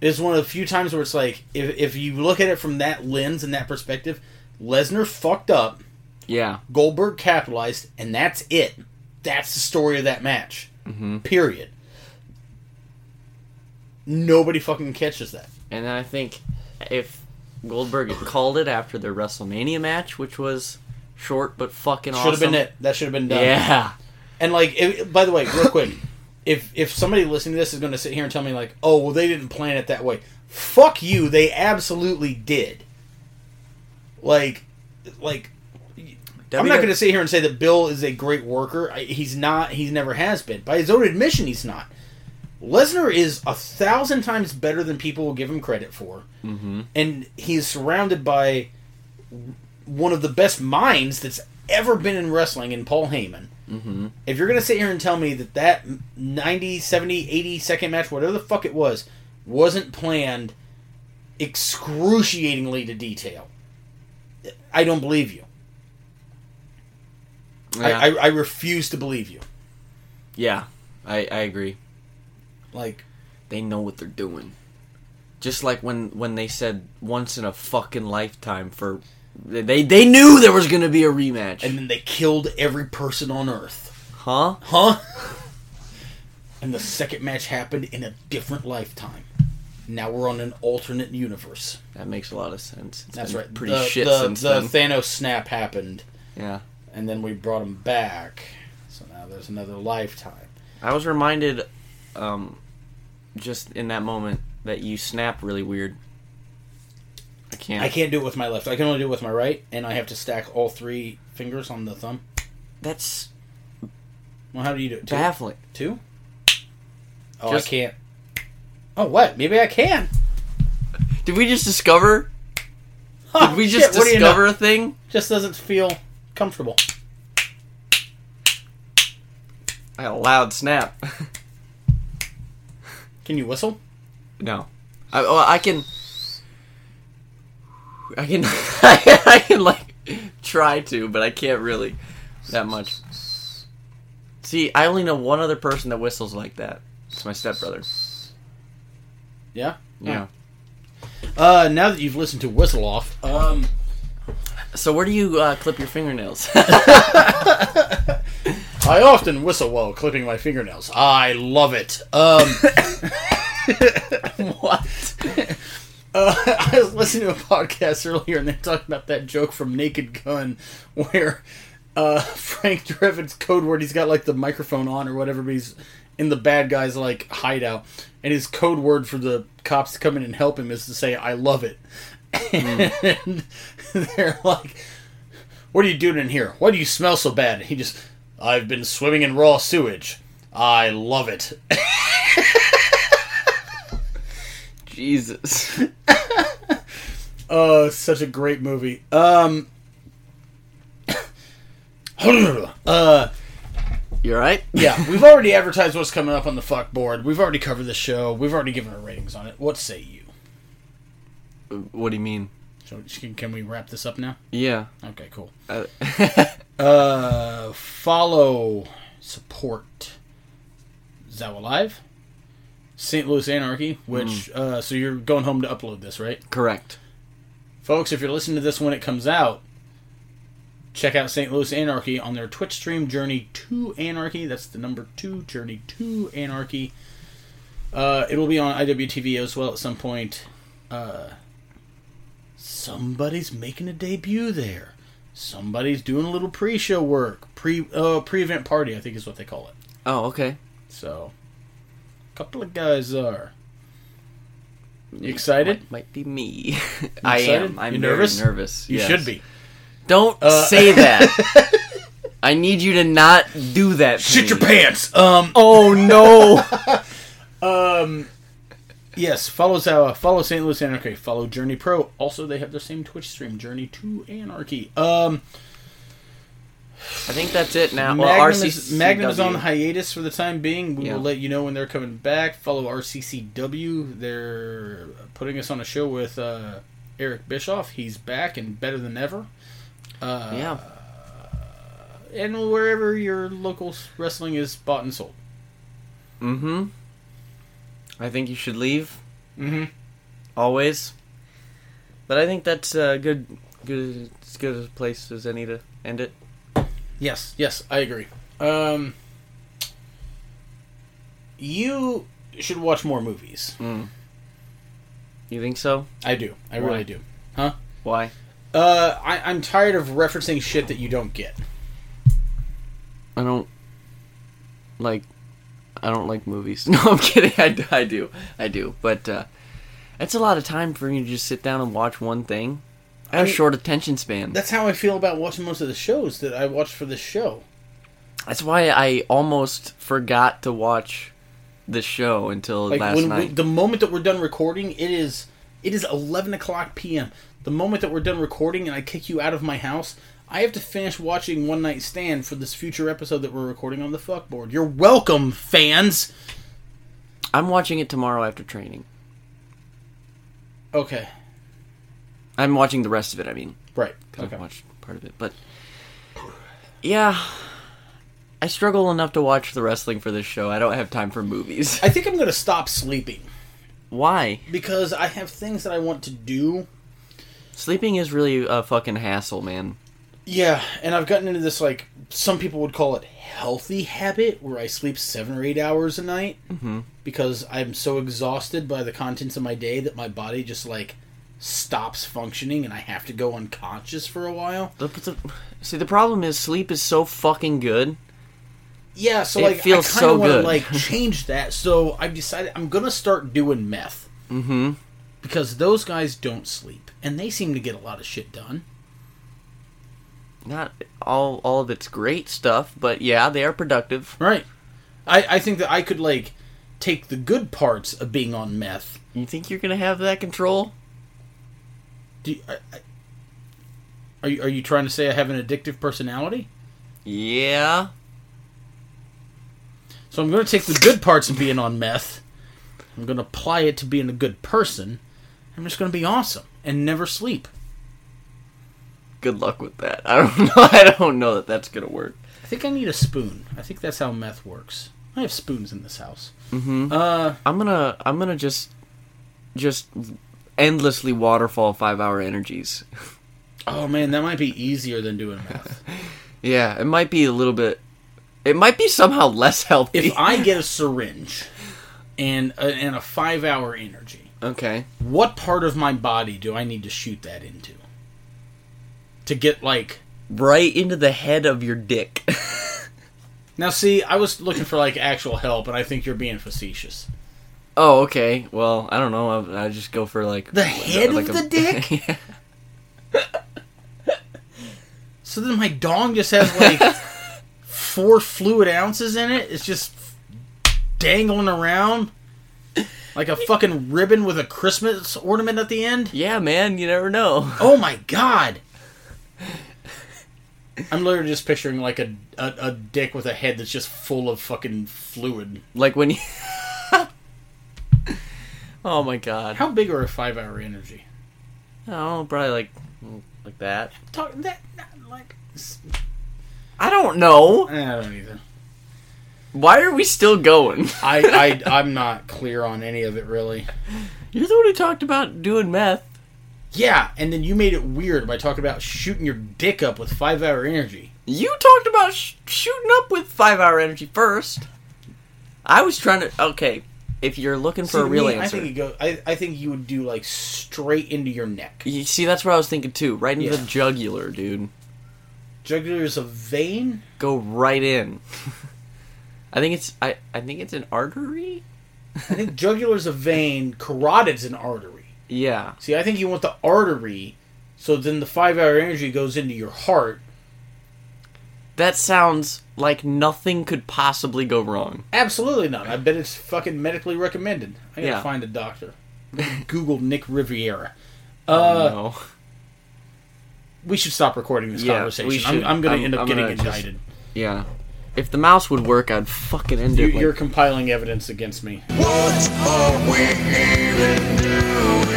[SPEAKER 1] It's one of the few times where it's like if if you look at it from that lens and that perspective, Lesnar fucked up,
[SPEAKER 2] yeah,
[SPEAKER 1] Goldberg capitalized, and that's it. That's the story of that match.
[SPEAKER 2] Mhm.
[SPEAKER 1] Period. Nobody fucking catches that.
[SPEAKER 2] and then I think if Goldberg had called it after their WrestleMania match, which was short but fucking
[SPEAKER 1] Should have
[SPEAKER 2] awesome.
[SPEAKER 1] been it. That should have been done.
[SPEAKER 2] Yeah,
[SPEAKER 1] And like, if, by the way, real quick, if if somebody listening to this is going to sit here and tell me like, oh, well, they didn't plan it that way. Fuck you. They absolutely did. Like, like i I'm not
[SPEAKER 2] W-
[SPEAKER 1] going to sit here and say that Bill is a great worker. I, he's not. He never has been. By his own admission, he's not. Lesnar is a thousand times better than people will give him credit for, mm-hmm. and he's surrounded by one of the best minds that's ever been in wrestling in Paul Heyman. Mm-hmm. If you're going to sit here and tell me that that 90, 70, 80 second match, whatever the fuck it was, wasn't planned excruciatingly to detail, I don't believe you.
[SPEAKER 2] Yeah,
[SPEAKER 1] I, I, I refuse to believe you.
[SPEAKER 2] yeah, I, I agree.
[SPEAKER 1] Like,
[SPEAKER 2] they know what they're doing. Just like when when they said once in a fucking lifetime for they they knew there was gonna be a rematch,
[SPEAKER 1] and then they killed every person on Earth,
[SPEAKER 2] huh?
[SPEAKER 1] huh? and the second match happened in a different lifetime. Now we're on an alternate universe.
[SPEAKER 2] That makes a lot of sense. It's
[SPEAKER 1] That's
[SPEAKER 2] been
[SPEAKER 1] right.
[SPEAKER 2] Pretty
[SPEAKER 1] the,
[SPEAKER 2] shit
[SPEAKER 1] the,
[SPEAKER 2] since
[SPEAKER 1] the
[SPEAKER 2] then.
[SPEAKER 1] Thanos snap happened,
[SPEAKER 2] yeah,
[SPEAKER 1] and then we brought him back. So now there's another lifetime.
[SPEAKER 2] I was reminded, um, just in that moment that you snap really weird. I can't.
[SPEAKER 1] I can't do it with my left. I can only do it with my right, and I have to stack all three fingers on the thumb.
[SPEAKER 2] That's
[SPEAKER 1] Well, how do you do it? Two?
[SPEAKER 2] baffling.
[SPEAKER 1] Two? Oh,
[SPEAKER 2] Just-
[SPEAKER 1] I can't. Oh, what? Maybe I can.
[SPEAKER 2] Did we just discover?
[SPEAKER 1] Huh,
[SPEAKER 2] Did we just
[SPEAKER 1] shit, what do you know?
[SPEAKER 2] discover a thing?
[SPEAKER 1] Just doesn't feel comfortable.
[SPEAKER 2] I had a loud snap.
[SPEAKER 1] Can you whistle?
[SPEAKER 2] No. I, oh, I can. I can. I can like try to, but I can't really that much. See, I only know one other person that whistles like that. It's my stepbrother.
[SPEAKER 1] Yeah.
[SPEAKER 2] Yeah.
[SPEAKER 1] Uh, now that you've listened to Whistle Off, um,
[SPEAKER 2] So where do you uh, clip your fingernails?
[SPEAKER 1] I often whistle while clipping my fingernails. I love it. Um,
[SPEAKER 2] what?
[SPEAKER 1] uh, I was listening to a podcast earlier, and they talked about that joke from Naked Gun, where uh, Frank Drevin's code word. He's got like the microphone on or whatever, but he's in the bad guy's like hideout, and his code word for the cops to come in and help him is to say "I love it," and they're like. What are you doing in here? Why do you smell so bad? He just, I've been swimming in raw sewage. I love it.
[SPEAKER 2] Jesus.
[SPEAKER 1] Oh, it's such a great movie. Um. uh,
[SPEAKER 2] You alright?
[SPEAKER 1] yeah, we've already advertised what's coming up on the fuck board. We've already covered the show. We've already given our ratings on it. What say you?
[SPEAKER 2] What do you mean?
[SPEAKER 1] So, can- can we wrap this up now?
[SPEAKER 2] Yeah.
[SPEAKER 1] Okay, cool.
[SPEAKER 2] Uh,
[SPEAKER 1] Uh, follow, support Zow Live, St. Louis Anarchy, which, uh, so you're going home to upload this, right?
[SPEAKER 2] correct.
[SPEAKER 1] Folks, if you're listening to this when it comes out, check out St. Louis Anarchy on their Twitch stream, Journey to Anarchy. That's the number two, Journey to Anarchy. Uh, it will be on IWTV as well at some point. Uh, somebody's making a debut there. Somebody's doing a little pre-show work, pre uh, pre-event party, I think is what they call it.
[SPEAKER 2] Oh, okay.
[SPEAKER 1] So, a couple of guys are. You excited?
[SPEAKER 2] Might, might be me. I
[SPEAKER 1] excited?
[SPEAKER 2] am. I'm
[SPEAKER 1] You
[SPEAKER 2] very
[SPEAKER 1] nervous?
[SPEAKER 2] nervous.
[SPEAKER 1] You
[SPEAKER 2] yes.
[SPEAKER 1] should be.
[SPEAKER 2] Don't
[SPEAKER 1] Uh,
[SPEAKER 2] say that. I need you to not do that. to
[SPEAKER 1] Shit your
[SPEAKER 2] me.
[SPEAKER 1] pants. Um.
[SPEAKER 2] Oh no.
[SPEAKER 1] Yes, follow Zawa, follow St. Louis Anarchy, follow Journey Pro. Also, they have their same Twitch stream, Journey to Anarchy. Um,
[SPEAKER 2] I think that's it now. Uh, well,
[SPEAKER 1] Magnum, is,
[SPEAKER 2] RCCW.
[SPEAKER 1] Magnum is on
[SPEAKER 2] Uh,
[SPEAKER 1] hiatus for the time being. We
[SPEAKER 2] Yeah.
[SPEAKER 1] will let you know when they're coming back. Follow RCCW. They're putting us on a show with uh, Eric Bischoff. He's back and better than ever. Uh,
[SPEAKER 2] Yeah.
[SPEAKER 1] And wherever your local wrestling is bought and sold.
[SPEAKER 2] Mm-hmm. I think you should leave
[SPEAKER 1] Mm-hmm.
[SPEAKER 2] always. But I think that's a good, good, as good a place as any to end it.
[SPEAKER 1] Yes, yes, I agree. Um, you should watch more movies.
[SPEAKER 2] You think so?
[SPEAKER 1] I do. I
[SPEAKER 2] Why?
[SPEAKER 1] really do.
[SPEAKER 2] Why?
[SPEAKER 1] Uh, I, I'm tired of referencing shit that you don't get.
[SPEAKER 2] I don't like. I don't like movies. No, I'm kidding. I, d- I do. I do. But uh, it's a lot of time for me to just sit down and watch one thing. I have
[SPEAKER 1] mean-
[SPEAKER 2] a short attention span.
[SPEAKER 1] That's how I feel about watching most of the shows that I watch for this show.
[SPEAKER 2] That's why I almost forgot to watch the show until
[SPEAKER 1] Like
[SPEAKER 2] last
[SPEAKER 1] when
[SPEAKER 2] night.
[SPEAKER 1] We, the moment that we're done recording, it is it is 11 o'clock p.m. The moment that we're done recording and I kick you out of my house, I have to finish watching One Night Stand for this future episode that we're recording on the fuck board. You're welcome, fans.
[SPEAKER 2] I'm watching it tomorrow after training.
[SPEAKER 1] Okay,
[SPEAKER 2] I'm watching the rest of it. I mean,
[SPEAKER 1] right.
[SPEAKER 2] 'cause
[SPEAKER 1] Okay.
[SPEAKER 2] I've watched part of it, but yeah, I struggle enough to watch the wrestling for this show. I don't have time for movies.
[SPEAKER 1] I think I'm gonna stop sleeping
[SPEAKER 2] Why?
[SPEAKER 1] because I have things that I want to do
[SPEAKER 2] Sleeping is really a fucking hassle, man.
[SPEAKER 1] Yeah, and I've gotten into this like some people would call it healthy habit where I sleep seven or eight hours a night
[SPEAKER 2] Mm-hmm.
[SPEAKER 1] because I'm so exhausted by the contents of my day that my body just like stops functioning and I have to go unconscious for a while.
[SPEAKER 2] The- the- see, the problem is sleep is so fucking good.
[SPEAKER 1] Yeah, so
[SPEAKER 2] It
[SPEAKER 1] like
[SPEAKER 2] feels
[SPEAKER 1] I kind
[SPEAKER 2] so
[SPEAKER 1] of want to
[SPEAKER 2] good.
[SPEAKER 1] like change that. So I've decided I'm gonna start doing meth
[SPEAKER 2] Mm-hmm.
[SPEAKER 1] because those guys don't sleep and they seem to get a lot of shit done.
[SPEAKER 2] Not all all of it's great stuff, but yeah, they are productive.
[SPEAKER 1] Right. I I think that I could like take the good parts of being on meth
[SPEAKER 2] You think you're gonna have that control?
[SPEAKER 1] Do you, I, I, are you are you trying to say I have an addictive personality?
[SPEAKER 2] Yeah.
[SPEAKER 1] So I'm going to take the good parts of being on meth. I'm going to apply it to being a good person. I'm just going to be awesome and never sleep.
[SPEAKER 2] Good luck with that. I don't know. I don't know that that's gonna work.
[SPEAKER 1] I think I need a spoon. I think that's how meth works. I have spoons in this house.
[SPEAKER 2] Mm-hmm.
[SPEAKER 1] Uh,
[SPEAKER 2] I'm gonna I'm gonna just just endlessly waterfall five hour energies.
[SPEAKER 1] oh man, that might be easier than doing meth.
[SPEAKER 2] Yeah, it might be a little bit. It might be somehow less healthy.
[SPEAKER 1] If I get a syringe and a, and a five hour energy,
[SPEAKER 2] okay.
[SPEAKER 1] what part of my body do I need to shoot that into? To get like
[SPEAKER 2] right into the head of your dick.
[SPEAKER 1] Now, see, I was looking for like actual help, and I think you're being facetious.
[SPEAKER 2] oh, okay. Well, I don't know. I, I just go for like
[SPEAKER 1] The head of the dick?
[SPEAKER 2] Yeah.
[SPEAKER 1] So then my dong just has like four fluid ounces in it. It's just dangling around like a fucking ribbon with a Christmas ornament at the end.
[SPEAKER 2] Yeah, man, you never know.
[SPEAKER 1] Oh my god! I'm literally just picturing like a, a a dick with a head that's just full of fucking fluid.
[SPEAKER 2] Like when you. oh my god.
[SPEAKER 1] How big are a five hour energy?
[SPEAKER 2] Oh, probably like like that.
[SPEAKER 1] Talk that not like s-
[SPEAKER 2] I don't know.
[SPEAKER 1] Eh, I don't either.
[SPEAKER 2] Why are we still going?
[SPEAKER 1] I, I I'm not clear on any of it really.
[SPEAKER 2] You're the one who talked about doing meth.
[SPEAKER 1] Yeah, and then you made it weird by talking about shooting your dick up with five hour energy.
[SPEAKER 2] You talked about sh- shooting up with five hour energy first. I was trying to. Okay, if you're looking for
[SPEAKER 1] See,
[SPEAKER 2] a
[SPEAKER 1] to
[SPEAKER 2] real
[SPEAKER 1] me,
[SPEAKER 2] answer,
[SPEAKER 1] I think you go. I, I think you would do like straight into your neck.
[SPEAKER 2] you see that's what I was thinking too. Right into
[SPEAKER 1] Yeah.
[SPEAKER 2] the jugular, dude.
[SPEAKER 1] Jugular is a vein.
[SPEAKER 2] Go right in. I think it's I, I think it's an artery.
[SPEAKER 1] I think jugular is a vein. Carotid's an artery.
[SPEAKER 2] Yeah,
[SPEAKER 1] See, I think you want the artery, so then the five hour energy goes into your heart.
[SPEAKER 2] that sounds like nothing could possibly go wrong.
[SPEAKER 1] Absolutely not. I bet it's fucking medically recommended. I gotta
[SPEAKER 2] Yeah.
[SPEAKER 1] find a doctor. Google Nick Riviera.
[SPEAKER 2] oh,
[SPEAKER 1] Uh,
[SPEAKER 2] no.
[SPEAKER 1] we should stop recording this
[SPEAKER 2] Yeah, we
[SPEAKER 1] conversation.
[SPEAKER 2] should.
[SPEAKER 1] I'm, I'm gonna
[SPEAKER 2] I'm-
[SPEAKER 1] end up
[SPEAKER 2] I'm
[SPEAKER 1] getting
[SPEAKER 2] gonna just-
[SPEAKER 1] indicted.
[SPEAKER 2] Yeah. If the mouse would work, I'd fucking end
[SPEAKER 1] You,
[SPEAKER 2] it. like-
[SPEAKER 1] you're compiling evidence against me.
[SPEAKER 3] What are we even doing?